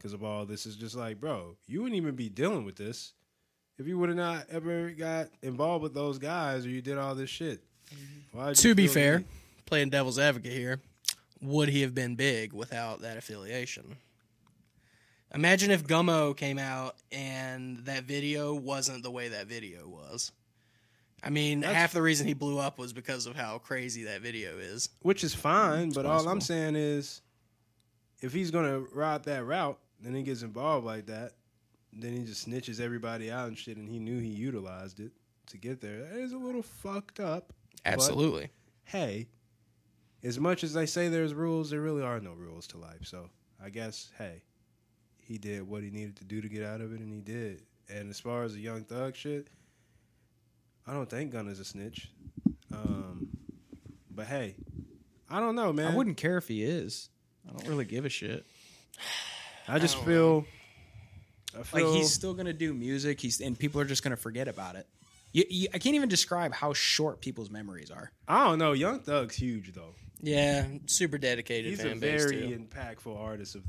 Speaker 3: Cause of all this, it's just like, bro, you wouldn't even be dealing with this if you would have not ever got involved with those guys or you did all this shit. Why'd you
Speaker 4: To be
Speaker 3: feel the
Speaker 4: fair,
Speaker 3: need?
Speaker 4: playing devil's advocate here, would he have been big without that affiliation? Imagine if Gummo came out and that video wasn't the way that video was. I mean, half the reason he blew up was because of how crazy that video is.
Speaker 3: which is fine. But all I'm saying is, if he's gonna ride that route, then he gets involved like that. Then he just snitches everybody out and shit. And he knew he utilized it to get there. That is a little fucked up. but hey, as much as they say there's rules, there really are no rules to life. So I guess hey, he did what he needed to do to get out of it, and he did. And as far as the young thug shit, I don't think Gunna's a snitch. Um, but hey, I don't know, man.
Speaker 5: I wouldn't care if he is. I don't really give a shit.
Speaker 3: I just feel. I
Speaker 5: Like
Speaker 3: feel
Speaker 5: he's still gonna do music. He's and people are just gonna forget about it. You, you, I can't even describe how short people's memories are.
Speaker 3: I don't know. Young Thug's huge though.
Speaker 4: Yeah, super dedicated
Speaker 3: He's a
Speaker 4: fan base
Speaker 3: very
Speaker 4: too.
Speaker 3: impactful artist of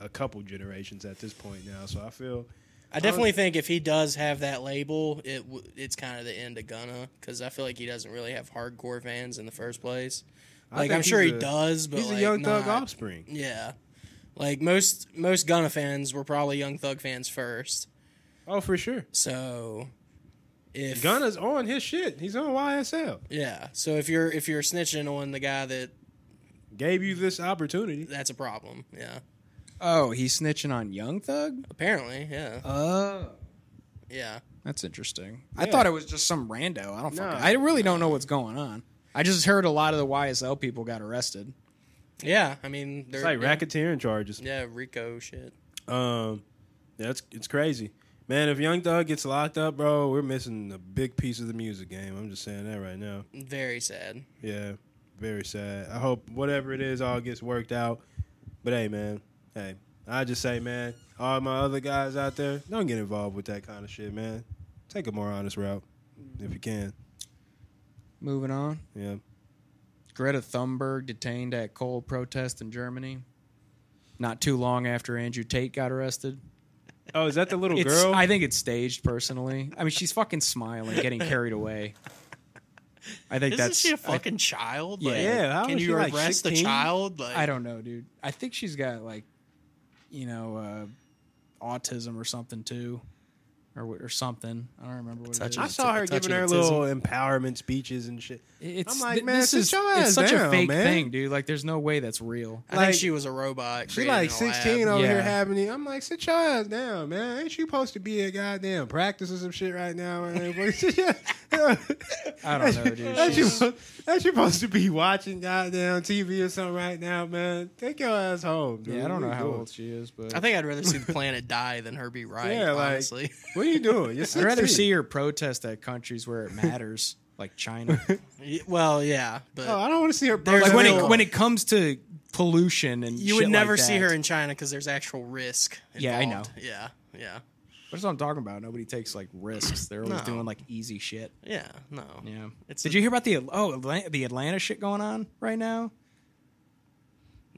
Speaker 3: a couple generations at this point now. So I feel
Speaker 4: I definitely think if he does have that label, it w- it's kind of the end of Gunna because I feel like he doesn't really have hardcore fans in the first place. Like
Speaker 3: think
Speaker 4: I'm sure
Speaker 3: he's
Speaker 4: he
Speaker 3: a-
Speaker 4: does, but
Speaker 3: he's
Speaker 4: like,
Speaker 3: a Young Thug
Speaker 4: not-
Speaker 3: offspring.
Speaker 4: Yeah, like most most Gunna fans were probably Young Thug fans first.
Speaker 3: Oh, for sure.
Speaker 4: So if
Speaker 3: Gunna's on his shit. He's on YSL.
Speaker 4: yeah, so if you're if you're snitching on the guy that
Speaker 3: Gave you this opportunity.
Speaker 4: that's a problem. Yeah,
Speaker 5: Oh, he's snitching on Young Thug.
Speaker 4: apparently. Yeah,
Speaker 3: Uh,
Speaker 5: Oh,
Speaker 4: yeah.
Speaker 5: that's interesting. I thought it was just some rando. I don't.
Speaker 3: No.
Speaker 5: Fucking, I really don't know what's going on. I just heard a lot of the YSL people got arrested.
Speaker 4: Yeah, I mean, they're
Speaker 3: It's like
Speaker 4: yeah,
Speaker 3: racketeering charges.
Speaker 4: yeah, Rico shit.
Speaker 3: Um, that's it's crazy, man. If Young Thug gets locked up, bro, we're missing a big piece of the music game. I'm just saying that right now.
Speaker 4: Very sad.
Speaker 3: Yeah, very sad. I hope whatever it is all gets worked out. But hey, man, hey, I just say, man, all my other guys out there, don't get involved with that kind of shit, man. Take a more honest route if you can.
Speaker 5: Moving on.
Speaker 3: Yeah,
Speaker 5: Greta Thunberg detained at coal protest in Germany. Not too long after Andrew Tate got arrested.
Speaker 3: Oh, is that the little
Speaker 5: It's,
Speaker 3: girl?
Speaker 5: I think it's staged personally. I mean, she's fucking smiling, getting carried away. I think
Speaker 4: Isn't
Speaker 5: that's.
Speaker 4: she a fucking child? Like,
Speaker 3: Yeah, how
Speaker 4: can
Speaker 3: is
Speaker 4: you
Speaker 3: she, like,
Speaker 4: arrest a
Speaker 3: 16?
Speaker 4: child? Like,
Speaker 5: I, I don't know, dude. I think she's got like, you know, uh, autism or something too, or wh- or something. I don't remember what it
Speaker 4: Touching
Speaker 3: I
Speaker 5: is.
Speaker 3: saw her
Speaker 4: Touching
Speaker 3: giving her
Speaker 4: autism.
Speaker 3: little empowerment speeches and shit.
Speaker 5: It's
Speaker 3: I'm like,
Speaker 5: th-
Speaker 3: man,
Speaker 5: this
Speaker 3: sit
Speaker 5: is
Speaker 3: your
Speaker 5: it's
Speaker 3: ass
Speaker 5: such a
Speaker 3: down,
Speaker 5: fake
Speaker 3: man.
Speaker 5: thing, dude. Like, there's no way that's real.
Speaker 4: I think
Speaker 3: like-
Speaker 4: she was a robot.
Speaker 3: She
Speaker 4: created
Speaker 3: like uh,
Speaker 4: in a lab.
Speaker 3: 16 over here
Speaker 5: Yeah.
Speaker 3: having it. I'm like, sit your ass down, man. Ain't you supposed to be a goddamn practicing some shit right now?
Speaker 5: I don't know, dude.
Speaker 3: Ain't you,
Speaker 5: She's-
Speaker 3: ain't you supposed to be watching goddamn TV or something right now, man? Take your ass home, dude.
Speaker 5: yeah, I
Speaker 3: What
Speaker 5: don't know
Speaker 3: you
Speaker 5: how
Speaker 3: doing?
Speaker 5: old she is, but
Speaker 4: I think I'd rather see the planet die than her be right.
Speaker 3: Yeah, like-
Speaker 4: honestly,
Speaker 3: What What are you doing? You're
Speaker 5: I'd rather
Speaker 3: 16.
Speaker 5: see her protest at countries where it matters, like China.
Speaker 4: Y- Well, yeah, but
Speaker 3: Oh, I don't want to see her.
Speaker 4: There's
Speaker 5: like when
Speaker 4: No.
Speaker 5: it when it comes to pollution and
Speaker 4: you would
Speaker 5: shit
Speaker 4: never
Speaker 5: like
Speaker 4: see
Speaker 5: that.
Speaker 4: her in China because there's actual risk.
Speaker 5: Yeah, I
Speaker 4: involved.
Speaker 5: know.
Speaker 4: Yeah, yeah,
Speaker 5: That's what I'm talking about. Nobody takes like risks. They're always
Speaker 4: No.
Speaker 5: doing like easy shit.
Speaker 4: yeah. No.
Speaker 5: Yeah.
Speaker 4: It's
Speaker 5: Did
Speaker 4: a-
Speaker 5: you hear about the oh Atlanta, the Atlanta shit going on right now?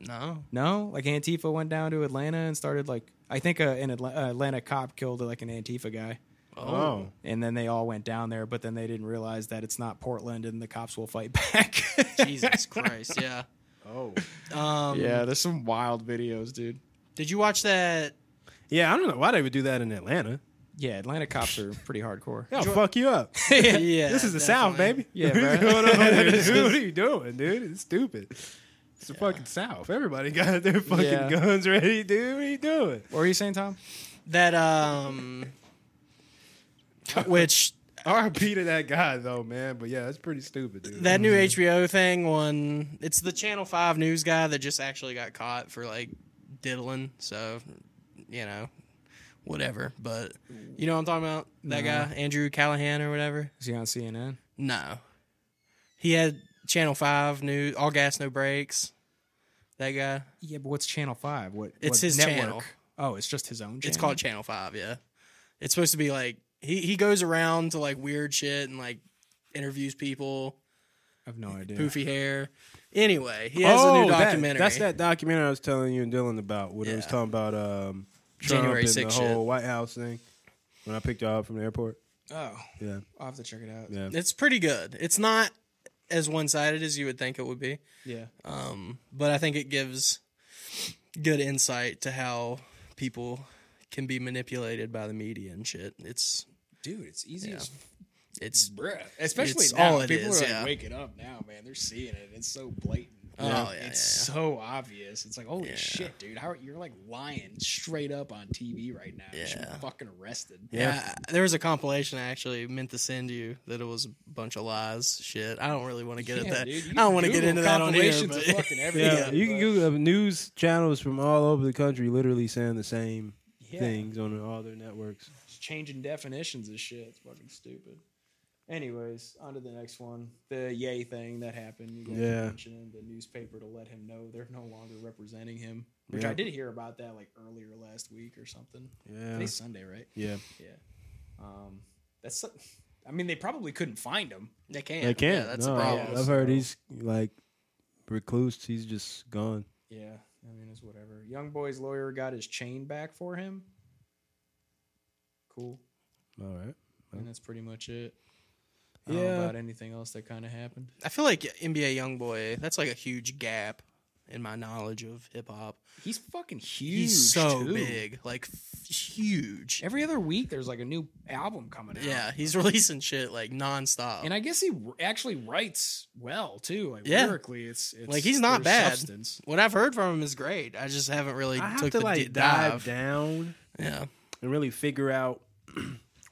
Speaker 4: No.
Speaker 5: No, like Antifa went down to Atlanta and started like I think a, an Atla- uh, Atlanta cop killed like an Antifa guy,
Speaker 3: Oh,
Speaker 5: and then they all went down there, but then they didn't realize that it's not Portland and the cops will fight back.
Speaker 4: Jesus Christ. Yeah.
Speaker 3: oh,
Speaker 4: Um,
Speaker 5: yeah, there's some wild videos, dude.
Speaker 4: Did you watch that?
Speaker 3: yeah. I don't know why they would do that in Atlanta.
Speaker 5: Yeah, Atlanta cops are pretty hardcore.
Speaker 3: They'll fuck you up.
Speaker 4: Yeah.
Speaker 3: this is the
Speaker 4: definitely.
Speaker 3: South, baby.
Speaker 5: Yeah,
Speaker 3: What's
Speaker 5: bro.
Speaker 3: going on here, dude? What are you doing, dude? It's stupid. It's the fucking South. Everybody got their fucking
Speaker 5: Yeah.
Speaker 3: guns ready, dude. What are you doing?
Speaker 5: What were you saying, Tom?
Speaker 4: That um, which
Speaker 3: RP to that guy though, man. But yeah, it's pretty stupid, dude.
Speaker 4: that new HBO thing on it's the Channel Five news guy that just actually got caught for like diddling. So, you know, whatever. But you know what I'm talking about? That guy Andrew Callahan or whatever.
Speaker 5: Is he on CNN?
Speaker 4: No. He had Channel 5 news, all gas, no brakes. That guy.
Speaker 5: Yeah, but what's Channel Five? What?
Speaker 4: It's
Speaker 5: what
Speaker 4: his
Speaker 5: network?
Speaker 4: channel.
Speaker 5: Oh, it's just his own. Channel?
Speaker 4: It's called Channel 5, yeah. It's supposed to be like, he, he goes around to like weird shit and like interviews people,
Speaker 5: I have no idea.
Speaker 4: poofy hair. Anyway, he has a new
Speaker 3: Oh, that-
Speaker 4: documentary.
Speaker 3: that's that documentary I was telling you and Dylan about, where it was
Speaker 4: Yeah.
Speaker 3: talking about um, Trump
Speaker 4: January
Speaker 3: and
Speaker 4: 6th
Speaker 3: the
Speaker 4: shit.
Speaker 3: whole White House thing. When I picked y'all up from the airport,
Speaker 5: Oh,
Speaker 3: yeah,
Speaker 5: I'll have to check it out.
Speaker 3: yeah.
Speaker 4: It's pretty good. It's not as one sided as you would think it would be.
Speaker 5: Yeah.
Speaker 4: Um, but I think it gives good insight to how people can be manipulated by the media and shit. It's
Speaker 5: Dude, it's easy
Speaker 4: Yeah.
Speaker 5: as
Speaker 4: it's
Speaker 5: bruh. Especially
Speaker 4: It's
Speaker 5: now.
Speaker 4: all it
Speaker 5: People
Speaker 4: is,
Speaker 5: are like
Speaker 4: yeah.
Speaker 5: waking up now, man. They're seeing it. It's so blatant.
Speaker 4: Oh, yeah, yeah,
Speaker 5: it's so obvious. It's like, holy
Speaker 4: Yeah.
Speaker 5: shit, dude! How are, you're like lying straight up on TV right now? You should be
Speaker 4: Yeah.
Speaker 5: fucking arrested.
Speaker 4: Yeah, uh, there was a compilation I actually meant to send you that it was a bunch of lies. Shit, I don't really want to get at
Speaker 5: Yeah,
Speaker 4: that.
Speaker 5: dude, you
Speaker 4: I don't
Speaker 5: can
Speaker 4: want to get
Speaker 5: Google
Speaker 4: into that on here.
Speaker 5: compilations
Speaker 4: But
Speaker 5: of fucking everything.
Speaker 3: Yeah, you can Google news channels from all over the country, literally saying the same
Speaker 5: Yeah.
Speaker 3: things on all their networks.
Speaker 5: Just changing definitions of shit. It's fucking stupid. Anyways, on to the next one. The yay thing that happened. You guys
Speaker 3: Yeah.
Speaker 5: mentioned the newspaper to let him know they're no longer representing him. Which
Speaker 3: Yeah.
Speaker 5: I did hear about that like earlier last week or something.
Speaker 3: Yeah,
Speaker 5: Today's Sunday, right?
Speaker 3: yeah.
Speaker 5: Yeah. Um, that's. so- I mean, they probably couldn't find him.
Speaker 4: they can't.
Speaker 3: They can't.
Speaker 4: Yeah, that's
Speaker 3: no,
Speaker 4: the problem.
Speaker 3: I've heard he's like recluse. He's just gone.
Speaker 5: Yeah. I mean, it's whatever. Young boy's lawyer got his chain back for him. Cool.
Speaker 3: All right.
Speaker 5: And that's pretty much it. I don't
Speaker 3: Yeah.
Speaker 5: know about anything else that kind of happened.
Speaker 4: I feel like NBA YoungBoy. That's like a huge gap in my knowledge of hip hop.
Speaker 5: He's fucking huge.
Speaker 4: He's so
Speaker 5: too.
Speaker 4: big, like f- huge.
Speaker 5: Every other week, there's like a new album coming out.
Speaker 4: Yeah, he's releasing shit like nonstop.
Speaker 5: And I guess he r- actually writes well too. Like
Speaker 4: Yeah.
Speaker 5: lyrically, it's, it's
Speaker 4: Like, he's not
Speaker 5: there's
Speaker 4: bad.
Speaker 5: Substance.
Speaker 4: what I've heard from him is great. I just haven't really
Speaker 3: I have
Speaker 4: took
Speaker 3: to
Speaker 4: the
Speaker 3: like
Speaker 4: di-
Speaker 3: dive
Speaker 4: dive.
Speaker 3: down
Speaker 4: Yeah,
Speaker 3: and really figure out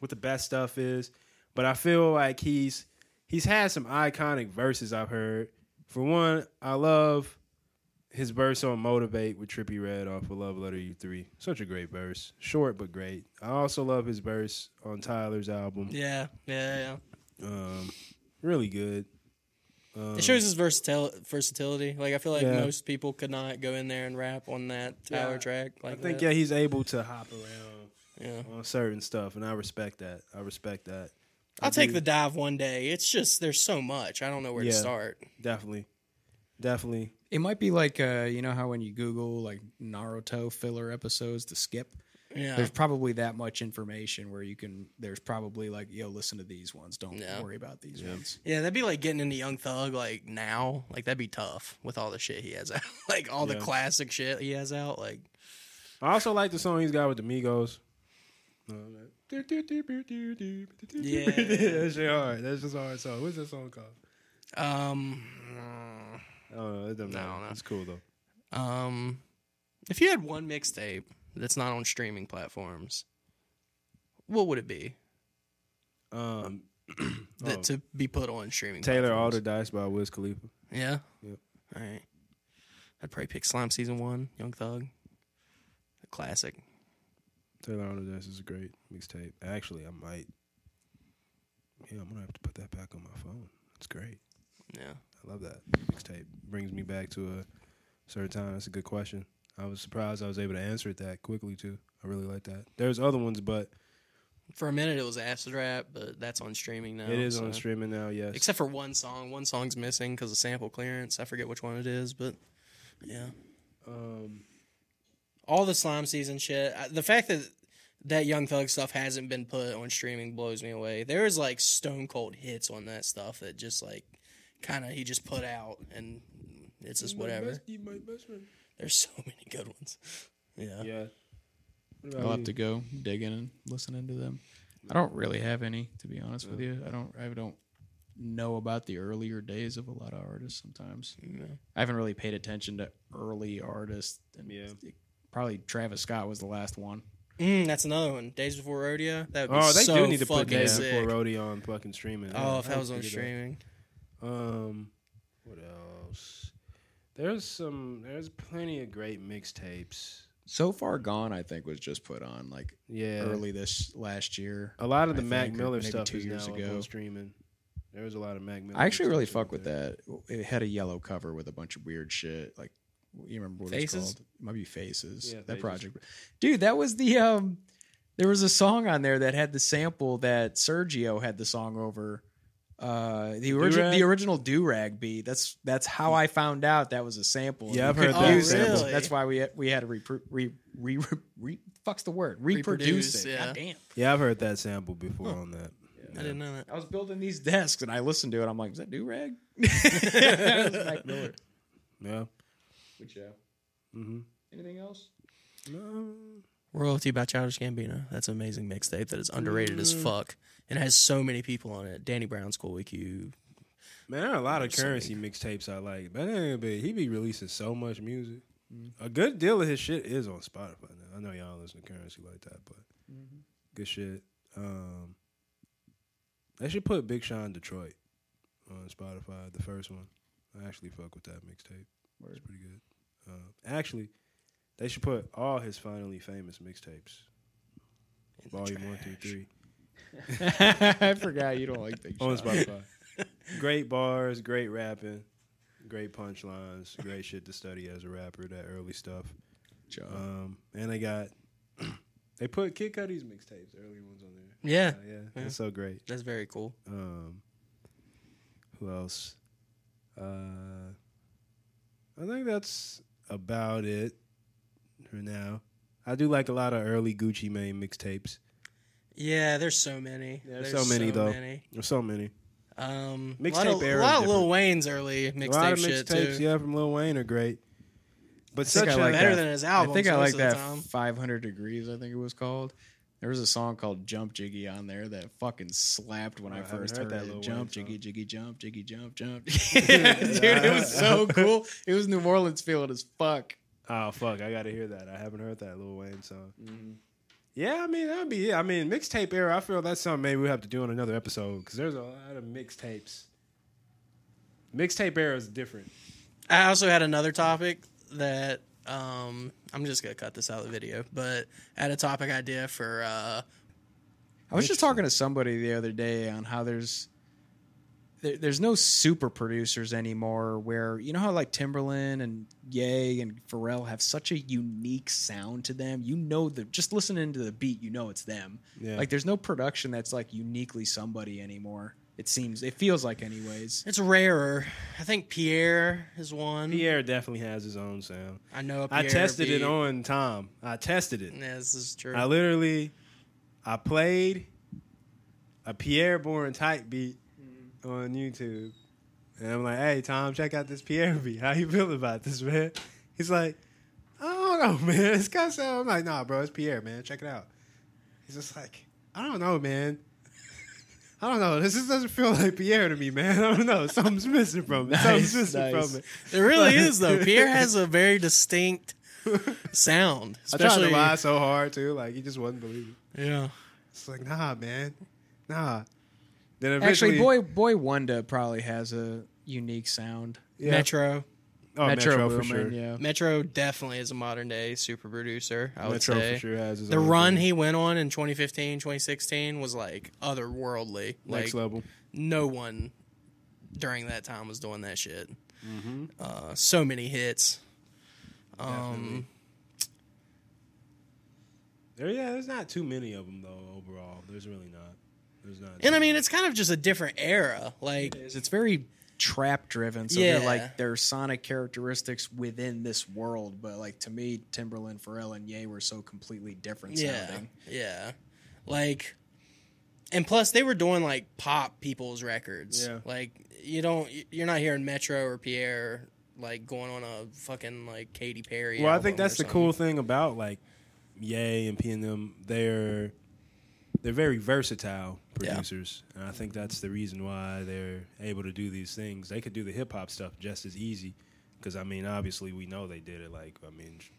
Speaker 3: what the best stuff is. But I feel like he's he's had some iconic verses I've heard. For one, I love his verse on "Motivate" with Trippy Red off of "Love Letter U 3 Such a great verse, short but great. I also love his verse on Tyler's album.
Speaker 4: yeah, yeah, yeah.
Speaker 3: Um, really good. Um,
Speaker 4: It shows his versatil- versatility. Like I feel like
Speaker 3: Yeah.
Speaker 4: most people could not go in there and rap on that Tyler
Speaker 3: Yeah.
Speaker 4: track.
Speaker 3: I
Speaker 4: Like
Speaker 3: think
Speaker 4: that.
Speaker 3: yeah, he's able to hop around
Speaker 4: yeah,
Speaker 3: on certain stuff, and I respect that. I respect that.
Speaker 4: I'll take
Speaker 3: do.
Speaker 4: the dive one day. It's just there's so much. I don't know where
Speaker 3: Yeah.
Speaker 4: to start.
Speaker 3: Definitely, definitely.
Speaker 5: It might be like uh, you know how when you Google like Naruto filler episodes to skip,
Speaker 4: Yeah,
Speaker 5: there's probably that much information where you can. There's probably like yo, listen to these ones. Don't
Speaker 4: Yeah.
Speaker 5: worry about these ones.
Speaker 4: yeah. That'd be like getting into Young Thug like now. Like that'd be tough with all the shit he has out. like all the
Speaker 3: Yeah.
Speaker 4: classic shit he has out. Like
Speaker 3: I also like the song he's got with the Migos. Yeah, that's just hard. That's just a hard song. What's that song called?
Speaker 4: um
Speaker 3: I don't know. It doesn't
Speaker 4: No,
Speaker 3: matter.
Speaker 4: no.
Speaker 3: It's cool though.
Speaker 4: um, if you had one mixtape that's not on streaming platforms, what would it be
Speaker 3: Um,
Speaker 4: that
Speaker 3: Oh.
Speaker 4: to be put on streaming?
Speaker 3: Taylor
Speaker 4: platforms?
Speaker 3: All the Dice by Wiz Khalifa.
Speaker 4: Yeah.
Speaker 3: Yep.
Speaker 4: All right. I'd probably pick Slime Season One, Young Thug, a classic.
Speaker 3: Taylor Autodesk is a great mixtape. Actually, I might. Yeah, I'm gonna have to put that back on my phone. It's great.
Speaker 4: Yeah.
Speaker 3: I love that mixtape. Brings me back to a certain time. That's a good question. I was surprised I was able to answer it that quickly too. I really like that. There's other ones, but
Speaker 4: For a minute, it was acid rap, but that's on streaming now.
Speaker 3: it is on
Speaker 4: so-
Speaker 3: streaming now. Yes,
Speaker 4: Except for one song. One song's missing because of sample clearance. I forget which one it is, but yeah.
Speaker 3: um,
Speaker 4: All the slime season shit. I- The fact that that Young Thug stuff hasn't been put on streaming blows me away. There is like stone cold hits on that stuff that just like kind of he just put out and it's just whatever. There's so many good ones. Yeah.
Speaker 3: yeah.
Speaker 8: I'll
Speaker 3: Oh,
Speaker 8: have to go digging and listening to them. I don't really have any, to be honest
Speaker 3: Oh.
Speaker 8: with you. I don't. I don't know about the earlier days of a lot of artists. Sometimes I haven't really paid attention to early artists. And
Speaker 3: Yeah.
Speaker 8: probably Travis Scott was the last one.
Speaker 4: Mm, that's another one. Days Before Rodeo. That would be
Speaker 3: Oh, they
Speaker 4: so
Speaker 3: do need to put
Speaker 4: fucking
Speaker 3: Days
Speaker 4: sick.
Speaker 3: Before Rodeo on fucking streaming.
Speaker 4: Oh,
Speaker 3: Yeah,
Speaker 4: if that was on
Speaker 3: figured that.
Speaker 4: streaming.
Speaker 3: Um, what else? There's some. There's plenty of great mixtapes.
Speaker 5: So far gone, I think was just put on like
Speaker 3: Yeah,
Speaker 5: early this last year.
Speaker 3: A lot of
Speaker 5: I
Speaker 3: the Mac
Speaker 5: think, or
Speaker 3: Miller
Speaker 5: maybe
Speaker 3: stuff
Speaker 5: two
Speaker 3: is
Speaker 5: years
Speaker 3: now up
Speaker 5: ago.
Speaker 3: on streaming. There was a lot of Mac Miller.
Speaker 5: I actually really
Speaker 3: mixtapes
Speaker 5: fuck
Speaker 3: out
Speaker 5: with
Speaker 3: there.
Speaker 5: that. It had a yellow cover with a bunch of weird shit. Like you remember what it's
Speaker 4: Faces?
Speaker 5: called? It might be Faces.
Speaker 3: Yeah,
Speaker 5: that
Speaker 3: Faces.
Speaker 5: project. Dude, that was the um there was a song on there that had the sample that Sergio had the song over. Uh the original the original do rag beat. That's that's how I found out that was a sample.
Speaker 3: Yeah, I've
Speaker 5: You
Speaker 3: heard
Speaker 5: couldn't
Speaker 3: that
Speaker 5: use it.
Speaker 4: sample.
Speaker 5: That's why we we had to repro- re, re, re, re fucks the word. Reproduce,
Speaker 4: Reproduce,
Speaker 5: it.
Speaker 4: yeah.
Speaker 5: God damn.
Speaker 3: Yeah, I've heard that sample before on that.
Speaker 4: I didn't know that.
Speaker 5: I was building these desks and I listened to it. I'm like, is that do rag? that was Mac Miller.
Speaker 3: Yeah.
Speaker 5: Good show. Mm-hmm.
Speaker 3: Mhm.
Speaker 5: Anything else?
Speaker 4: Royalty by Childish Gambino. That's an amazing mixtape that is underrated
Speaker 3: Mm.
Speaker 4: as fuck. It has so many people on it. Danny Brown's cool with you.
Speaker 3: Man, there are a lot of
Speaker 4: There's so
Speaker 3: currency mixtapes I like. But anyway, he be releasing so much music. A good deal of his shit is on Spotify now. I know y'all don't listen to currency like that, but Mm-hmm. good shit. Um, they should put Big Sean Detroit on Spotify, the first one. I actually fuck with that mixtape. It's pretty good. Uh, actually, they should put all his finally famous mixtapes. Volume one through three.
Speaker 5: I forgot you don't like Big
Speaker 3: on
Speaker 5: Sean.
Speaker 3: Spotify. great bars, great rapping, great punchlines, great shit to study as a rapper. That early stuff.
Speaker 5: John.
Speaker 3: Um, and they got they put Kid Cudi's mixtapes, the early ones on there. Uh,
Speaker 4: Yeah,
Speaker 3: Yeah, that's so great.
Speaker 4: that's very cool.
Speaker 3: Um, who else? Uh, I think that's about it for now. I do like a lot of early Gucci Mane mixtapes.
Speaker 4: Yeah, there's so many.
Speaker 3: There's, so many though. There's so many.
Speaker 4: Um,
Speaker 3: Mixtape
Speaker 4: a lot of, a
Speaker 3: era
Speaker 4: lot of
Speaker 3: is
Speaker 4: Lil Wayne's early
Speaker 3: A lot
Speaker 4: mixtape
Speaker 3: of
Speaker 4: shit
Speaker 3: mixtapes,
Speaker 4: too.
Speaker 3: yeah, from Lil Wayne are great. But
Speaker 5: think
Speaker 3: such
Speaker 5: I
Speaker 3: a
Speaker 5: like
Speaker 4: Better
Speaker 5: that.
Speaker 4: than his
Speaker 5: I
Speaker 4: album.
Speaker 5: think I like that
Speaker 4: Time.
Speaker 5: 500 degrees. I think it was called. There was a song called Jump Jiggy on there that fucking slapped when
Speaker 3: Oh, I
Speaker 5: I
Speaker 3: haven't
Speaker 5: first
Speaker 3: heard
Speaker 5: heard,
Speaker 3: that Lil
Speaker 5: it.
Speaker 3: Wayne
Speaker 5: Jump
Speaker 3: song.
Speaker 5: Jiggy Jiggy Jump Jiggy Jump Jump. Yeah, Dude, it was so cool. It was New Orleans feeling as fuck.
Speaker 3: oh fuck, I gotta hear that. I haven't heard that Lil Wayne song. Yeah, I mean that'd be it. I mean mixtape era. I feel that's something maybe we have to do on another episode because there's a lot of mixtapes. Mixtape era is different.
Speaker 4: I also had another topic that um, I'm just gonna cut this out of the video, but I had a topic idea for uh,
Speaker 5: I was just talking to somebody the other day on how there's there, there's no super producers anymore. Where you know how like Timberland and Ye and Pharrell have such a unique sound to them. You know the just listening to the beat, you know it's them.
Speaker 3: Yeah.
Speaker 5: Like there's no production that's like uniquely somebody anymore. It seems it feels like anyways.
Speaker 4: it's rarer. I think Pierre is one.
Speaker 3: Pierre definitely has his own sound.
Speaker 4: I know. a
Speaker 3: I
Speaker 4: Pierre
Speaker 3: tested it
Speaker 4: beat.
Speaker 3: on Tom. I tested it.
Speaker 4: Yeah, this is true.
Speaker 3: I literally, I played a Pierre Bourne type beat
Speaker 5: Mm-hmm.
Speaker 3: on YouTube, and I'm like, "Hey, Tom, check out this Pierre beat. How you feel about this, man?" He's like, "I don't know, man. It's kind of sound." I'm like, "Nah, bro, it's Pierre, man. Check it out." He's just like, "I don't know, man." I don't know. This just doesn't feel like Pierre to me, man. I don't know. Something's missing from it. Something's
Speaker 5: Nice,
Speaker 3: missing
Speaker 5: nice.
Speaker 3: from it.
Speaker 4: It really is though. Pierre has a very distinct sound.
Speaker 3: I tried
Speaker 4: Especially,
Speaker 3: to lie so hard too. Like he just wasn't believing.
Speaker 4: yeah.
Speaker 3: It's like, nah, man, nah. Then
Speaker 5: Actually,
Speaker 3: eventually-
Speaker 5: boy boy Wanda probably has a unique sound.
Speaker 3: yeah,
Speaker 4: Metro.
Speaker 3: Oh, Metro, for
Speaker 6: Boomin,
Speaker 3: sure.
Speaker 6: Yeah.
Speaker 4: Metro definitely is a modern day super producer. I would
Speaker 3: Metro
Speaker 4: say
Speaker 3: for sure has his
Speaker 4: the
Speaker 3: own
Speaker 4: run
Speaker 3: thing.
Speaker 4: he went on in 2015, 2016 was like otherworldly.
Speaker 3: next
Speaker 4: Like
Speaker 3: level.
Speaker 4: no one during that time was doing that shit.
Speaker 3: Mm-hmm.
Speaker 4: Uh, so many hits. Um,
Speaker 3: There, yeah, there's not too many of them though. Overall, there's really not. There's not.
Speaker 4: and I mean, it's kind of just a different era. Like
Speaker 6: is. It's very trap driven. So
Speaker 4: Yeah.
Speaker 6: they're like their sonic characteristics within this world. But like to me, Timberland, Pharrell, and Ye were so completely different
Speaker 4: yeah,
Speaker 6: sounding.
Speaker 4: yeah, like, and plus they were doing like pop people's records.
Speaker 3: Yeah.
Speaker 4: Like you don't, you're not hearing Metro or Pierre like going on a fucking like Katy Perry.
Speaker 3: well, I
Speaker 4: album
Speaker 3: think that's
Speaker 4: or
Speaker 3: the
Speaker 4: something.
Speaker 3: cool thing about like Yay and P and M. They're they're very versatile
Speaker 4: Yeah.
Speaker 3: producers, and I think that's the reason why they're able to do these things. They could do the hip hop stuff just as easy, because I mean, obviously, we know they did it. Like, I mean. sh-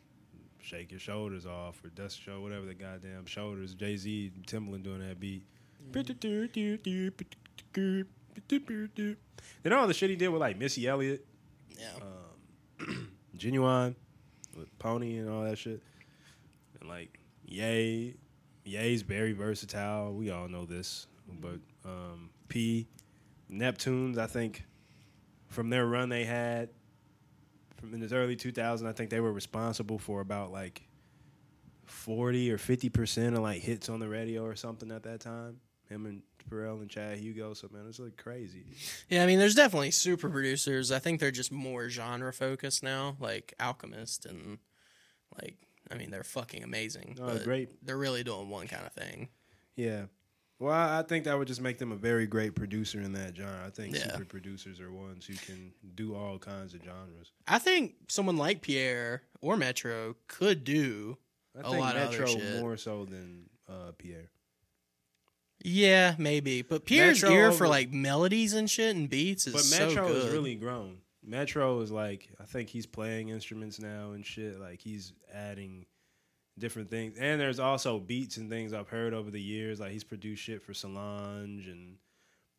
Speaker 3: Shake your shoulders off, or dust your whatever the goddamn shoulders. Jay Z, Timbaland doing that beat.
Speaker 4: Mm.
Speaker 3: Then all the shit he did with like Missy Elliott,
Speaker 4: Yeah.
Speaker 3: uh, Genuine with Pony and all that shit. And like Yay, Yay's very versatile. We all know this, but um, P Neptunes, I think from their run they had from in the early 2000s, I think they were responsible for about like 40 or 50 percent of like hits on the radio or something at that time. Him and Pharrell and Chad Hugo. So man, it's like crazy.
Speaker 4: Yeah, I mean, there's definitely super producers. I think they're just more genre focused now, like Alchemist and like I mean, they're fucking amazing.
Speaker 3: Oh,
Speaker 4: but
Speaker 3: great.
Speaker 4: They're really doing one kind of thing.
Speaker 3: Yeah. Well, I I think that would just make them a very great producer in that genre. I think
Speaker 4: Yeah.
Speaker 3: super producers are ones who can do all kinds of genres.
Speaker 4: I think someone like Pierre or Metro could do.
Speaker 3: I
Speaker 4: A
Speaker 3: think
Speaker 4: lot of other
Speaker 3: Metro
Speaker 4: shit.
Speaker 3: more so than uh, Pierre.
Speaker 4: Yeah, maybe. But Pierre's
Speaker 3: Metro
Speaker 4: ear
Speaker 3: over-
Speaker 4: for like melodies and shit and beats is
Speaker 3: But
Speaker 4: so
Speaker 3: Metro
Speaker 4: good.
Speaker 3: is really grown. Metro is like I think he's playing instruments now and shit. Like he's adding different things. And there's also beats and things I've heard over the years. Like he's produced shit for Solange and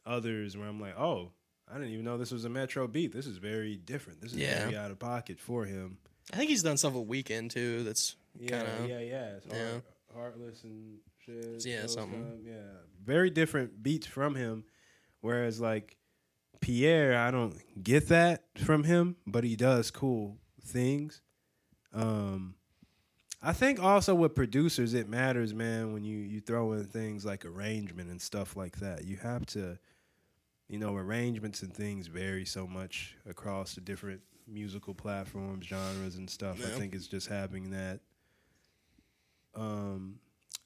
Speaker 3: others where I'm like, oh, I didn't even know this was a Metro beat. This is very different. This is
Speaker 4: Yeah.
Speaker 3: very out of pocket for him.
Speaker 4: I think he's done stuff with Weekend too. That's
Speaker 3: Yeah,
Speaker 4: kinda-
Speaker 3: yeah, yeah. It's
Speaker 4: yeah.
Speaker 3: Heart, heartless and shit.
Speaker 4: Yeah,
Speaker 3: those
Speaker 4: something.
Speaker 3: kind- yeah, very different beats from him. Whereas like Pierre, I don't get that from him, but he does cool things. Um, I think also with producers, it matters, man. When you you throw in things like arrangement and stuff like that, you have to, you know, arrangements and things vary so much across the different musical platforms, genres, and stuff. I
Speaker 4: Yeah.
Speaker 3: think it's just having that um,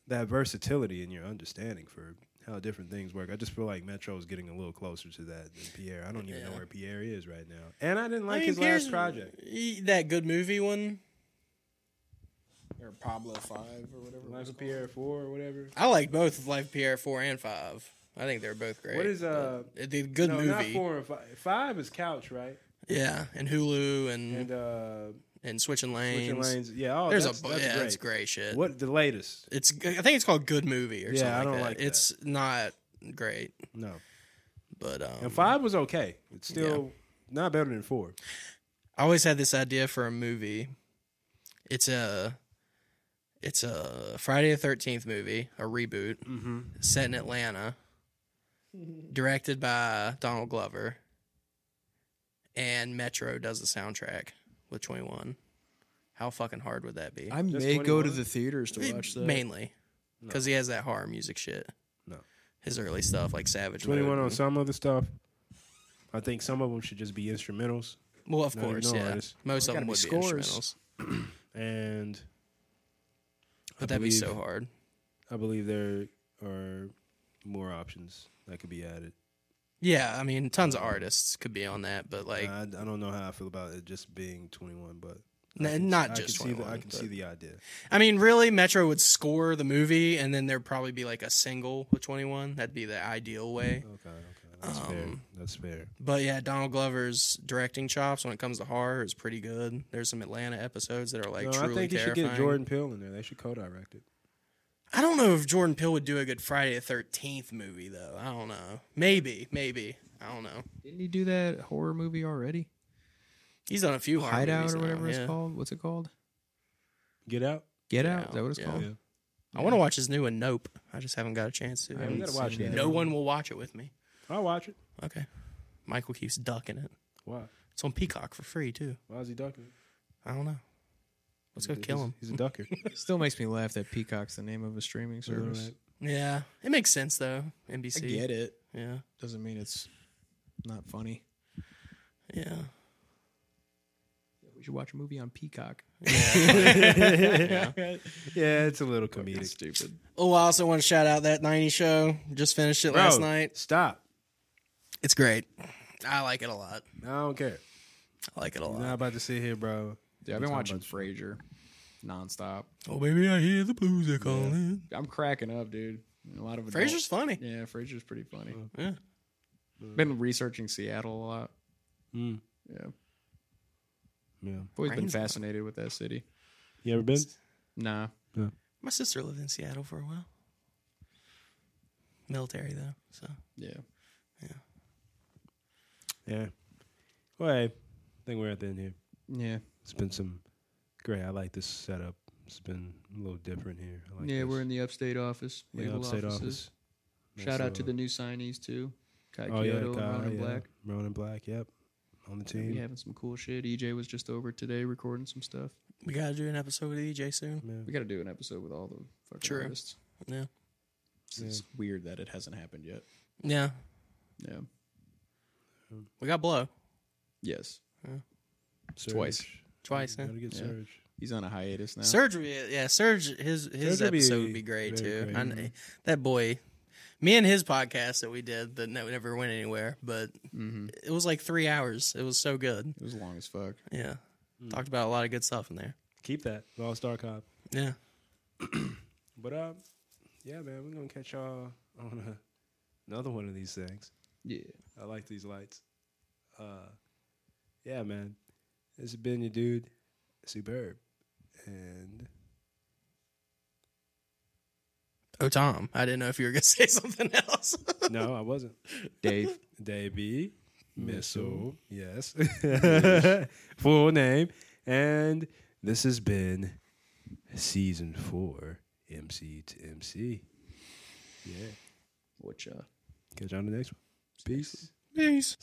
Speaker 3: that versatility in your understanding for how different things work. I just feel like Metro is getting a little closer to that than Pierre. I don't even know
Speaker 4: Yeah.
Speaker 3: where Pierre is right now, and I didn't
Speaker 4: I
Speaker 3: like
Speaker 4: mean,
Speaker 3: his
Speaker 4: Pierre's-
Speaker 3: last project.
Speaker 4: he- that good movie one.
Speaker 6: Or Pablo Five or whatever. it was
Speaker 3: Life of
Speaker 6: called.
Speaker 3: Pierre four or whatever.
Speaker 4: I like both of Life of Pierre four and five. I think they're both great.
Speaker 3: What is uh?
Speaker 4: It did a good
Speaker 3: no,
Speaker 4: movie.
Speaker 3: not four and five. Five is Couch, right?
Speaker 4: Yeah, and Hulu and
Speaker 3: And
Speaker 4: and,
Speaker 3: uh,
Speaker 4: switching lanes.
Speaker 3: Switching Lanes. Yeah, oh,
Speaker 4: Mm-hmm. There's
Speaker 3: that's,
Speaker 4: a bu-
Speaker 3: that's
Speaker 4: yeah,
Speaker 3: great.
Speaker 4: that's great shit.
Speaker 3: What the latest?
Speaker 4: It's g- I think it's called Good Movie or
Speaker 3: Yeah,
Speaker 4: something.
Speaker 3: I don't
Speaker 4: that.
Speaker 3: like that.
Speaker 4: It's not great,
Speaker 3: No,
Speaker 4: but um,
Speaker 3: and five was okay. It's still not better than four.
Speaker 4: I always had this idea for a movie. It's a it's a Friday the Thirteenth movie, a reboot
Speaker 3: Mm-hmm.
Speaker 4: set in Atlanta, directed by Donald Glover, and Metro does the soundtrack with Twenty One. How fucking hard would that be?
Speaker 6: I
Speaker 3: Just
Speaker 6: may go to
Speaker 3: 21?
Speaker 6: the theaters to watch that.
Speaker 4: mainly because he has that horror music shit.
Speaker 3: No. oh
Speaker 4: his early stuff like Savage.
Speaker 3: Twenty one
Speaker 4: Mode.
Speaker 3: on some other stuff. I think some of them should just be instrumentals,
Speaker 4: Well, of
Speaker 3: No, you
Speaker 4: course,
Speaker 3: know
Speaker 4: yeah.
Speaker 3: artists.
Speaker 4: Most of them
Speaker 6: Gotta be
Speaker 4: would be
Speaker 6: scores.
Speaker 4: instrumentals,
Speaker 3: and
Speaker 4: but that'd be
Speaker 3: believe-
Speaker 4: so hard.
Speaker 3: I believe there are more options that could be added.
Speaker 4: Yeah, I mean, tons
Speaker 3: Um,
Speaker 4: of artists could be on that, but like,
Speaker 3: I, I don't know how I feel about it just being twenty one, but
Speaker 4: n-
Speaker 3: I can-
Speaker 4: not
Speaker 3: I
Speaker 4: just
Speaker 3: can see the,
Speaker 4: 21.
Speaker 3: I can
Speaker 4: but-
Speaker 3: see the idea.
Speaker 4: I mean, really, Metro would score the movie, and then there'd probably be like a single with 21. That'd be the ideal way.
Speaker 3: Mm, Okay, okay, that's fair.
Speaker 4: Um,
Speaker 3: That's fair.
Speaker 4: But yeah, Donald Glover's directing chops when it comes to horror is pretty good. There's some Atlanta episodes that are like
Speaker 3: No, I
Speaker 4: truly
Speaker 3: think you should
Speaker 4: terrifying.
Speaker 3: get Jordan Peele in there. They should co-direct it.
Speaker 4: I don't know if Jordan Peele would do a good Friday the Thirteenth movie though. I don't know. Maybe, maybe. I don't know.
Speaker 5: Didn't he do that horror movie already?
Speaker 4: He's done a few horror
Speaker 6: Hideout
Speaker 4: movies
Speaker 6: or
Speaker 4: now,
Speaker 6: whatever
Speaker 4: yeah.
Speaker 6: it's called. What's it called?
Speaker 3: Get out.
Speaker 6: Get
Speaker 4: Get
Speaker 6: Out. Is that what it's
Speaker 4: Out, yeah.
Speaker 6: called?
Speaker 4: I want to watch his new one, Nope. I just haven't got a chance to.
Speaker 6: haven't
Speaker 3: gotta
Speaker 6: seen
Speaker 3: watch it.
Speaker 4: no one will watch it with me.
Speaker 3: I'll watch it.
Speaker 4: Okay. Michael keeps ducking it.
Speaker 3: Why?
Speaker 4: It's on Peacock for free too.
Speaker 3: Why is he ducking?
Speaker 4: I don't know. Let's go kill him.
Speaker 3: He's a ducker.
Speaker 6: Still makes me laugh that Peacock's the name of a streaming service.
Speaker 4: Yeah, it makes sense though.
Speaker 6: I
Speaker 4: NBC.
Speaker 6: get it.
Speaker 4: Yeah,
Speaker 6: Doesn't mean it's not funny.
Speaker 4: yeah.
Speaker 6: We should watch a movie on Peacock.
Speaker 3: yeah, it's a little comedic.
Speaker 6: Stupid.
Speaker 4: Oh, I also want to shout out that '90 show. Just finished it
Speaker 3: Bro,
Speaker 4: last night.
Speaker 3: Stop.
Speaker 4: It's great. I like it a lot.
Speaker 3: I don't care.
Speaker 4: I like it a
Speaker 3: I'm
Speaker 4: lot.
Speaker 3: not about to sit here, bro.
Speaker 6: Yeah, I've been watching Frasier nonstop.
Speaker 4: Oh, baby, I hear the blues are calling.
Speaker 6: I'm cracking up, dude. A lot of adult-
Speaker 4: Frasier's funny.
Speaker 6: Yeah, Frasier's pretty funny.
Speaker 3: Uh-huh.
Speaker 4: Yeah.
Speaker 6: Been researching Seattle a lot.
Speaker 3: Mm.
Speaker 6: Yeah,
Speaker 3: Yeah.
Speaker 6: always been
Speaker 4: Brains-
Speaker 6: fascinated with that city.
Speaker 3: You ever been?
Speaker 6: Nah,
Speaker 4: My sister lived in Seattle for a while. Military though, so
Speaker 6: yeah.
Speaker 3: Yeah. Well, hey, I think we're at the end here.
Speaker 6: Yeah,
Speaker 3: It's been some great. I like this setup. It's been a little different here. I like
Speaker 6: yeah.
Speaker 3: this.
Speaker 6: We're in the upstate office,
Speaker 3: Yeah,
Speaker 6: legal
Speaker 3: upstate
Speaker 6: offices.
Speaker 3: office. Nice
Speaker 6: Shout out to the
Speaker 3: little-
Speaker 6: new signees too, Kai
Speaker 3: Oh yeah,
Speaker 6: Kyoto and
Speaker 3: Kyle,
Speaker 6: Ronan
Speaker 3: yeah.
Speaker 6: Black.
Speaker 3: Ronan Black. Yep, on the team.
Speaker 6: We having some cool shit. EJ was just over today recording some stuff.
Speaker 4: we gotta do an episode with EJ soon.
Speaker 6: We got to do an episode with all the fucking
Speaker 4: True.
Speaker 6: artists.
Speaker 4: Yeah,
Speaker 6: It's weird that it hasn't happened yet.
Speaker 4: yeah.
Speaker 6: Yeah.
Speaker 4: We got blow
Speaker 6: Yes.
Speaker 3: Surge.
Speaker 6: Twice.
Speaker 4: twice. Huh?
Speaker 3: Gotta get
Speaker 6: Yeah.
Speaker 3: Surge.
Speaker 6: He's on a hiatus now.
Speaker 4: Surge, would be- yeah, Surge. His his
Speaker 3: Surge would be
Speaker 4: episode would be great
Speaker 3: very
Speaker 4: too.
Speaker 3: great.
Speaker 4: I kn- that boy, me and his podcast that we did that no- never went anywhere, but it was like three hours. It was so good.
Speaker 6: Mm-hmm. It was long as fuck.
Speaker 4: Yeah,
Speaker 3: Hmm.
Speaker 4: talked about a lot of good stuff in there.
Speaker 3: Keep that All Star Cop.
Speaker 4: Yeah,
Speaker 3: But um, yeah, man, we're gonna catch y'all on a, another one of these things.
Speaker 6: Yeah.
Speaker 3: I like these lights. Uh, yeah, man, this has been your dude, superb, and
Speaker 4: oh Tom, I didn't know if you were gonna say something else.
Speaker 3: no, I wasn't.
Speaker 6: Dave.
Speaker 3: Davey Missile. Yes. Full name. And this has been season four, MC to MC. Yeah.
Speaker 6: What ya?
Speaker 3: Catch you on the next one. Peace.
Speaker 4: Peace.